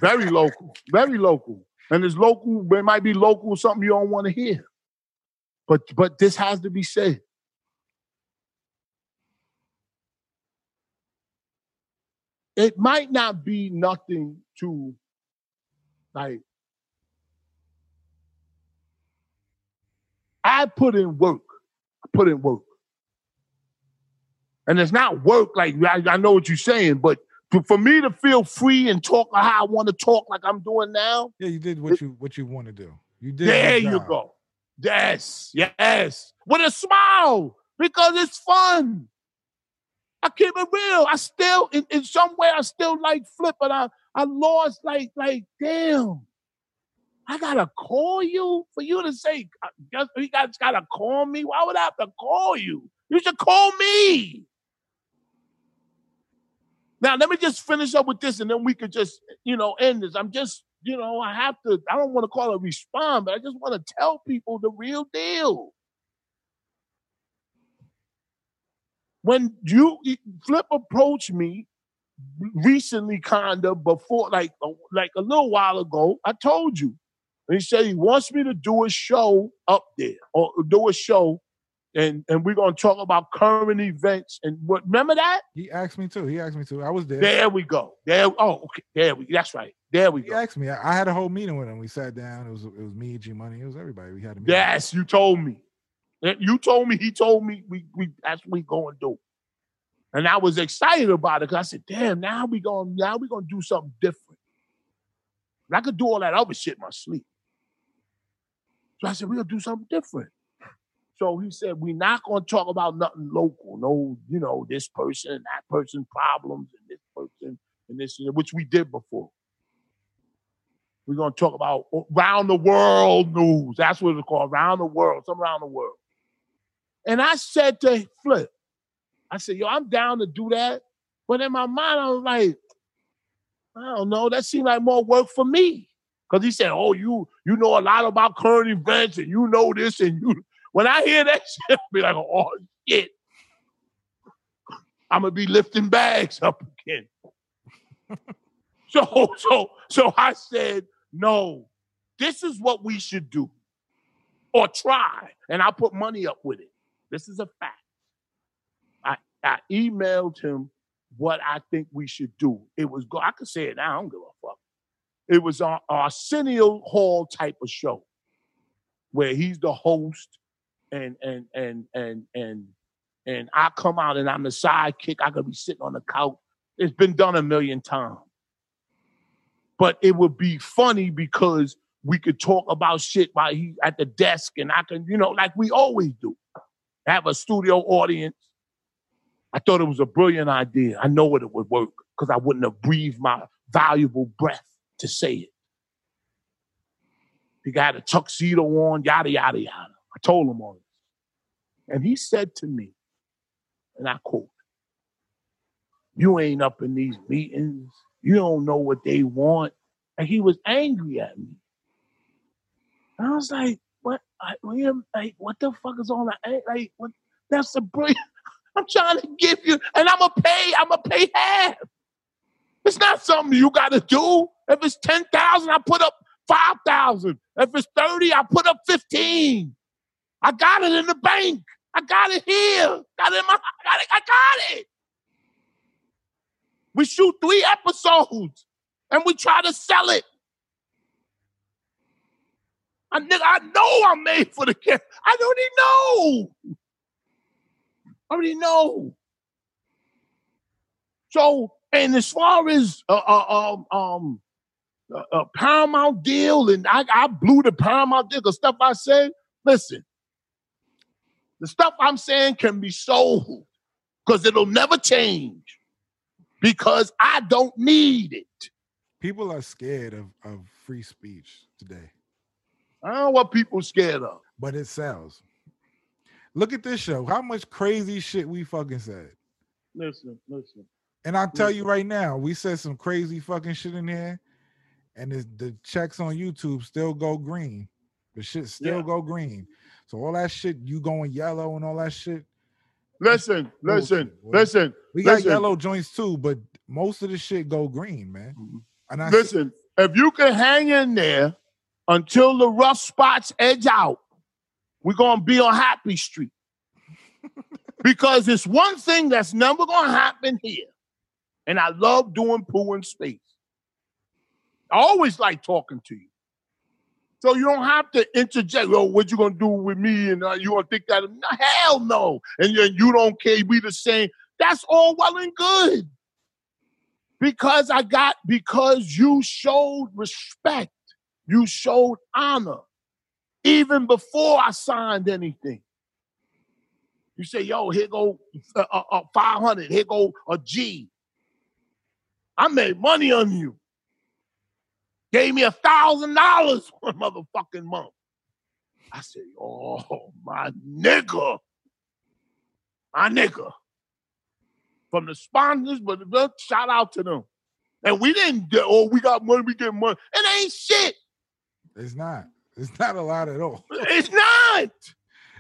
C: Very local, very local, and it's local. But it might be local something you don't want to hear. But but this has to be said. It might not be nothing to like I put in work. I put in work. And it's not work like I, I know what you're saying, but to, for me to feel free and talk how I want to talk like I'm doing now,
B: Yeah, you did what you what you want to do. You did. your
C: there you
B: job.
C: go. Yes, yes. With a smile because it's fun. I keep it real. I still, in, in some way, I still like flip, but I, I lost like, like, damn. I gotta call you for you to say, uh, just, you guys gotta call me. Why would I have to call you? You should call me. Now let me just finish up with this, and then we could just, you know, end this. I'm just, you know, I have to. I don't want to call it respond, but I just want to tell people the real deal. When you Flip approached me recently, kind of before, like like a little while ago, I told you. And he said he wants me to do a show up there, or do a show, and and we're gonna talk about current events and what. Remember that?
B: He asked me too. He asked me too. I was there.
C: There we go. There. Oh, okay. There we. That's right. There we
B: He
C: go.
B: asked me. I, I had a whole meeting with him. We sat down. It was it was me, G Money. It was everybody. We had a meeting.
C: Yes, you told me. Eh, You told me. He told me. We we that's what we going to do. And I was excited about it because I said, "Damn, now we going now we gonna do something different." And I could do all that other shit in my sleep. So I said, "We're gonna do something different." So he said, "We're not gonna talk about nothing local. No, you know, this person and that person's problems and this person and this and that," which we did before. We're gonna talk about round the world news. That's what it's called, round the world, some around the world. And I said to Flip, I said, "Yo, I'm down to do that," but in my mind, I was like, "I don't know. That seemed like more work for me." Because he said, "Oh, you you know a lot about current events, and you know this, and you." When I hear that shit, I'll be like, "Oh shit." I'm gonna be lifting bags up again. so so so I said, no, this is what we should do. Or try. And I put money up with it. This is a fact. I I emailed him what I think we should do. It was go, I could say it now, I don't give a fuck. It was our Arsenio Hall type of show where he's the host and and and and and and I come out and I'm the sidekick. I could be sitting on the couch. It's been done a million times. But it would be funny because we could talk about shit while he at the desk and I can, you know, like we always do. Have a studio audience. I thought it was a brilliant idea. I know it would work because I wouldn't have breathed my valuable breath to say it. He got a tuxedo on, yada, yada, yada. I told him all this. And he said to me, and I quote, You ain't up in these meetings. You don't know what they want. And he was angry at me. And I was like, What? I, Liam, like, what the fuck is all that? Like, what? That's a brilliant. I'm trying to give you, and I'm going to pay, I'm going to pay half. It's not something you got to do. If it's 10,000, I put up 5,000. If it's 30, I put up 15. I got it in the bank. I got it here. Got it in my, I got it. I got it. We shoot three episodes and we try to sell it. I, nigga, I know I'm made for the camera. I already know. I already know. So, and as far as uh, uh, um, um, uh, uh, Paramount deal, and I, I blew the Paramount deal. The stuff I said, listen, the stuff I'm saying can be sold because it'll never change because I don't need it.
B: People are scared of, of free speech today,
C: I don't know what people scared of.
B: but it sells. Look at this show. How much crazy shit we fucking said.
C: Listen, listen.
B: And I'll tell you right now, we said some crazy fucking shit in here, and it's, the checks on YouTube still go green. The shit still
C: Yeah.
B: go green. So all that shit, you going yellow and all that shit.
C: Listen, listen,
B: Bullshit, boy.
C: listen,
B: We got
C: Listen.
B: yellow joints too, but most of the shit go green, man. And I said,
C: Mm-hmm. listen. If you can hang in there until the rough spots edge out, we're gonna be on Happy Street. because it's one thing that's never gonna happen here. And I love doing poo in space. I always like talking to you. So you don't have to interject. Oh, what you gonna do with me? And uh, you gonna think that? No, hell no. And you, you don't care. We the same. That's all well and good. Because I got because you showed respect. You showed honor, even before I signed anything. You say, "Yo, here go uh, uh, uh, five hundred. Here go a G. I made money on you." gave me a thousand dollars one motherfucking month. I said, oh my nigga, my nigga. From the sponsors, but but shout out to them. And we didn't get, oh, we got money, we get money. It ain't shit.
B: it's not. It's not a lot at all.
C: It's not.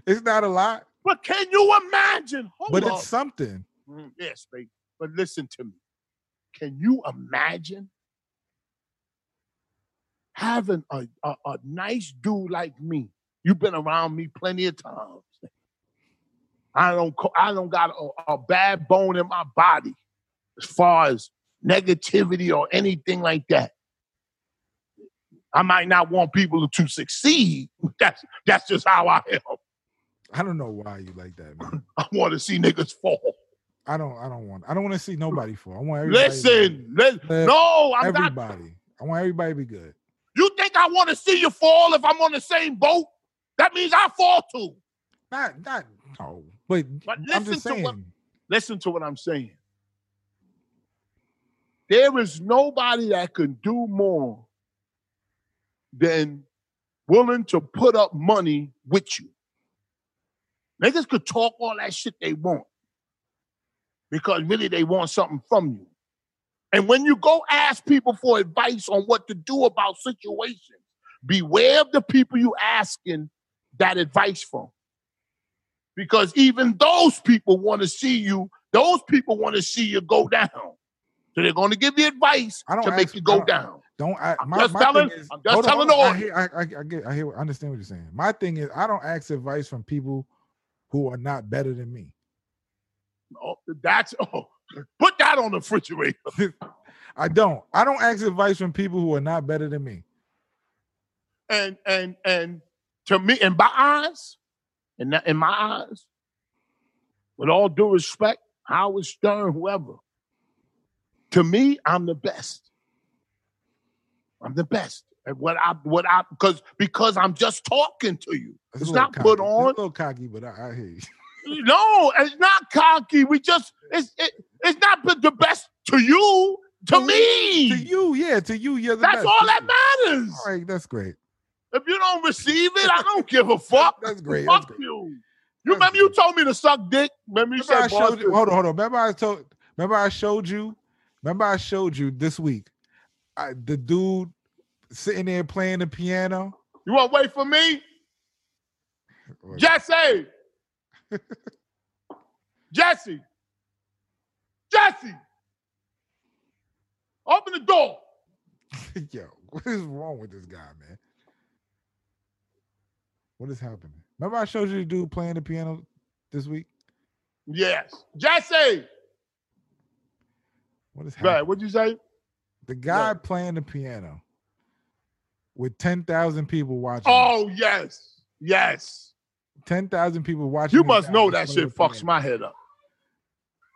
B: It's not a lot,
C: But can you imagine? Hold
B: but
C: up.
B: it's something.
C: Mm, yes, baby. But listen to me. Can you imagine having a, a, a nice dude like me? You've been around me plenty of times. I don't co- I don't got a, a bad bone in my body as far as negativity or anything like that. I might not want people to succeed. That's that's just how I am.
B: I don't know why you like that, man.
C: I want to see niggas fall.
B: I don't. I don't want. I don't want to see nobody fall. I want everybody. to be
C: Listen, listen.
B: Let
C: No, I'm not
B: everybody. I want everybody to be good.
C: You think I want to see you fall if I'm on the same boat? That means I fall too.
B: Not not no, but,
C: But
B: I'm
C: listen
B: just
C: to
B: saying.
C: what listen to what I'm saying. There is nobody that can do more than willing to put up money with you. Niggas could talk all that shit they want because really they want something from you. And when you go ask people for advice on what to do about situations, beware of the people you asking that advice from. Because even those people want to see you Those people want to see you go down. So they're going to give you advice
B: I don't
C: to make
B: ask- I
C: you go
B: don't-
C: down.
B: Don't I,
C: I'm
B: my,
C: just
B: my thing
C: telling-
B: is-
C: I'm just
B: hold on,
C: telling
B: hold on. I,
C: the
B: hear, I, I, I get, I hear, I understand what you're saying. My thing is, I don't ask advice from people who are not better than me.
C: Oh, that's oh, put that on the refrigerator.
B: I don't. I don't ask advice from people who are not better than me.
C: And and and to me, in my eyes, in that, in my eyes, with all due respect, Howard Stern, whoever. To me, I'm the best. I'm the best at what I what I because because I'm just talking to you.
B: That's a
C: It's
B: little
C: not put
B: cocky. It's
C: on.
B: a little cocky, but I, I hear you.
C: No, it's not cocky. We just it's it, it's not the- the best to you. To
B: To-
C: me,
B: to you, yeah, to you, you're the
C: that's
B: best.
C: all
B: To
C: that
B: you.
C: matters.
B: All right, that's great.
C: If you don't receive it, I don't give a fuck.
B: That's great. That's
C: Fuck
B: great.
C: you. You
B: That's
C: remember you told me to suck dick? Remember you
B: Remember I
C: said boss,
B: showed you, hold on, hold on. Remember I told remember I showed you, remember I showed you this week. I, the dude sitting there playing the piano.
C: you want to wait for me?
B: Like,
C: Jesse. Jesse. Jesse. Open the door.
B: Yo, what is wrong with this guy, man? What is happening? Remember I showed you the dude playing the piano this week?
C: Yes. Jesse.
B: What is happening?
C: Right, what'd you say?
B: The guy playing the piano with 10,000 people watching. him.
C: Oh, yes. Yes.
B: 10,000 people watching.
C: You
B: this
C: must
B: guy
C: know
B: play
C: that
B: the
C: shit fucks
B: piano.
C: my head up.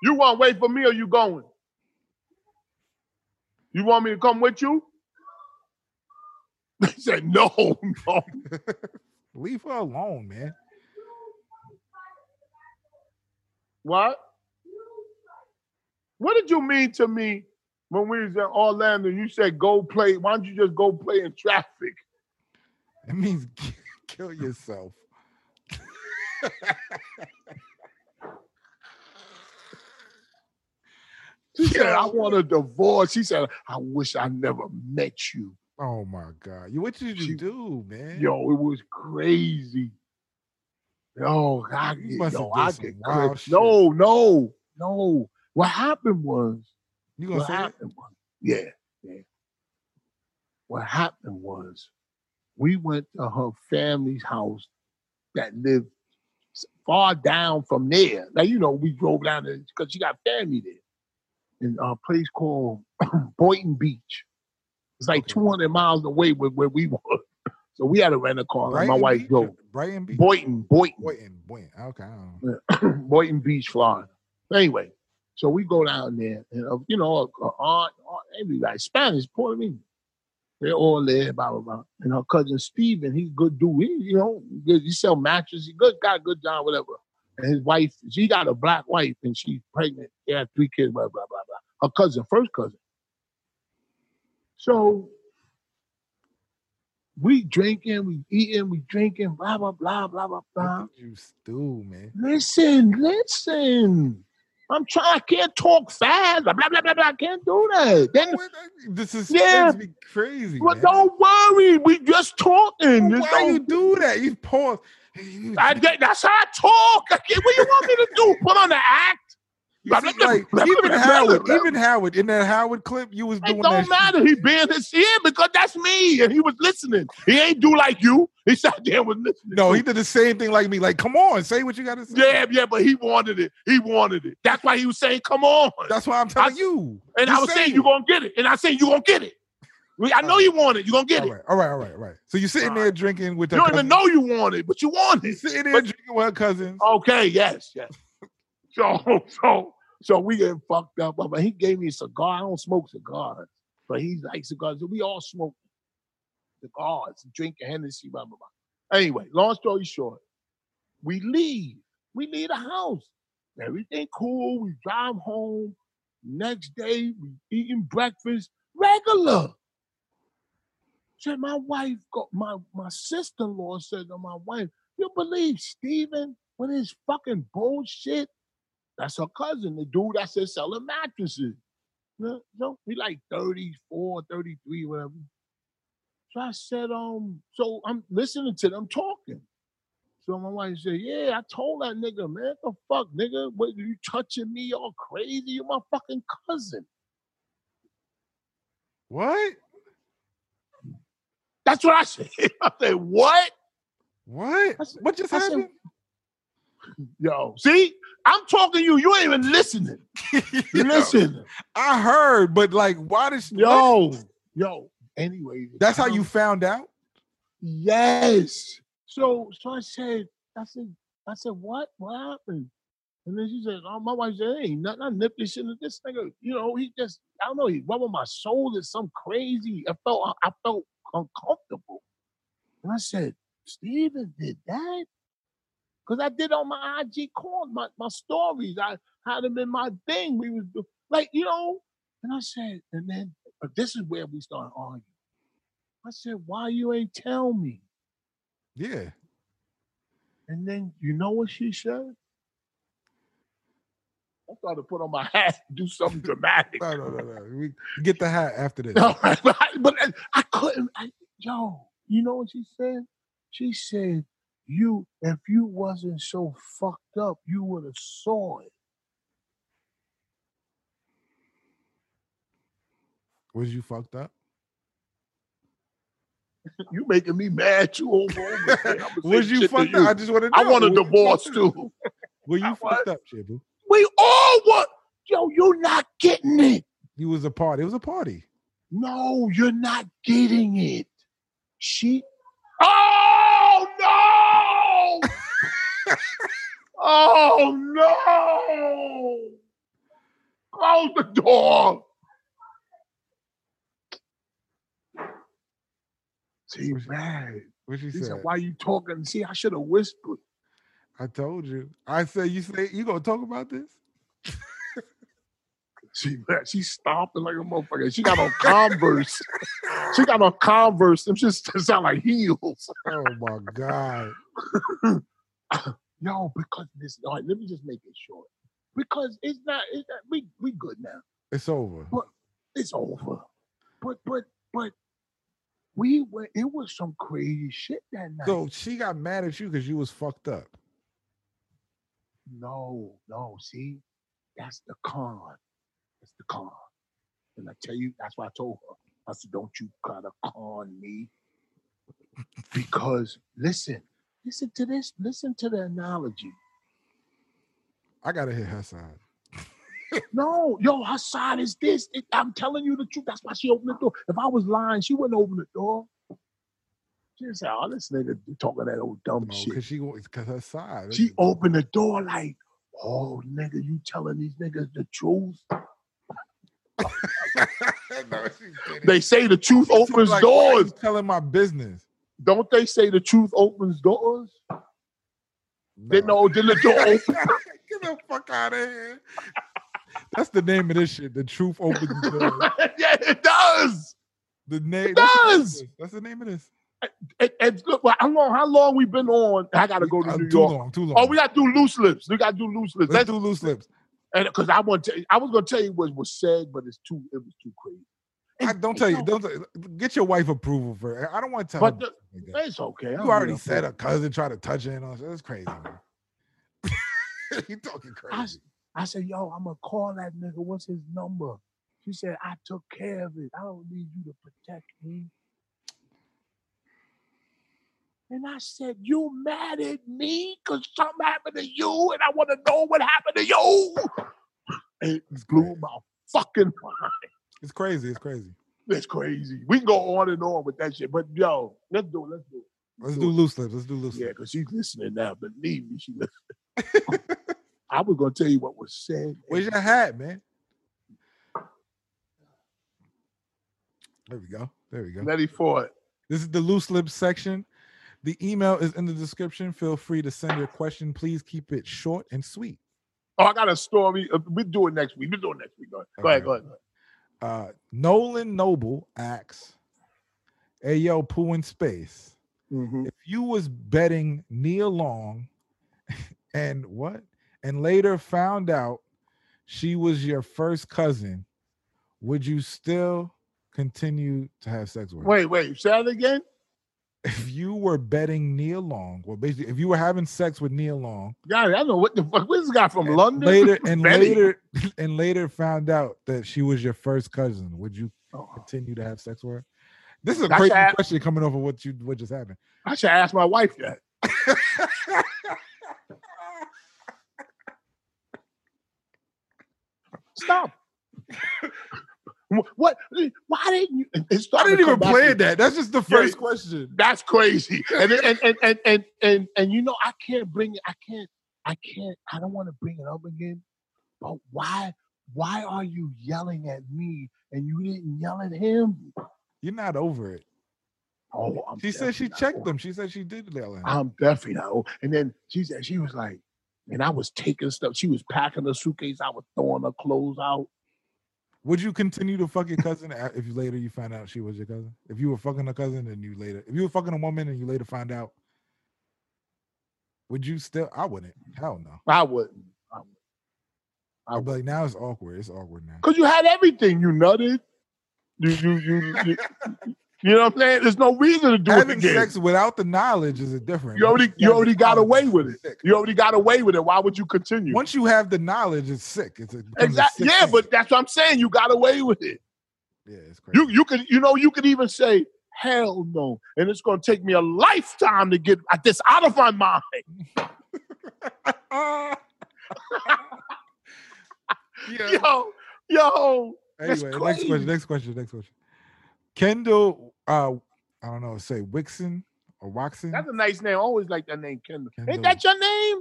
C: You want to wait for me or you going? You want me to come with you? They said, no, no.
B: Leave her alone, man.
C: What? What did you mean to me when we was in Orlando? You said, go play. Why don't you just go play in traffic?
B: It means kill yourself.
C: She said, I want a divorce. She said, I wish I never met you.
B: Oh my God. You what did you
C: She-
B: do, man?
C: Yo, it was crazy. Yo, I
B: You
C: get,
B: must
C: yo,
B: have
C: I
B: did some
C: get
B: wild
C: crazy.
B: shit.
C: No, no, no. What happened was,
B: you gonna
C: what
B: say that?
C: happened was, yeah, yeah. What happened was, we went to her family's house that lived s- far down from there. Now you know we drove down there because she got family there in a place called Boynton Beach. It's like
B: Okay.
C: 200 miles away where, where we were. So we had to rent a car. and my
B: Brighton
C: wife
B: Beach
C: drove.
B: or- Brighton Beach.
C: Boynton, Boynton,
B: Boynton, Boynton. Okay, I don't know.
C: Boynton Beach, Florida. Anyway, so we go down there, and uh, you know, uh, aunt, aunt, everybody, Spanish, Puerto Rican, they're all there, blah blah blah. And her cousin Steven, he's a good dude. He, you know, good, he sell mattresses. He good, got a good job, whatever. And his wife, she got a black wife, and she's pregnant. They have three kids, blah blah blah blah. Her cousin, first cousin. So we drinking, we eating, we drinking, blah blah blah blah blah blah.
B: What did you stew, man?
C: Listen, listen. I'm trying. I can't talk fast. Blah blah blah blah. blah. I can't do that. Then,
B: This is
C: Yeah.
B: be crazy.
C: well,
B: man.
C: don't worry. We just talking.
B: Well,
C: Just
B: Why
C: don't-
B: you do that? You pause. You-
C: I, that- that's how I talk. I can't, what do you want me to do? Put on the act?
B: you see, like, even Howard, even Howard in that Howard clip, you was doing
C: It
B: that.
C: don't
B: shit.
C: matter. He being his ear because that's me, and he was listening. He ain't do like you. He sat there and was listening.
B: No, he did the same thing like me. Like, come on, say what you gotta say.
C: Yeah, yeah, but he wanted it. He wanted it. That's why he was saying, "Come on."
B: That's why I'm telling
C: I-
B: you.
C: And
B: You
C: I was
B: say
C: saying
B: it.
C: you're gonna get it. And I said you're gonna get it. We- I know you want it. You're gonna get
B: All
C: it.
B: right, all right, all right, all right. So you're sitting
C: All
B: there drinking with that.
C: You don't even know you want it, but you want
B: You're
C: it.
B: sitting there
C: But- Oh.
B: drinking with her cousins.
C: Okay, yes, yes. So so so we get fucked up. But he gave me a cigar. I don't smoke cigars, but he likes cigars. We all smoke cigars, drinking Hennessy, blah blah blah. Anyway, long story short, we leave. We leave the house. Everything cool. We drive home. Next day, we eating breakfast regular. Said my wife, go, my my sister-in-law said to my wife, "You believe Steven with his fucking bullshit? That's her cousin, the dude that said selling mattresses. No, no, he like 34, 33, whatever." So I said, um, so I'm listening to them talking. So my wife said, "Yeah, I told that nigga, man, what the fuck, nigga, what you touching me? All crazy? You my fucking cousin."
B: What?
C: That's what I said. I said, "What,
B: What?
C: I said-
B: What just
C: I said-
B: happened?
C: yo? See, I'm talking to you. You ain't even listening.
B: Yo,
C: Listen,
B: I heard, but like, why did she, what?
C: yo, yo. Anyway,
B: That's how
C: I'm-
B: you found out.
C: Yes. So so I said, I said, I said, what? What happened? And then she said, oh, my wife said, hey, nothing. I nipped this shit in this nigga. You know, he just, I don't know, he rubbing my shoulder, some crazy. I felt, I felt uncomfortable. And I said, Steven did that? Because I did on my IG calls, my, my stories. I had him in my thing. We was do- like, you know. And I said, and then but this is where we started arguing. I said, why you ain't tell me?
B: Yeah.
C: And then you know what she said? I thought to put on my hat and do something dramatic.
B: No, no, no, no. We get the hat after this.
C: No, but I, but I- I couldn't. I, yo, you know what she said? She said, "You, if you wasn't so fucked up, you would have saw it."
B: Was you fucked up?
C: You making me mad too over. over again. I'ma say
B: Was you
C: shit to
B: fucked up? I just want to know.
C: I want a
B: Were you
C: divorce
B: fucked up?
C: too.
B: Were you
C: I
B: fucked up, Shibu?
C: We all want. Yo, you're not getting it.
B: You was a party. It was a party.
C: No, you're not getting it. She. Oh no! oh no! Close the door. See, man.
B: What she
C: He
B: said?
C: said, "Why you talking?" See, I should have whispered.
B: I told you. I said you say you gonna talk about this?
C: She, man, she stomping like a motherfucker. She got on Converse. she got on Converse. Them just sound like heels.
B: Oh my god.
C: No, because this. All right, let me just make it short. Because it's not. It's not we we good now.
B: It's over.
C: What? It's over. But but but we were. It was some crazy shit that night.
B: So she got mad at you because you was fucked up.
C: no, no. See, that's the con. That's the con. And I tell you, that's why I told her. I said, "Don't you gotta con me." Because listen, listen to this. Listen to the analogy.
B: I gotta hit her side.
C: No, yo, her side is this. It- I'm telling you the truth. That's why she opened the door. If I was lying, she wouldn't open the door. She just said, "Oh, this nigga talking that old dumb Oh, shit."
B: because she because her side.
C: She opened the door like, "Oh, nigga, you telling these niggas the truth?"
B: No, she's kidding.
C: They say the truth
B: She's
C: opens
B: like, "Why you
C: doors.
B: telling my business.
C: Don't they say the truth opens doors? Then
B: No.
C: no, then the door opens.
B: Get the fuck out of here. That's the name of this shit. The truth opens the door.
C: yeah, it does.
B: The name
C: It
B: that's the name of
C: does.
B: this. That's the name of this.
C: And, and look, well, how long? How long we been on? I gotta go
B: Uh,
C: to New
B: too
C: York.
B: long. Too long.
C: Oh, we gotta do loose lips. We gotta do loose lips.
B: Let's,
C: Let's
B: do loose lips.
C: And because I want to, I was gonna tell you what was said, but it's too, it was too crazy.
B: I,
C: And-
B: don't
C: and
B: tell you.
C: no,
B: Don't tell- get your wife approval for. it. I don't want to tell.
C: But
B: her
C: the-
B: like that.
C: It's okay. I don't
B: You already
C: give a
B: said
C: fuck.
B: a cousin tried to touch her and all. That's crazy. Man. you talking
C: Uh-uh. I,
B: crazy?
C: s- I said, yo, I'm gonna call that nigga. What's his number? She said, I took care of it. I don't need you to protect me. And I said, you mad at me because something happened to you, and I want to know what happened to you. And
B: It's
C: it blew my fucking mind.
B: It's crazy. It's crazy.
C: That's crazy. We can go on and on with that shit, but yo, let's do it. Let's do it.
B: Let's
C: Do
B: do
C: it.
B: loose lips. Let's do loose
C: Yeah,
B: lips.
C: because she's listening now. Believe me, she listening. I was gonna tell you what was said.
B: Where's your hat, man? There we go. There we go.
C: Ready for it?
B: This is the loose lips section. The email is in the description. Feel free to send your question. Please keep it short and sweet.
C: Oh, I got a story. Uh, We do it next week. We do it next week. Go ahead. Go ahead.
B: Okay.
C: Go ahead. go ahead.
B: Uh, Nolan Noble asks, "Hey yo, poo in space. If you was betting Nia Long, and what, and later found out she was your first cousin, would you still continue to have sex with her?
C: Wait, wait. Say that again.
B: if you were betting Neil Long, well, basically, if you were having sex with Neil Long
C: Yeah, I know what the fuck. Where's this guy from?
B: and
C: London?
B: later and
C: Betty.
B: later and later found out that she was your first cousin, would you
C: Oh,
B: continue to have sex with her? This is a
C: That's
B: crazy
C: a-
B: question coming over what you what just happened.
C: I should ask my wife that. Stop. what? Why didn't you? It
B: I
C: started
B: didn't
C: to come
B: even
C: back
B: plan
C: to-
B: that. That's just the first question.
C: That's crazy. And and and and and and, and you know, I can't bring it. I can't. I can't. I don't want to bring it up again. But why? Why are you yelling at me and you didn't yell at him?
B: You're not over it.
C: Oh, I'm
B: She said she
C: definitely not Uh-huh.
B: checked
C: over
B: them. She said she did yell at him.
C: I'm definitely not. old. And then she said she was like, and I was taking stuff. She was packing her suitcase. I was throwing her clothes out.
B: Would you continue to fuck your cousin a- if you later you found out she was your cousin? If you were fucking a cousin and you later, if you were fucking a woman and you later find out, would you still? I wouldn't. Hell no.
C: I wouldn't. I wouldn't. I
B: I'd be like, now it's awkward. It's awkward now.
C: Cause you had everything. You nutted. You you you. you you know what I'm saying? There's no reason to do it
B: Having
C: again.
B: sex without the knowledge is a different.
C: You
B: Once
C: already-
B: have
C: you
B: the
C: already got
B: knowledge,
C: away
B: it's
C: with it.
B: sick.
C: You already got away with it. Why would you continue?
B: Once you have the knowledge, it's sick. It's a, becomes a
C: exactly.
B: sick
C: Yeah,
B: thing.
C: but that's what I'm saying. You got away with it.
B: yeah, it's crazy.
C: You you could you know you could even say hell no, and it's going to take me a lifetime to get this out of my mind.
B: Ah. yeah.
C: Yo yo. That's
B: Anyway, next
C: crazy.
B: question. Next question. Next question. Kendall, uh, I don't know, say Wixen or Waxen.
C: That's a nice name. I always like that name, Kendall.
B: Kendall.
C: Ain't that your name?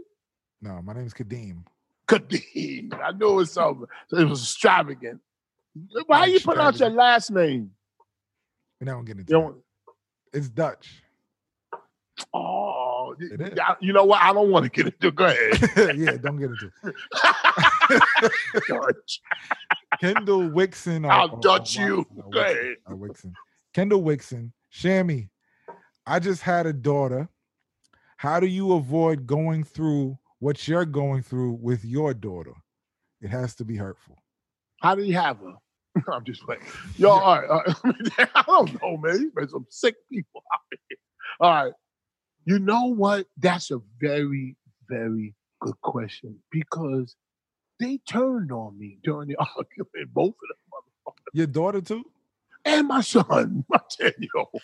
B: No, my name's Kadeem.
C: Kadeem. I knew it was something. It was extravagant. Why you pronounce your last name?
B: We're not gonna get into
C: You
B: it.
C: know,
B: It's Dutch.
C: oh,
B: It is.
C: I- you know what? I don't want to get into. Go ahead.
B: yeah, don't get into it.
C: George.
B: Kendall Wixen. Or,
C: I'll
B: or- or
C: Dutch you.
B: Waxen or
C: Go
B: Wixen
C: ahead.
B: or Wixen. Kendall Wixen. Shammy, I just had a daughter. How do you avoid going through what you're going through with your daughter? It has to be hurtful.
C: How do you have her? I'm just playing. Yo, all right. All right. I don't know, man. You made some sick people out here. All right. You know what? That's a very, very good question because they turned on me during the argument, both of them.
B: Your daughter too?
C: And my son, my 10 year old.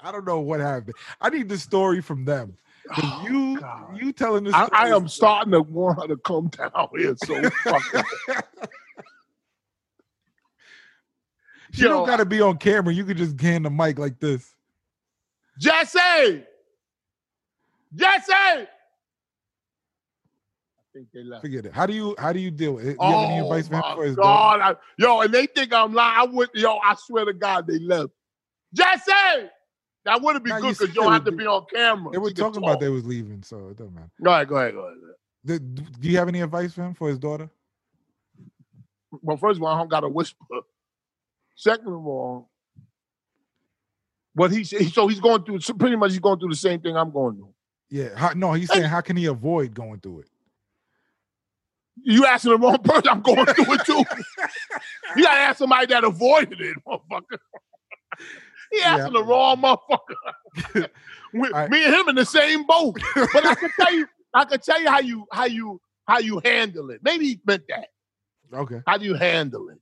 B: I don't know what happened. I need the story from them. 'Cause you
C: Oh, God.
B: you telling this
C: I, I
B: story-
C: am starting to want her to come down here so fucking.
B: She
C: Yo,
B: don't gotta be on camera. You could just hand the mic like this.
C: Jesse! Jesse! I think they left.
B: Forget it. How do you how do you deal with it? You have any
C: Oh
B: advice for him
C: my
B: for his daughter?
C: God. I, yo, and they think I'm lying. I would, yo, I swear to God, they left. Jesse, that wouldn't be
B: Nah, you
C: good
B: see,
C: because
B: they
C: you don't have
B: were
C: to be on camera.
B: They were
C: You can
B: talking about
C: talk.
B: they was leaving, so it doesn't matter.
C: Go ahead, go ahead, go ahead.
B: The- do you have any advice for him for his daughter?
C: Well, first of all, I don't got a whisper. Second of all, what he said, so he's going through, so pretty much he's going through the same thing I'm going through.
B: Yeah. How, no, he's saying how can he avoid going through it?
C: You asking the wrong person, I'm going through it too. you gotta ask somebody that avoided it, motherfucker. he
B: Yeah.
C: asking the wrong motherfucker. We-
B: I-
C: me and him in the same boat. But I can tell you, I can tell you how you how you how you handle it. Maybe he meant that.
B: Okay.
C: How do you handle it?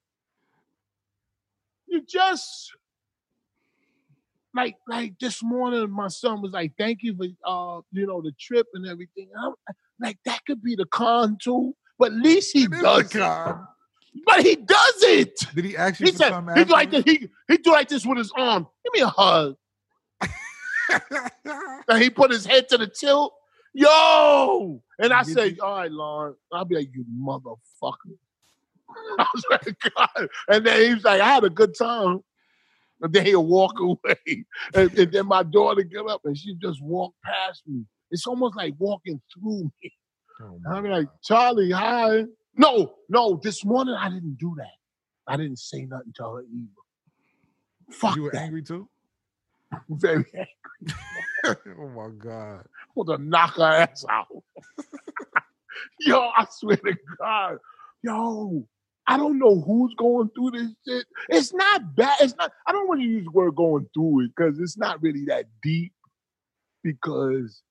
C: You just like like this morning, my son was like, "Thank you for uh you know the trip and everything." I'm like, that could be the con too, but at least he
B: It is
C: does.
B: a con.
C: It. But he does it.
B: Did he ask you
C: He
B: for
C: said
B: something?
C: he do like
B: afterwards?
C: this. He he do like this with his arm. Give me a hug. And he put his head to the tilt. Yo, and I
B: Did
C: say,
B: you-
C: "All right, Lauren." I'll be like, "You motherfucker." I was like, "God," and then he was like, "I had a good time." And then he'll walk away, and, and then my daughter get up and she just walked past me. It's almost like walking through me.
B: Oh
C: And
B: my
C: I'm like,
B: God.
C: Charlie, hi. No, no, this morning I didn't do that. I didn't say nothing to her either. Fuck
B: you were
C: that.
B: angry too?
C: Very
B: oh my god.
C: able to knock her ass out. yo, I swear to God. Yo, I don't know who's going through this shit. It's not bad. It's not. I don't want to use the word going through it because it's not really that deep. Because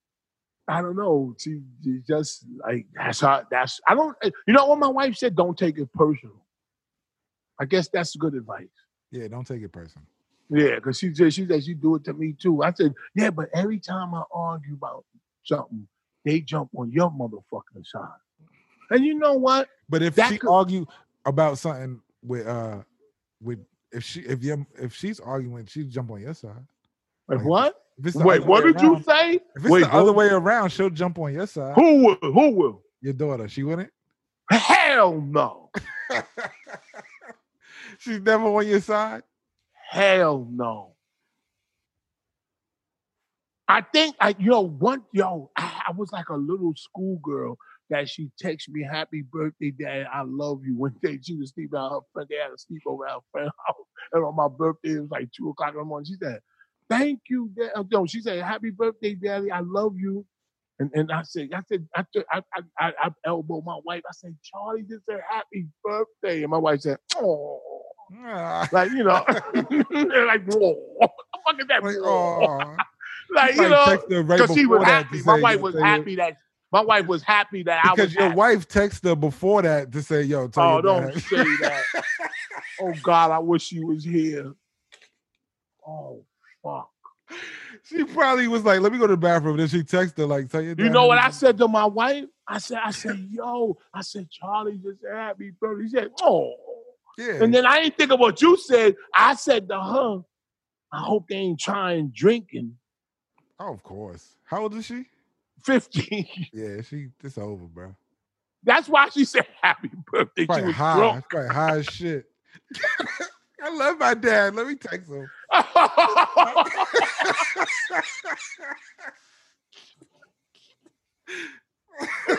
C: I don't know. She, she just like that's how. That's I don't. eh, You know what my wife said? Don't take it personal. I guess that's good advice.
B: Yeah, don't take it personal.
C: Yeah, because she said she said she do it to me too. I said, yeah, but every time I argue about something, they jump on your motherfucking side. And you know what?
B: But if
C: That
B: she
C: could-
B: argue about something with uh with if she if you if she's arguing, she jump on your side.
C: Like
B: Like,
C: what?
B: If it's the
C: Wait,
B: other
C: what
B: way
C: did you
B: around-
C: say?
B: If it's
C: Wait,
B: the other
C: what?
B: way around, she'll jump on your side.
C: Who will? Who will?
B: Your daughter, she wouldn't.
C: Hell no.
B: She's never on your side.
C: Hell no. I think I yo one yo I, I was like a little schoolgirl that she texted me happy birthday dad I love you one day she was sleeping at her friend they had a sleepover at her friend house and on my birthday it was like two o'clock in the morning she said thank you dad Uh, no she said happy birthday daddy I love you and and I said I said I took- I I, I, I elbowed my wife I said Charlie just said happy birthday and my wife said oh
B: Ah,
C: like you know, they're like whoa, what the fuck is that?
B: like, oh.
C: whoa?"
B: aw. Like,
C: Like you know,
B: text her right
C: because she
B: before
C: was
B: that to
C: happy. My
B: say,
C: wife
B: yo,
C: was
B: tell your-
C: happy that my wife was happy that I
B: Because
C: was.
B: your
C: happy.
B: wife texted her before that to say, "Yo, tell
C: oh,
B: your
C: don't
B: dad."
C: say that. oh God, I wish she was here. Oh fuck.
B: she probably was like, "Let me go to the bathroom." Then she texted her like, "Tell your dad."
C: You know what I
B: happy
C: said to my wife? I said, I said, yo, I said, Charlie just said happy birthday. He said, oh.
B: birthday." Yeah.
C: And then I didn't think of what you said. I said to her, I hope they ain't trying drinking.
B: oh, of course. How old is she?
C: 15
B: Yeah, she. It's over, bro.
C: That's why she said happy birthday. She
B: Probably
C: was
B: high.
C: drunk.
B: Probably high as shit. I love my dad. Let me text him.
C: Yo,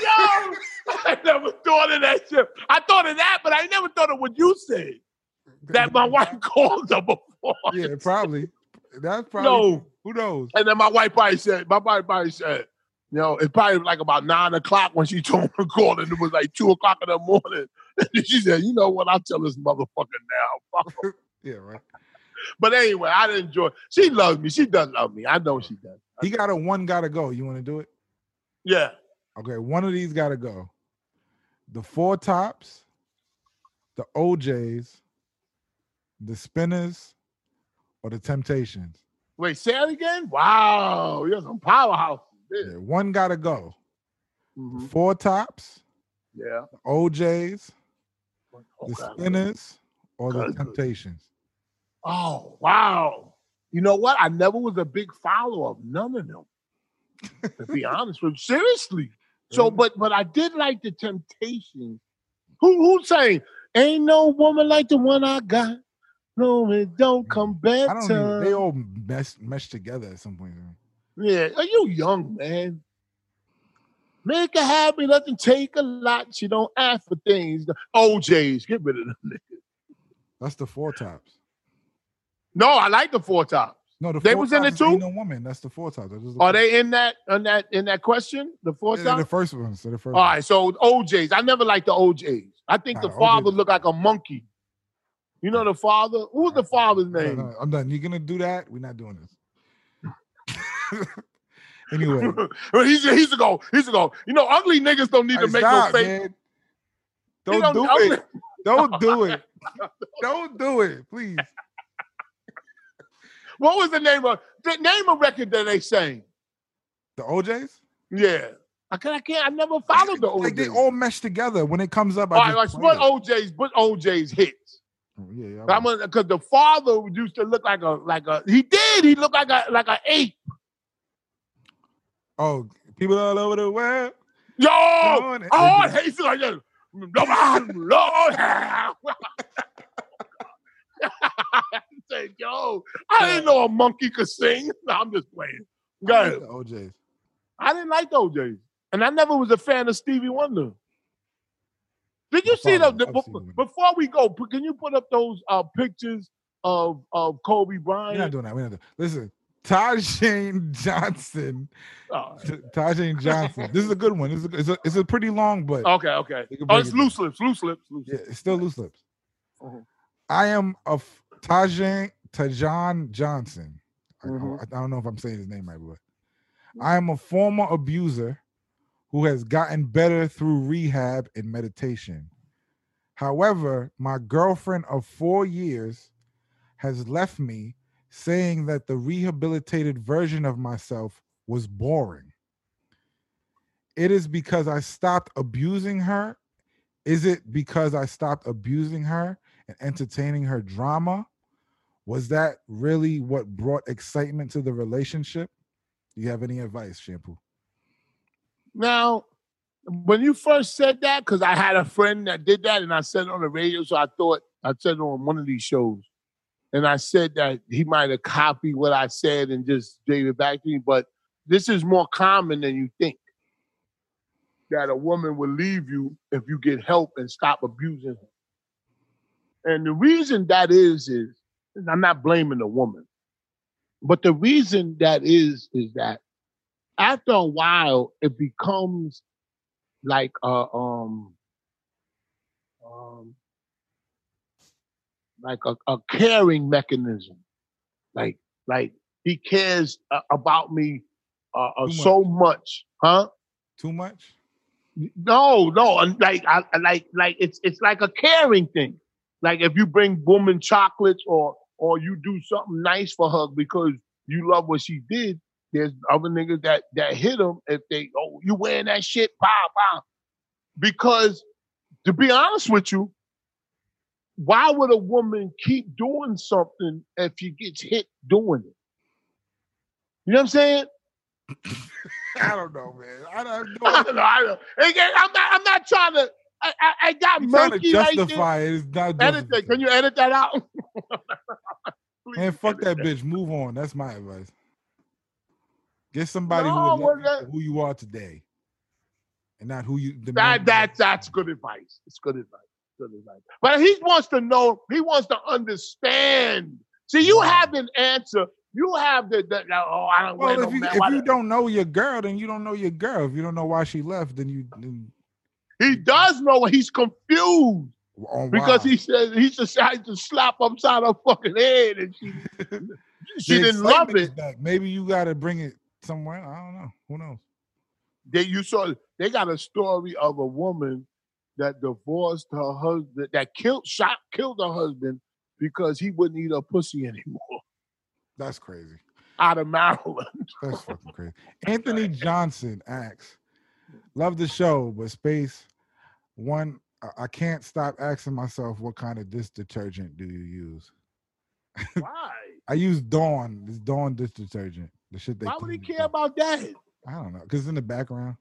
C: I never thought of that shit. I thought of that, but I never thought of what you said. That my wife called her before.
B: Yeah, probably. That's probably.
C: No.
B: Who knows?
C: And then my wife probably said, my wife probably said, you know, it's probably like about nine o'clock when she told me to call, and it was like two o'clock in the morning. she said, you know what? I'll tell this motherfucker now.
B: Yeah, right.
C: But anyway, I enjoy. She loves me. She does love me. I know she does.
B: He got a one. Got to go. You want to do it?
C: Yeah.
B: Okay, one of these got to go. The Four Tops, the OJs, the Spinners, or the Temptations.
C: Wait, say it again? Wow, you're some powerhouse.
B: Yeah, one got to go. The
C: Mhm.
B: Four Tops,
C: Yeah.
B: the OJs, the
C: Okay.
B: Spinners, or the
C: Good.
B: Temptations.
C: Oh, wow. You know what? I never was a big follower of none of them. to be honest with you. Seriously. So,
B: Really?
C: but but I did like the temptation. Who who sang? Ain't no woman like the one I got. No, it don't come
B: I
C: better.
B: don't even, they all mesh, mesh together at some point. man.
C: Yeah, are you young, man? Make her happy, doesn't take a lot. She don't ask for things. The OJs, get rid of them.
B: That's the Four Tops.
C: No, I like the four tops.
B: No, the
C: They
B: Four
C: was in it
B: Tops is Ain't
C: too?
B: no woman. That's the Four Tops. That was the
C: Are
B: first-
C: they in that in that in that question? The four
B: Yeah,
C: tops?
B: the first one. So the first.
C: All right, so OJs. I never liked the OJs. I think
B: Nah,
C: the
B: the
C: father
B: OJs
C: looked like a monkey. You know the father? Who was the father's
B: No,
C: name?
B: no, I'm done. You're gonna do that? We're not doing this. anyway,
C: he used to- he used to go, he used to go, you know, ugly niggas don't
B: Hey,
C: need to make
B: stop,
C: no fake.
B: man.
C: He
B: Don't,
C: don't-
B: do
C: ugly-
B: it. Don't do it. Don't do it, please.
C: What was the name of the name of record that they sang?
B: The OJs?
C: Yeah. I can't, I can't, I never followed the OJs.
B: Like they all mesh together when it comes up.
C: all right, like,
B: just play
C: what
B: it.
C: OJs, what OJs hits?
B: yeah, yeah, I
C: I'm
B: know.
C: gonna because the father used to look like a like a he did he looked like a like a ape.
B: oh, people all over the world.
C: Yo, oh,
B: doing it.
C: I hate you like that. Lord, say, yo, I didn't know a monkey could sing. No, I'm just playing. Go
B: I like
C: ahead.
B: the OJs.
C: I didn't like the OJs, and I never was a fan of Stevie Wonder. Did you
B: I've
C: see
B: seen
C: the,
B: him.
C: the-
B: I've seen him.
C: before we go? p- Can you put up those uh, pictures of of Kobe
B: We're not
C: Bryant?
B: doing that. We're not doing. Listen, Tajane Johnson.
C: Oh,
B: T- Tajane Johnson. This is a good one. This is a, it's, a, it's a pretty long, but
C: okay, okay.
B: We can
C: Oh,
B: break
C: it's
B: it down.
C: loose lips, loose lips, loose
B: yeah,
C: lips.
B: it's still loose lips.
C: Mhm.
B: I am a f- Tajane Tajan Johnson. I-
C: Mhm.
B: I, I don't know if I'm saying his name right, but I am a former abuser who has gotten better through rehab and meditation. However, my girlfriend of four years has left me saying that the rehabilitated version of myself was boring. It is because I stopped abusing her. Is it because I stopped abusing her and entertaining her drama? Was that really what brought excitement to the relationship? Do you have any advice, Shampoo?
C: Now, when you first said that, because I had a friend that did that, and I said it on the radio, so I thought I said it on one of these shows, and I said that he might have copied what I said and just gave it back to me. But this is more common than you think that a woman will leave you if you get help and stop abusing her. And the reason that is is, and I'm not blaming the woman, but the reason that is is that after a while, it becomes like a um, um like a, a caring mechanism. Like like he cares uh, about me uh, uh,
B: Too
C: so much, huh?
B: Too much?
C: No, no, and like I I like like it's it's like a caring thing. Like if you bring woman chocolates or or you do something nice for her because you love what she did, there's other niggas that that hit them if they oh you wearing that shit, bah bah. Because to be honest with you, why would a woman keep doing something if she gets hit doing it? You know what I'm saying?
B: I don't know, man. I don't know.
C: I don't know. I don't, again, I'm not. I'm not trying to. I, I, I got
B: I'm trying to
C: murky right there.
B: justify it. It's not
C: Edit that. Can you edit that out? Please
B: Man, fuck
C: edit
B: that bitch. Move on. That's my advice. Get somebody
C: No,
B: who, will love
C: what
B: you for
C: the-
B: who you are today, and not who you. the man
C: That,
B: you
C: that
B: are.
C: that's good advice. It's good advice. Good advice. But he wants to know. He wants to understand. See, you have an answer. You have the, the, the oh, I don't
B: Well,
C: well,
B: if you
C: man.
B: if
C: Why
B: you
C: the-
B: don't know your girl, then you don't know your girl. If you don't know why she left, then you then,
C: He does know. He's confused
B: on
C: because
B: why.
C: he said he decided to slap upside her fucking head, and she she
B: The
C: didn't love
B: excitement
C: it.
B: is back. Maybe you got to bring it somewhere. I don't know. Who knows?
C: they you saw they got a story of a woman that divorced her husband that killed shot killed her husband because he wouldn't eat her pussy anymore
B: That's crazy.
C: out of Maryland.
B: That's fucking crazy. Anthony Johnson asks, "Love the show, but space one, I- I can't stop asking myself what kind of dish detergent do you use?
C: Why?
B: I use Dawn. It's Dawn dish detergent. The shit they.
C: Why would he
B: clean with.
C: care about that?
B: I don't know. Cause it's in the background.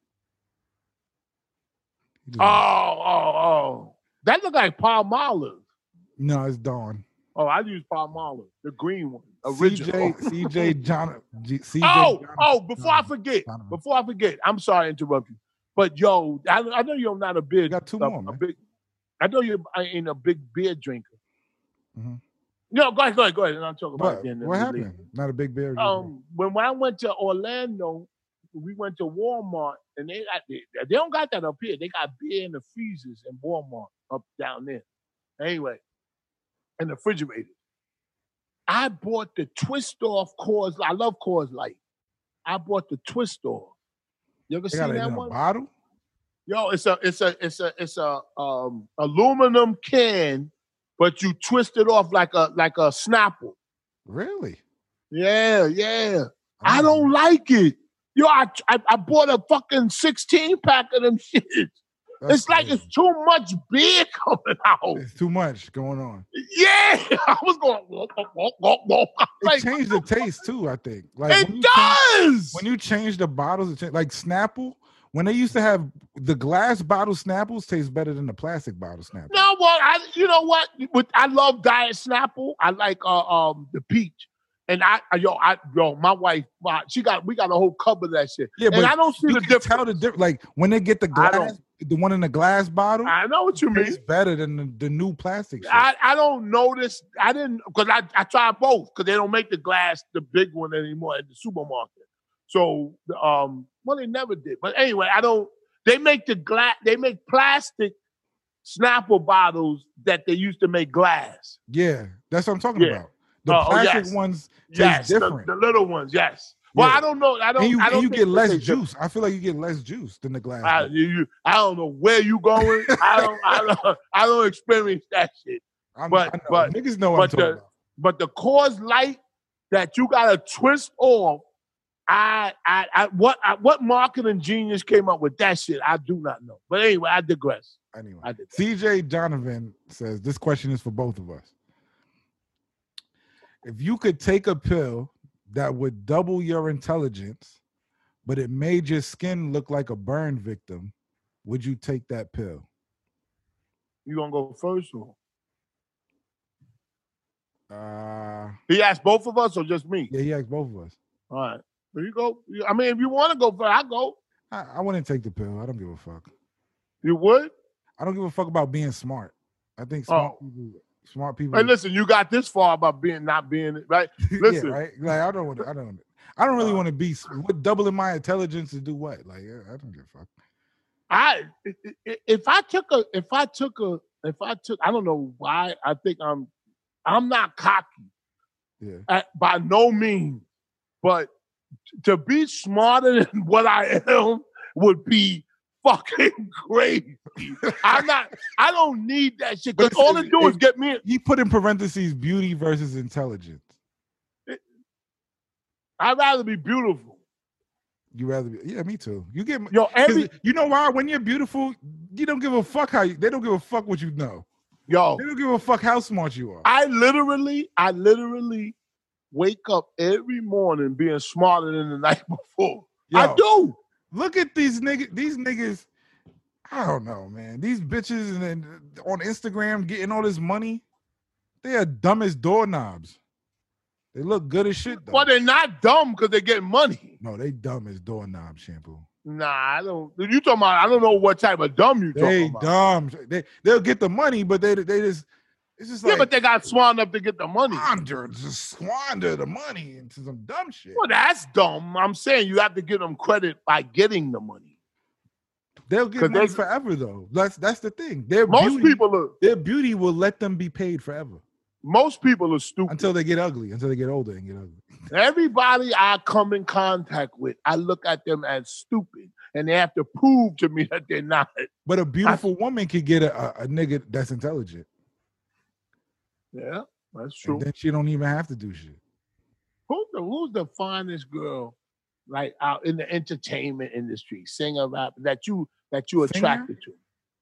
B: He just-
C: Oh, oh, oh. That looked like palm olive.
B: no, it's Dawn.
C: Oh, I use palm olive, the green one. Original.
B: CJ, CJ, John, G, CJ.
C: Oh,
B: Jonathan-
C: oh, before I
B: Jonathan.
C: forget,
B: Donovan.
C: before I forget, I'm sorry to interrupt you. But yo, I, I know you're not a beer.
B: You got two
C: a,
B: more,
C: a
B: man.
C: big, I know you I ain't a big beer drinker.
B: Mhm.
C: No, go ahead, go ahead, go ahead, and I'll talk about
B: What,
C: it then.
B: what
C: later.
B: happened? Not a big bear.
C: Um, when, when I went to Orlando, we went to Walmart, and they got they, they don't got that up here. They got beer in the freezers in Walmart up down there. Anyway, in the refrigerator, I bought the twist off Coors. I love Coors Light. I bought the twist off. You ever
B: they
C: seen
B: got it
C: that
B: in
C: one?
B: a bottle.
C: Yo, it's a it's a it's a it's a um aluminum can, but you twist it off like a like a snapple.
B: Really? Oh,
C: Yeah, yeah. I
B: know.
C: don't like it. Yo, I I, I bought a fucking 16 pack of them shit.
B: That's
C: it's like
B: crazy.
C: it's too much beer coming out.
B: It's too much going on.
C: Yeah. I was going, whoa, whoa, whoa, whoa, whoa. I'm
B: It
C: like,
B: changed the taste too. I think. Like when
C: it
B: you change-
C: does.
B: when you change the bottles, it change, like Snapple. When they used to have the glass bottle Snapples, taste better than the plastic bottle Snapple.
C: No, well, I you know what? With, I love diet Snapple. I like uh, um the peach, and I I- yo I yo my wife my, she got we got a whole cup of that shit,
B: yeah,
C: and
B: but
C: I don't see
B: you
C: the
B: can
C: difference.
B: tell the difference. Like when they get the
C: I don't-
B: glass, the one in the glass bottle
C: I know what you mean.
B: tastes better than the, the new plastic. shit.
C: I, I don't notice. I didn't because I, I tried both because they don't make the glass the big one anymore at the supermarket. So um, well they never did. But anyway, I don't. They make the glass. They make plastic Snapple bottles that they used to make glass.
B: yeah, that's what I'm talking
C: Yeah.
B: about. The
C: Oh, oh,
B: plastic
C: yes.
B: ones, Tastes
C: yes, the-
B: different.
C: The, little ones. Yes. Well,
B: Yeah.
C: I don't know. I don't.
B: and you,
C: I
B: and
C: don't
B: you
C: think
B: get
C: they
B: less
C: taste
B: juice. I feel like you get less juice than the glass.
C: I,
B: bottle.
C: you, you- I don't know where you going. I don't. I don't. I don't experience that shit.
B: I'm-
C: but-
B: I know.
C: but-
B: niggas know what I'm
C: but
B: talking
C: the-
B: about.
C: But the cause light that you got to twist off, I, I, I what, I, what marketing genius came up with that shit? I do not know. But anyway, I digress.
B: Anyway,
C: I did.
B: CJ Donovan says this question is for both of us. If you could take a pill that would double your intelligence, but it made your skin look like a burn victim, would you take that pill?
C: You gonna go first or
B: Uh
C: he asked both of us or just me?
B: yeah, he asked both of us.
C: All right. There you go. You- I mean, if you want to go first, I go.
B: I, I wouldn't take the pill. I don't give a fuck.
C: You would.
B: I don't give a fuck about being smart. I think smart
C: Oh.
B: people smart people
C: Hey, listen, you got this far about being not being right. listen.
B: yeah, right? Like I don't want to, I don't I don't really
C: Uh,
B: want to be s- what doubling my intelligence to do what? Like I I don't give a fuck.
C: I i- i- if I took a if I took a if I took I don't know why I think I'm I'm not cocky
B: Yeah.
C: at, by no means, but t- to be smarter than what I am would be fucking crazy. I'm not. I don't need that shit because
B: But
C: all it do is
B: if-
C: get me.
B: he put in parentheses beauty versus intelligence.
C: I'd rather be beautiful.
B: You rather be, yeah, me too. You get 'cause
C: Yo, every
B: you know why? When you're beautiful, you don't give a fuck how you, they don't give a fuck what you know.
C: yo.
B: They don't give a fuck how smart you are.
C: I literally, I literally wake up every morning being smarter than the night before. I
B: Yo,
C: do.
B: Look at these niggas. These niggas. I don't know, man. These bitches and then uh, on Instagram getting all this money. They are dumb as doorknobs. They look good as shit though.
C: Well, they're not dumb because they get money.
B: No, they dumb as doorknob shampoo.
C: Nah, I don't. You talking about? I don't know what type of dumb you talking
B: They
C: about.
B: dumb. They they'll get the money, but they they just it's just
C: Yeah,
B: like Ah.
C: but they got smart enough to get the money.
B: squander, just squander the money into some dumb shit.
C: Well, that's dumb. I'm saying you have to give them credit by getting the money.
B: They'll get
C: 'Cause
B: money
C: there's-
B: forever though. That's that's the thing. Their
C: Most
B: beauty,
C: people are.
B: their beauty will let them be paid forever
C: Most people are stupid.
B: until they get ugly, until they get older and get ugly.
C: Everybody I come in contact with, I look at them as stupid, and they have to prove to me that they're not.
B: But a beautiful woman could get a, a, a nigga that's intelligent,
C: Yeah, that's true.
B: and then she don't even have to do shit.
C: Who's the who's the finest girl like out in the entertainment industry, singer, rapper that you that you
B: Singer?
C: attracted to?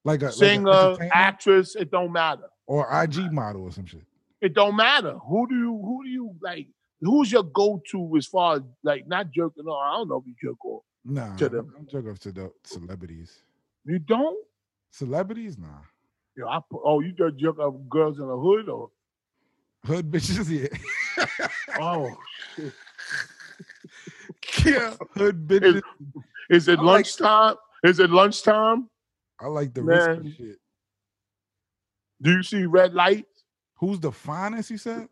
B: Like a like a
C: Singer,
B: entertainer
C: actress, it don't matter.
B: or IG model or some shit.
C: It don't matter. Who do you who do you like? Who's your go-to as far as like not jerking off? I don't know if you jerk off.
B: Nah,
C: To
B: to
C: them.
B: don't joke off to the celebrities.
C: You don't?
B: Celebrities, nah.
C: Yo, I put, oh, you just jerk off girls in the hood or
B: Hood bitches, yeah.
C: oh
B: yeah. Hood bitches.
C: is it
B: I like-
C: lunchtime? Is it lunchtime?
B: I like the
C: Man.
B: risky shit.
C: Do you see red light?
B: Who's the finest? You said.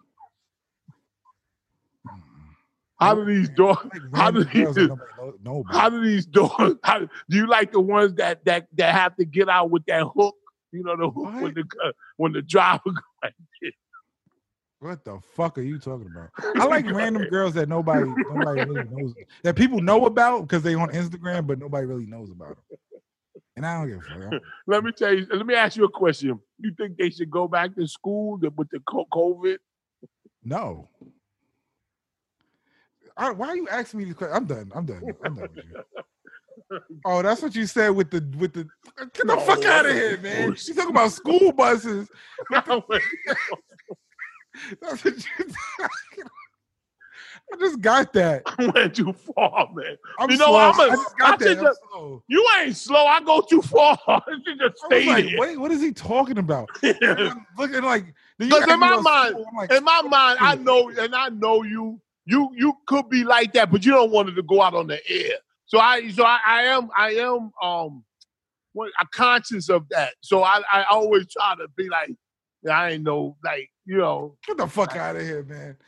C: How do these dogs
B: Like
C: How
B: random
C: do you
B: girls
C: do-
B: that nobody know- know about.
C: How do these doors? How, do you like the ones that that that have to get out with that hook? You know the hook when
B: What?
C: the gu- when the driver. go-
B: What the fuck are you talking about? I like random girls that nobody nobody really knows that people know about because they on Instagram, but nobody really knows about them. And I don't give a fuck. I don't-
C: Let me tell you. Let me ask you a question. You think they should go back to school th- with the co- COVID?
B: No. I, why are you asking me these questions? I'm done. I'm done. I'm done with you. Oh, that's what you said with the with the get the
C: No,
B: fuck out of
C: that's
B: here,
C: a
B: man.
C: bullshit.
B: She talking about school buses.
C: I
B: That's what you I just got that.
C: went too far, man.
B: I'm
C: You know,
B: slow.
C: I'm a-
B: I just got
C: I
B: that.
C: should
B: I'm
C: just-
B: slow.
C: You ain't slow. I go too far. you should just
B: I was
C: stay
B: like,
C: there.
B: wait, what is he talking about? And I'm looking like then you
C: 'Cause
B: ask
C: in
B: me
C: my
B: about
C: mind-
B: school, I'm like,
C: In my mind, I know, and I know you. You you could be like that, but you don't want it to go out on the air. So I so I, I am I am um. what, I'm conscious of that. So I, I always try to be like, yeah, I ain't know, like, you know,
B: Get the fuck out of here, man.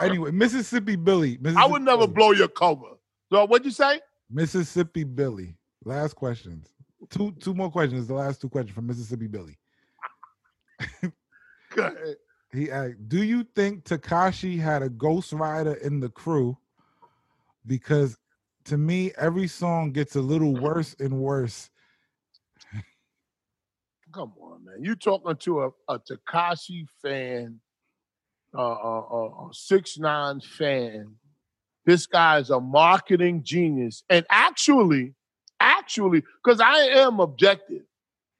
B: anyway, Mississippi Billy. Mississippi
C: I would never
B: Billy.
C: blow your cover. So what'd you say?
B: Mississippi Billy. Last questions. Two two more questions. The last two questions from Mississippi Billy.
C: Good.
B: He asked, "Do you think Takashi had a Ghost Rider in the crew? Because to me, every song gets a little worse and worse.
C: Come on, man. You talking to a, a Takashi fan, uh, a, a, six nine fan. This guy is a marketing genius, and actually, actually, because I am objective.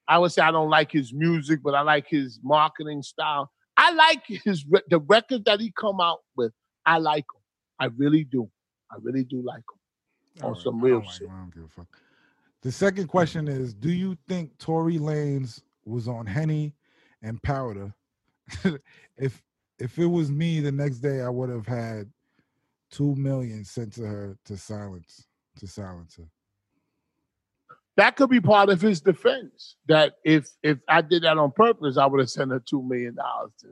C: I would say I don't like his music, but I like his marketing style. I like his re- the record that he come out with. I like him. I really do. I really do like him. On
B: Alright,
C: some
B: I don't
C: real
B: like
C: shit.
B: him, I don't give a fuck. The second question is, do you think Tory Lanez was on Henny and Powder? if if it was me the next day, I would have had two million sent to her to silence to silence her.
C: that could be part of his defense. That if if I did that on purpose, I would have sent her two million dollars to.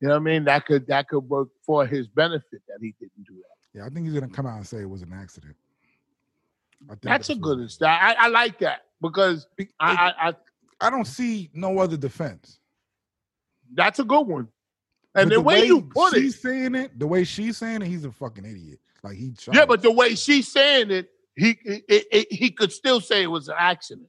C: You know what I mean? That could that could work for his benefit that he didn't do that.
B: Yeah, I think he's gonna come out and say it was an accident. I think
C: That's a
B: what-
C: good insta- I, I like that because
B: Be-
C: I, I, I
B: I don't see no other defense.
C: that's a good one. And
B: But
C: the way, you put
B: she's
C: it,
B: saying it, the way she's saying it, he's a fucking idiot. Like he tried.
C: yeah, but the way she's saying it, he it, it, he could still say it was an accident.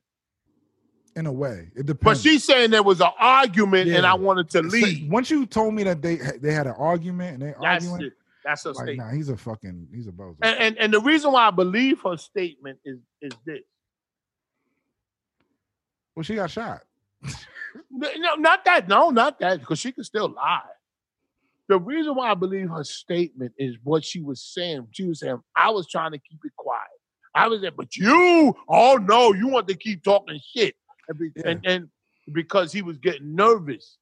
B: in a way, it
C: But
B: depends.
C: she's saying there was an argument, and
B: Yeah.
C: I wanted to
B: Say-
C: leave.
B: once you told me that they they had an argument and they
C: That's
B: arguing,
C: it. That's a
B: like
C: statement.
B: nah, he's a fucking he's a bozo.
C: And, and and the reason why I believe her statement is is this.
B: well, she got shot.
C: N- No, not that. No, not that. Because she could still lie. The reason why I believe her statement is what she was saying. She was saying, "I was trying to keep it quiet." I was there, but you, oh no, you want to keep talking shit, and, be-
B: Yeah.
C: and, and because he was getting nervous.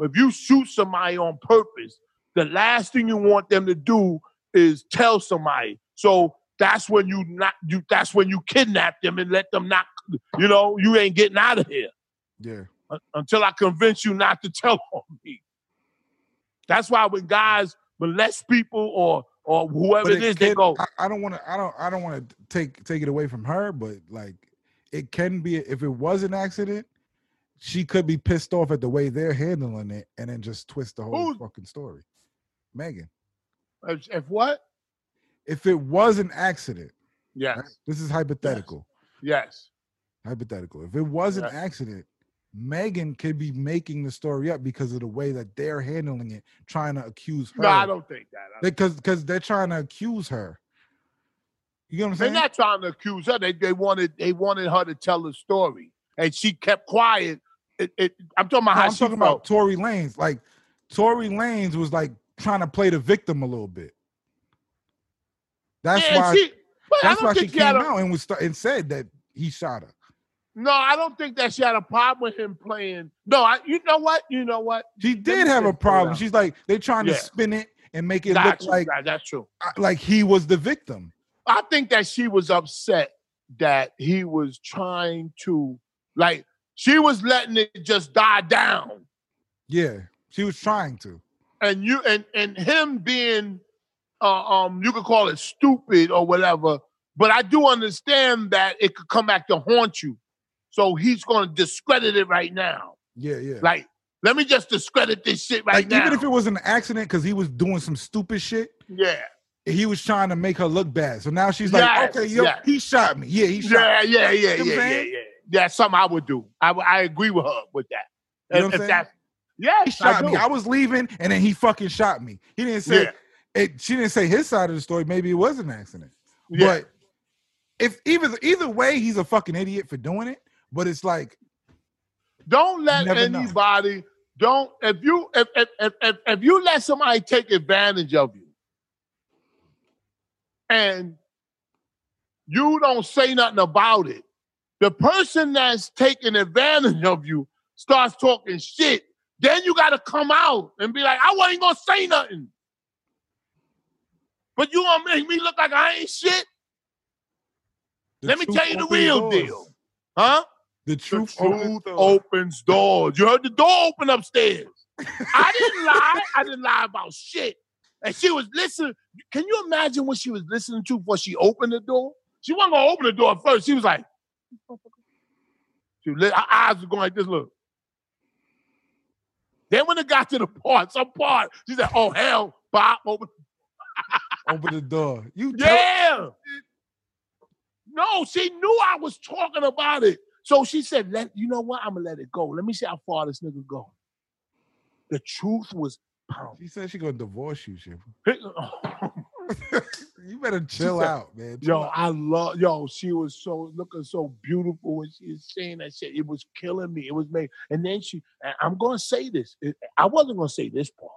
C: If you shoot somebody on purpose, the last thing you want them to do is tell somebody. So that's when you not you. That's when you kidnap them and let them not. You know, you ain't getting out of here
B: Yeah,
C: un- until I convince you not to tell on me. That's why when guys molest people or or whoever it is, they
B: can-
C: go,
B: I, I don't want to. I don't. I don't want to take take it away from her, but like it can be if it was an accident. She could be pissed off at the way they're handling it, and then just twist the whole
C: Who-
B: fucking story. Megan,
C: if, if what?
B: if it was an accident,
C: Yes,
B: right? this is hypothetical.
C: yes.
B: hypothetical. If it was
C: Yeah.
B: an accident, Megan could be making the story up because of the way that they're handling it, trying to accuse her.
C: No, I don't think that. I don't-
B: because because they're trying to accuse her. You know what I'm
C: They're
B: saying?
C: not trying to accuse her. They they wanted they wanted her to tell the story, and she kept quiet. It, it, I'm talking about
B: No,
C: how
B: I'm
C: she
B: talking
C: felt.
B: about Tory Lanes. Like Tory Lanes was like trying to play the victim a little bit. That's
C: Yeah,
B: why
C: she- but I
B: that's
C: don't
B: why she
C: think she
B: came
C: had a-
B: out and was st- and said that he shot her.
C: No, I don't think that she had a problem with him playing. No, I, you know what? You know what?
B: She did
C: me
B: have a
C: just pull it
B: problem.
C: up.
B: She's like they trying
C: Yeah.
B: to spin it and make it
C: Gotcha.
B: look like uh,
C: Right, that's true.
B: like he was the victim.
C: I think that she was upset that he was trying to like she was letting it just die down.
B: Yeah, she was trying to.
C: And you and and him being uh, um you could call it stupid or whatever, but I do understand that it could come back to haunt you. So he's gonna discredit it right now.
B: Yeah, yeah. Like,
C: Like, let me just discredit this shit right now.
B: even if it was an accident, because he was doing some stupid shit,
C: yeah,
B: he was trying to make her look bad. So now she's like,
C: Yes,
B: okay, yo,
C: yes.
B: he shot me. Yeah, he shot. me. You
C: yeah, yeah, yeah,
B: know
C: yeah,
B: what I'm
C: yeah, yeah,
B: saying?
C: That's something I would do. I would- I agree with her with that.
B: You know what I'm
C: If-
B: saying?
C: if that- yes,
B: He shot
C: I
B: me.
C: do.
B: I was leaving, and then he fucking shot me. He didn't say
C: Yeah.
B: it. She didn't say his side of the story. Maybe it was an accident.
C: Yeah.
B: But if either either way, he's a fucking idiot for doing it. But it's like,
C: Don't let
B: never know.
C: anybody. Don't if you if if, if if if you let somebody take advantage of you, and you don't say nothing about it, the person that's taking advantage of you starts talking shit. Then you got to come out and be like, I wasn't gonna say nothing, but you gonna make me look like I ain't shit.
B: the
C: Let me
B: truth
C: tell you the
B: opens
C: real
B: doors.
C: deal. Huh?
B: The
C: The
B: truth,
C: truth
B: opens
C: opens,
B: doors.
C: doors. You heard the door open upstairs. I didn't lie. I didn't lie about shit. And she was listening. Can you imagine what she was listening to before she opened the door? She wasn't gonna open the door at first. She was like, she was, li- her eyes were going like this. Look. Then when it got to the part, some part, she said, "Oh hell, Bob, open."
B: Open the door. You tell-
C: Yeah. No, she knew I was talking about it. So she said, let you know what? I'm gonna let it go. Let me see how far this nigga go. The truth was pounding.
B: She said she gonna divorce you, Shiv. You better chill
C: said-
B: out, man. Chill
C: yo,
B: out.
C: I love yo, she was so looking so beautiful when she was saying that shit. It was killing me. It was me. And then she and I'm gonna say this. It- I wasn't gonna say this part.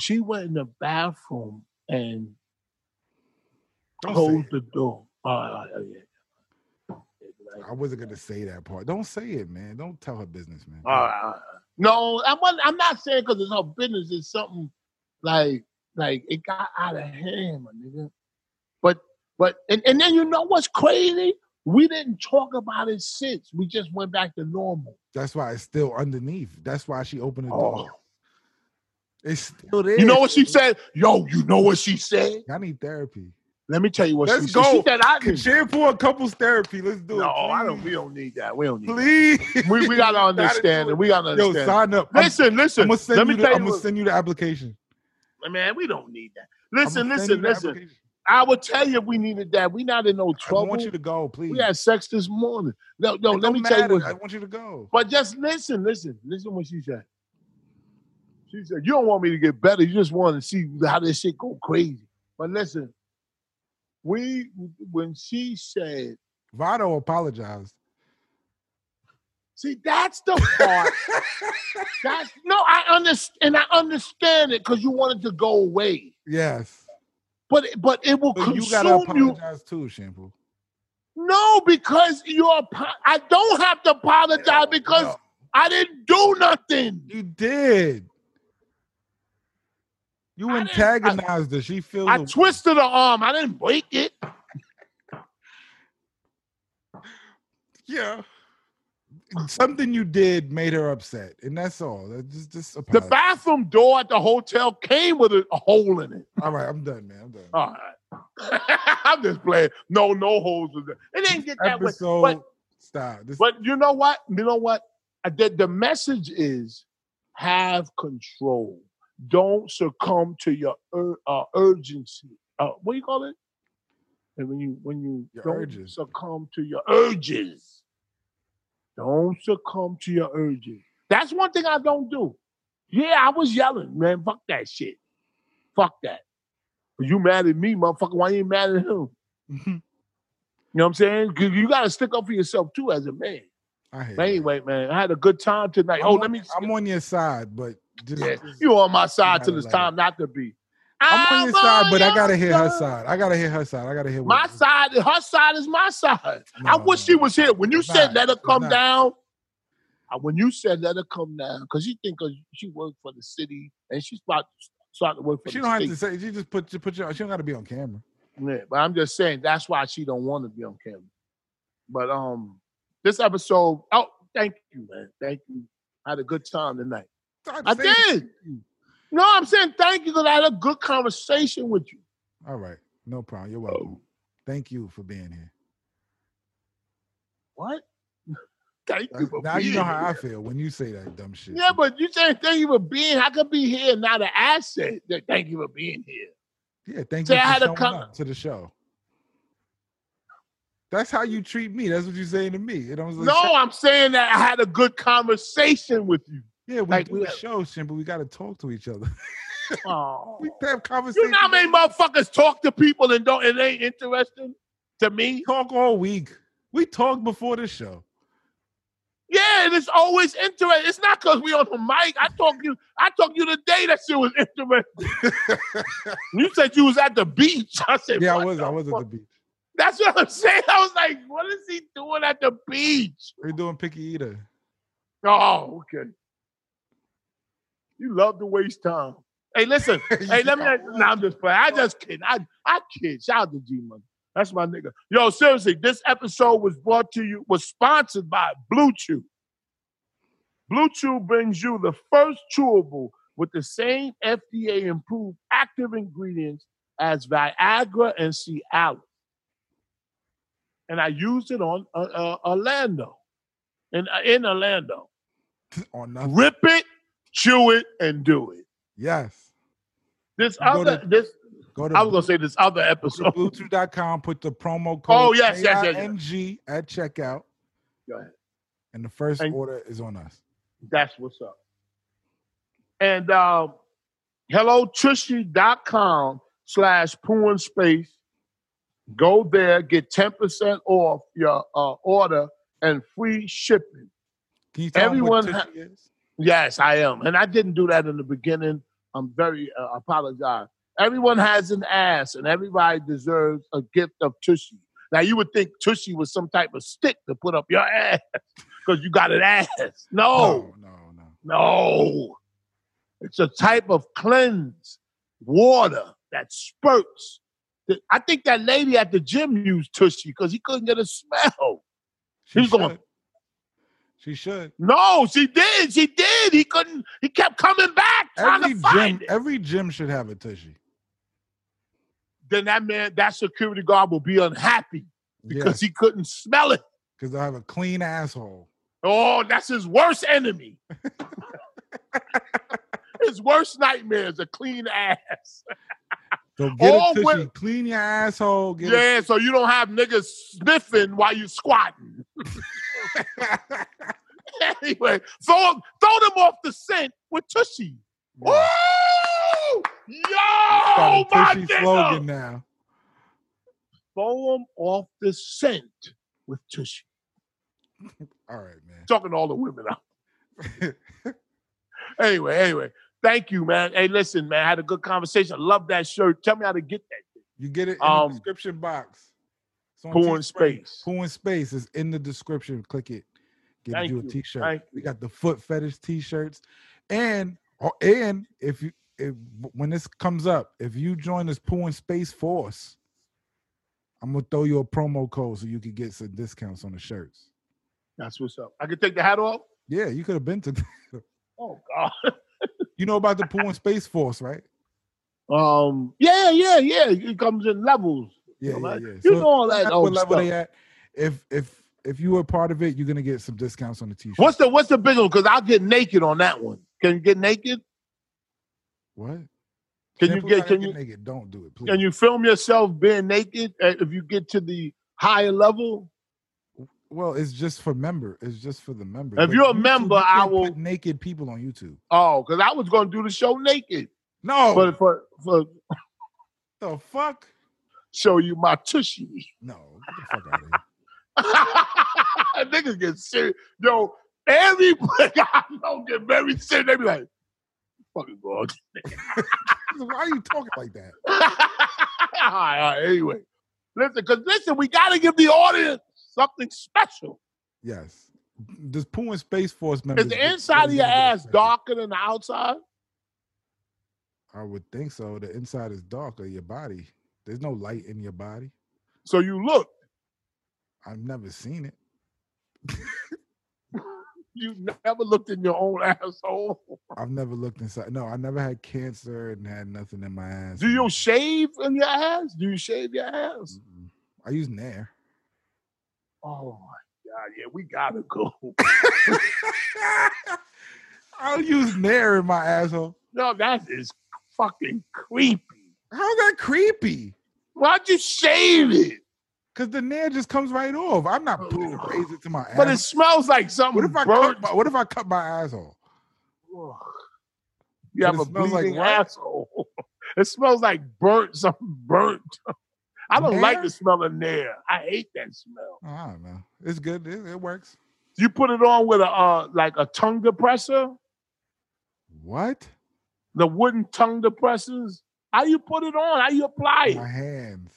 C: She went in the bathroom and
B: Don't say
C: close
B: it.
C: the door. Oh, All right, all right, all right. Like,
B: I wasn't gonna say that part. Don't say it, man. Don't tell her business, man.
C: all right, all right. No, I'm not, I'm not saying because it's her business. It's something like like it got out of hand, my nigga. But but and, and then you know what's crazy? We didn't talk about it since. We just went back to normal.
B: That's why it's still underneath. That's why she opened the
C: Oh.
B: door. It's still there.
C: You know what she said? Yo, you know what she said?
B: I need therapy.
C: Let me tell you what
B: Let's
C: she
B: go.
C: said. She said I didn't.
B: Shampoo and couples therapy. Let's do
C: No,
B: it.
C: I don't.
B: please.
C: We don't need that. We don't need. that.
B: Please.
C: We we gotta understand
B: do
C: it. We gotta
B: Yo,
C: understand.
B: sign up. I'm-
C: listen, listen.
B: I'm gonna send
C: Let me
B: you. The,
C: tell
B: I'm
C: you.
B: gonna
C: what-
B: send you the application.
C: Man, we don't need that.
B: I'ma
C: Listen,
B: send
C: listen,
B: you the
C: listen.
B: application.
C: I would tell you if we needed that. We not in no
B: I
C: trouble.
B: want you to go, please.
C: we had sex this morning. No, no.
B: It
C: Let
B: don't
C: me tell
B: matter.
C: you
B: I
C: what.
B: want you to go.
C: But just listen, listen, listen. What she said. She said, "You don't want me to get better. You just want to see how this shit go crazy." But listen, we when she said,
B: Vado apologized.
C: "See, that's the part." that's no, I understand, and I understand it because you wanted to go away.
B: Yes.
C: But but it will
B: But
C: consume
B: you gotta
C: you.
B: apologize too, Shampoo.
C: No, because you're. apo- I don't have to apologize because
B: No,
C: I didn't do nothing.
B: you did. You
C: I didn't- I-
B: antagonized her. She feels.
C: I
B: a-
C: twisted her arm. I didn't break it.
B: Yeah. Something you did made her upset, and that's all. That's just, just
C: The
B: apologize.
C: bathroom door at the hotel came with a, a hole in it.
B: all right, I'm done, man. I'm done.
C: All right. I'm just playing. No, no holes in it. It didn't get that way.
B: Episode.
C: but-
B: stop. This,
C: But you know what? You know what? I did- the message is have control. Don't succumb to your ur- uh, urgency. Uh, what do you call it? And when you when you
B: Your
C: don't
B: urges.
C: succumb to your urges, don't succumb to your urges. That's one thing I don't do. Yeah, I was yelling, man. Fuck that shit. Fuck that. You mad at me, motherfucker? Why you ain't mad at him? You know what I'm saying? 'Cause You gotta stick up for yourself too, as a man.
B: I hate
C: But
B: it.
C: anyway, man, I had a good time tonight.
B: I'm
C: Oh,
B: on-
C: let me.
B: I'm on your side, but just,
C: Yeah,
B: just-
C: you on my side till
B: gotta
C: it's
B: let it.
C: time not to be.
B: I'm on your side, but I gotta hear her
C: side.
B: side. I gotta hear her side. I gotta hear
C: My
B: what
C: side, her side is my side. I
B: No,
C: wish
B: no,
C: she
B: no.
C: was here. When you
B: It's
C: said
B: not.
C: let her
B: It's
C: come
B: not.
C: down, uh, when you said let her come down, because you think 'cause she worked for the city and she's about to start to work for
B: She
C: the
B: don't have
C: state.
B: to say. She just put you put your. She don't gotta be on camera.
C: Yeah, but I'm just saying that's why she don't want to be on camera. But um, this episode, oh, thank you, man, thank you. I had a good time tonight. I
B: Say-
C: did. No, I'm saying thank you because I had a good conversation with you.
B: All right, no problem.
C: Oh.
B: You're welcome. Thank you for being here.
C: What? thank you. For
B: now you know
C: being
B: how
C: here.
B: I feel when you say that dumb shit.
C: Yeah, but you saying thank you for being. I could be here, not an asset. Th- Thank you for being here.
B: yeah. Thank
C: say
B: you
C: I
B: for
C: had a
B: showing
C: con-
B: up to the show. That's how you treat me. That's what you're saying to me. And I was like,
C: No, I'm saying that I had a good conversation with you.
B: yeah, we
C: like,
B: do
C: we-
B: a show, Shim, but we gotta talk to each other.
C: Oh,
B: we have
C: you
B: conversations.
C: know how many motherfuckers talk to people and don't it ain't interesting to me.
B: talk all week. We talked before the show.
C: Yeah, and it's always interesting. It's not because we on the mic. I talked you. I talked you today. That shit was interesting. you said you was at the beach. I said,
B: Yeah, I
C: "What
B: was.
C: the
B: I was at
C: fuck?"
B: the beach.
C: That's what I'm saying. I was like, what is he doing at the beach?
B: We're doing picky eater.
C: Oh, okay. You love to waste time. Hey, listen. hey, let me.
B: Yeah.
C: No, I'm just playing. I just kidding. I, I kid. Shout out to G Money. That's my nigga. Yo, seriously, this episode was brought to you, was sponsored by Blue Chew. Blue Chew brings you the first chewable with the same FDA approved active ingredients as Viagra and Cialis. And I used it on uh, uh, Orlando, in, uh, in Orlando.
B: or nothing.
C: Rip it, chew it, and do it.
B: Yes.
C: This
B: You go
C: other, this
B: Go to
C: I was gonna say this
B: go
C: other
B: to
C: episode.
B: Bluetooth.com, put the promo code
C: Oh, yes, yes, yes, yes.
B: KING at checkout.
C: Go ahead.
B: And the first
C: And-
B: order is on us.
C: That's what's up. And um, hellotushy.com slash porn space. Go there, get 10% off your uh, order and free shipping.
B: Can you tell
C: Everyone
B: them what
C: ha-
B: Tushy is?
C: Yes, I am. And I didn't do that in the beginning. I'm very uh, I apologize. Everyone has an ass, and everybody deserves a gift of tushy. Now you would think tushy was some type of stick to put up your ass because you got an ass. No,
B: no, no.
C: no, it's a type of cleanse water that spurts. Th- I think that lady at the gym used tushy because he couldn't get a smell.
B: She
C: He's going-
B: should. She should.
C: No, she did. She did. He couldn't. He kept coming back trying
B: Every
C: to find
B: gym,
C: it.
B: every gym should have a tushy.
C: then that man, that security guard will be unhappy
B: Because
C: because he couldn't smell it.
B: they'll have a clean asshole.
C: Oh, that's his worst enemy. his worst nightmare is a clean ass.
B: So get
C: All
B: a tushy,
C: women-
B: clean your asshole. Get
C: yeah, so you don't have niggas sniffing while you squatting.
B: a-
C: anyway, throw, throw them off the scent with Tushy.
B: Yeah.
C: Ooh!
B: Got
C: Yo,
B: a
C: Oh, my
B: tushy
C: nigga!
B: slogan now.
C: Throw them off the scent with Tushy.
B: All right, man.
C: Talking to all the women out. anyway, anyway, thank you, man. Hey, listen, man, I had a good conversation. Love that shirt. Tell me how to get that.
B: You get it in
C: Um,
B: the description box. It's on
C: Porn
B: Teespring.
C: space.
B: Poo in space is in the description. Click it. Get
C: Thank
B: you a
C: you.
B: t-shirt.
C: Thank
B: we got the foot fetish t-shirts, and oh, and if you if when this comes up, if you join this Poo in space force, I'm gonna throw you a promo code so you can get some discounts on the shirts.
C: That's what's up. I can take the hat off.
B: Yeah, you could have been to.
C: Oh God.
B: You know about the Poo in space force, right?
C: Um. Yeah, yeah, yeah. It comes in levels.
B: Yeah,
C: you know,
B: yeah,
C: man.
B: yeah.
C: You
B: So
C: know all that
B: that's what
C: old
B: level they
C: stuff.
B: at. If if if you are part of it, you're gonna get some discounts on the t-shirt.
C: What's the What's the big one? Because I'll get naked on that one. Can you get naked?
B: what?
C: Can
B: Man,
C: you
B: please,
C: get-
B: I
C: can
B: gotta
C: you-
B: naked? Don't do it, please.
C: Can you film yourself being naked uh, if you get to the higher level?
B: Well, it's just for member. It's just for the members.
C: If
B: But
C: you're a
B: YouTube,
C: member,
B: you
C: I
B: can't
C: will-
B: put naked people on YouTube.
C: Oh, because I was gonna do the show naked
B: No,
C: for for for
B: the fuck.
C: show you my tushy.
B: No, get the fuck out of here.
C: Niggas get serious. Yo, every black I know get very serious. They be like, fucking God.
B: Why are you talking like that?
C: all, right, all right, anyway. Listen, because listen, we got to give the audience something special.
B: Yes, this poo and space force members.
C: Is the
B: get-
C: inside of
B: they
C: your
B: get
C: ass
B: special.
C: darker than the outside?
B: I would think so. The inside is dark of your body. There's no light in your body.
C: So you look,
B: I've never seen it.
C: you never looked in your own asshole.
B: I've never looked inside. No, I never had cancer and had nothing in my ass.
C: Do you shave in your ass? Do you shave your ass?
B: Mm-mm. I use Nair.
C: Oh my God. Yeah, we got to go.
B: I'll use Nair in my asshole.
C: No, that is fucking creepy.
B: How's that creepy?
C: Why'd you shave it?
B: Cause the nail just comes right off. I'm not putting
C: Ugh.
B: a razor to my ass.
C: Oh. But it smells like something
B: what if I cut
C: burnt.
B: my, what if I cut my asshole?
C: Ugh.
B: But
C: You have
B: it
C: a
B: smells like
C: bleeding
B: what?
C: asshole. It smells like burnt, something burnt. I don't like
B: Nair?
C: the smell of nair. I hate that smell.
B: Oh, I don't know. It's good. It, it works.
C: You put it on with a uh, like a tongue depressor,
B: What?
C: the wooden tongue depressors. How you put it on? How you apply it?
B: My hands.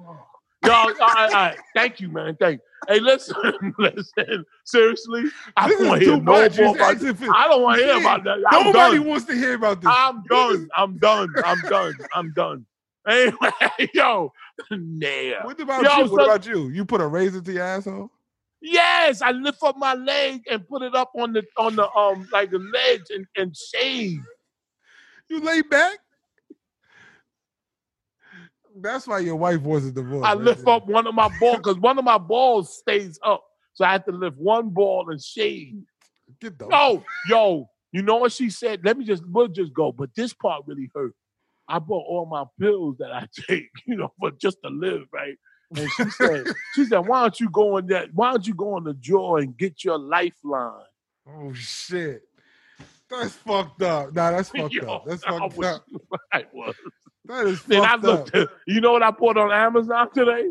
C: Oh. Yo, all right, all right. Thank you, man. Thank. You. Hey, listen, listen. Seriously, I
B: This
C: don't
B: is
C: want to hear
B: too
C: no more
B: much. It's
C: about.
B: actually-
C: I don't want to hear about that. I'm
B: Nobody
C: done.
B: wants to hear about this.
C: I'm done. I'm done. I'm done. I'm done. Anyway, yo, Nah.
B: What about
C: Yo,
B: you? What
C: so-
B: about you? You put a razor to your asshole?
C: Yes, I lift up my leg and put it up on the on the um like the ledge and, and shave.
B: You lay back? That's why your wife wasn't divorced.
C: I
B: right
C: lift
B: there.
C: up one of my balls because one of my balls stays up. So I have to lift one ball and shave.
B: Get the
C: Yo, yo, you know what she said? Let me just we'll just go. But this part really hurt. I bought all my pills that I take, you know, for just to live, right? And she said, she said, why don't you go in that? Why don't you go on the drawer and get your lifeline?
B: Oh shit. That's fucked up. Nah, that's fucked
C: Yo,
B: up. That's
C: I
B: fucked
C: was
B: up.
C: right, well,
B: That is
C: Then I
B: fucked up.
C: looked. You know what I bought on Amazon today?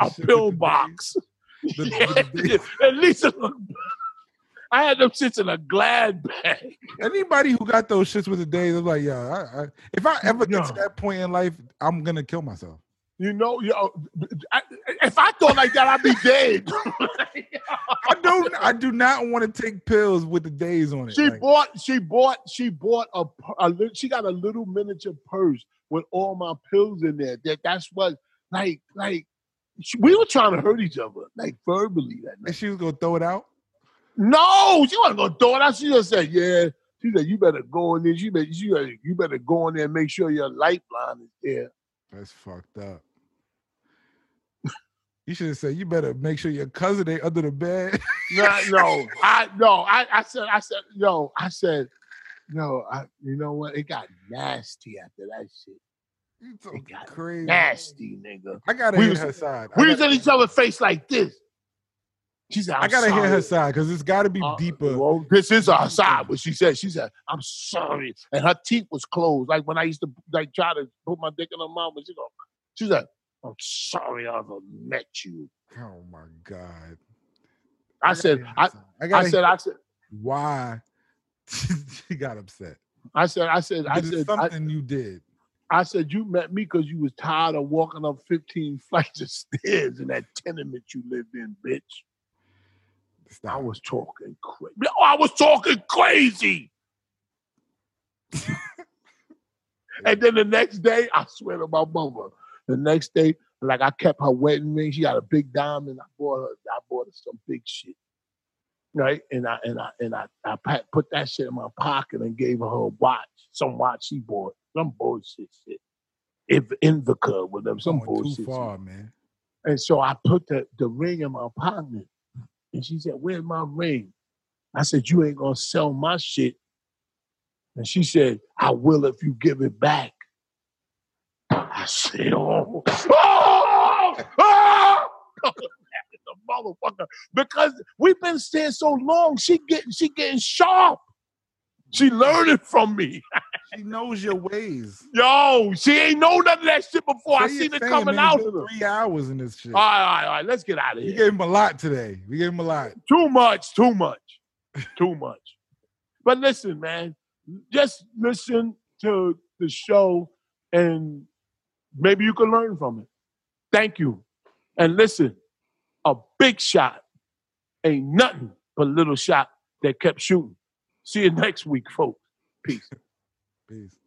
C: A
B: shit
C: pill
B: with the
C: box.
B: The-
C: Yeah,
B: the- the-
C: At least it looked. I had them shits in a Glad bag.
B: Anybody who got those shits with the days, I'm like, yeah. I, I, if I ever get to
C: No.
B: that point in life, I'm gonna kill myself.
C: You know, yo, I, if I thought like that, I'd be dead.
B: I don't. I do not want to take pills with the days on it.
C: she
B: like,
C: bought, she bought, she bought a, pu- a lit- she got a little miniature purse with all my pills in there. That that's what, like, like, she- we were trying to hurt each other, like verbally that night.
B: and she was gonna throw it out.
C: No, she wasn't gonna throw it out. She just said, "Yeah." She said, "You better go in there. You better, you better, you better go in there and make sure your lifeline is there."
B: That's fucked up. You should have said you better make sure your cousin ain't under the bed.
C: No, no, I no, I, I said, I said, yo, I said, no, I, you know what? It got nasty after that shit.
B: you so
C: They got
B: crazy.
C: Nasty, nigga.
B: I gotta
C: We
B: hear
C: was-
B: her side. Mm. I
C: We was
B: gotta-
C: in each other's face like this. She said, I'm
B: I gotta hear her
C: sorry.
B: side because it's gotta be
C: Uh,
B: deeper.
C: well, this is our side. What she said, she said, "I'm sorry," and her teeth was closed. Like when I used to like try to put my dick in her mouth, but she go, she said, "I'm sorry, I ever met you."
B: Oh my god!
C: I said,
B: gotta hear her
C: I,
B: side. I,
C: I
B: gotta
C: said, I said,
B: hear why she got upset.
C: I said, I said, I
B: Because it's
C: said, I,
B: something you did.
C: I said, you met me because you was tired of walking up 15 flights of stairs in that tenement you lived in, bitch. I
B: Stop.
C: was talking crazy. Oh, I was talking crazy. And then the next day, I swear to my mama, the next day, like I kept her wedding ring. She got a big diamond. I bought her, I bought her some big shit. Right? And I and I and I, I pa- put that shit in my pocket and gave her a watch, some watch she bought, some bullshit shit. If Invica, whatever, some
B: Going
C: bullshit.
B: too
C: shit.
B: far, man.
C: And so I put the, the ring in my pocket. And she said, Where's my ring? I said, You ain't gonna sell my shit. And she said, I will if you give it back. I said, Oh, oh! oh! the motherfucker. Because we've been staying so long, she getting she getting sharp. She learning from me.
B: She knows your ways.
C: Yo, she ain't know none of that shit before. Oh, I
B: Say
C: seen
B: your
C: it
B: thing,
C: coming
B: man.
C: out Ah,
B: It's
C: of
B: been
C: her.
B: Three hours in this shit.
C: All right, all right, all right. Let's get out of
B: we
C: here.
B: gave him a lot today. We gave him a lot.
C: too much, too much, too much. But listen, man, just listen to the show and maybe you can learn from it. Thank you. And listen, a big shot ain't nothing but a little shot that kept shooting. See you next week, folks. Peace.
B: Peace.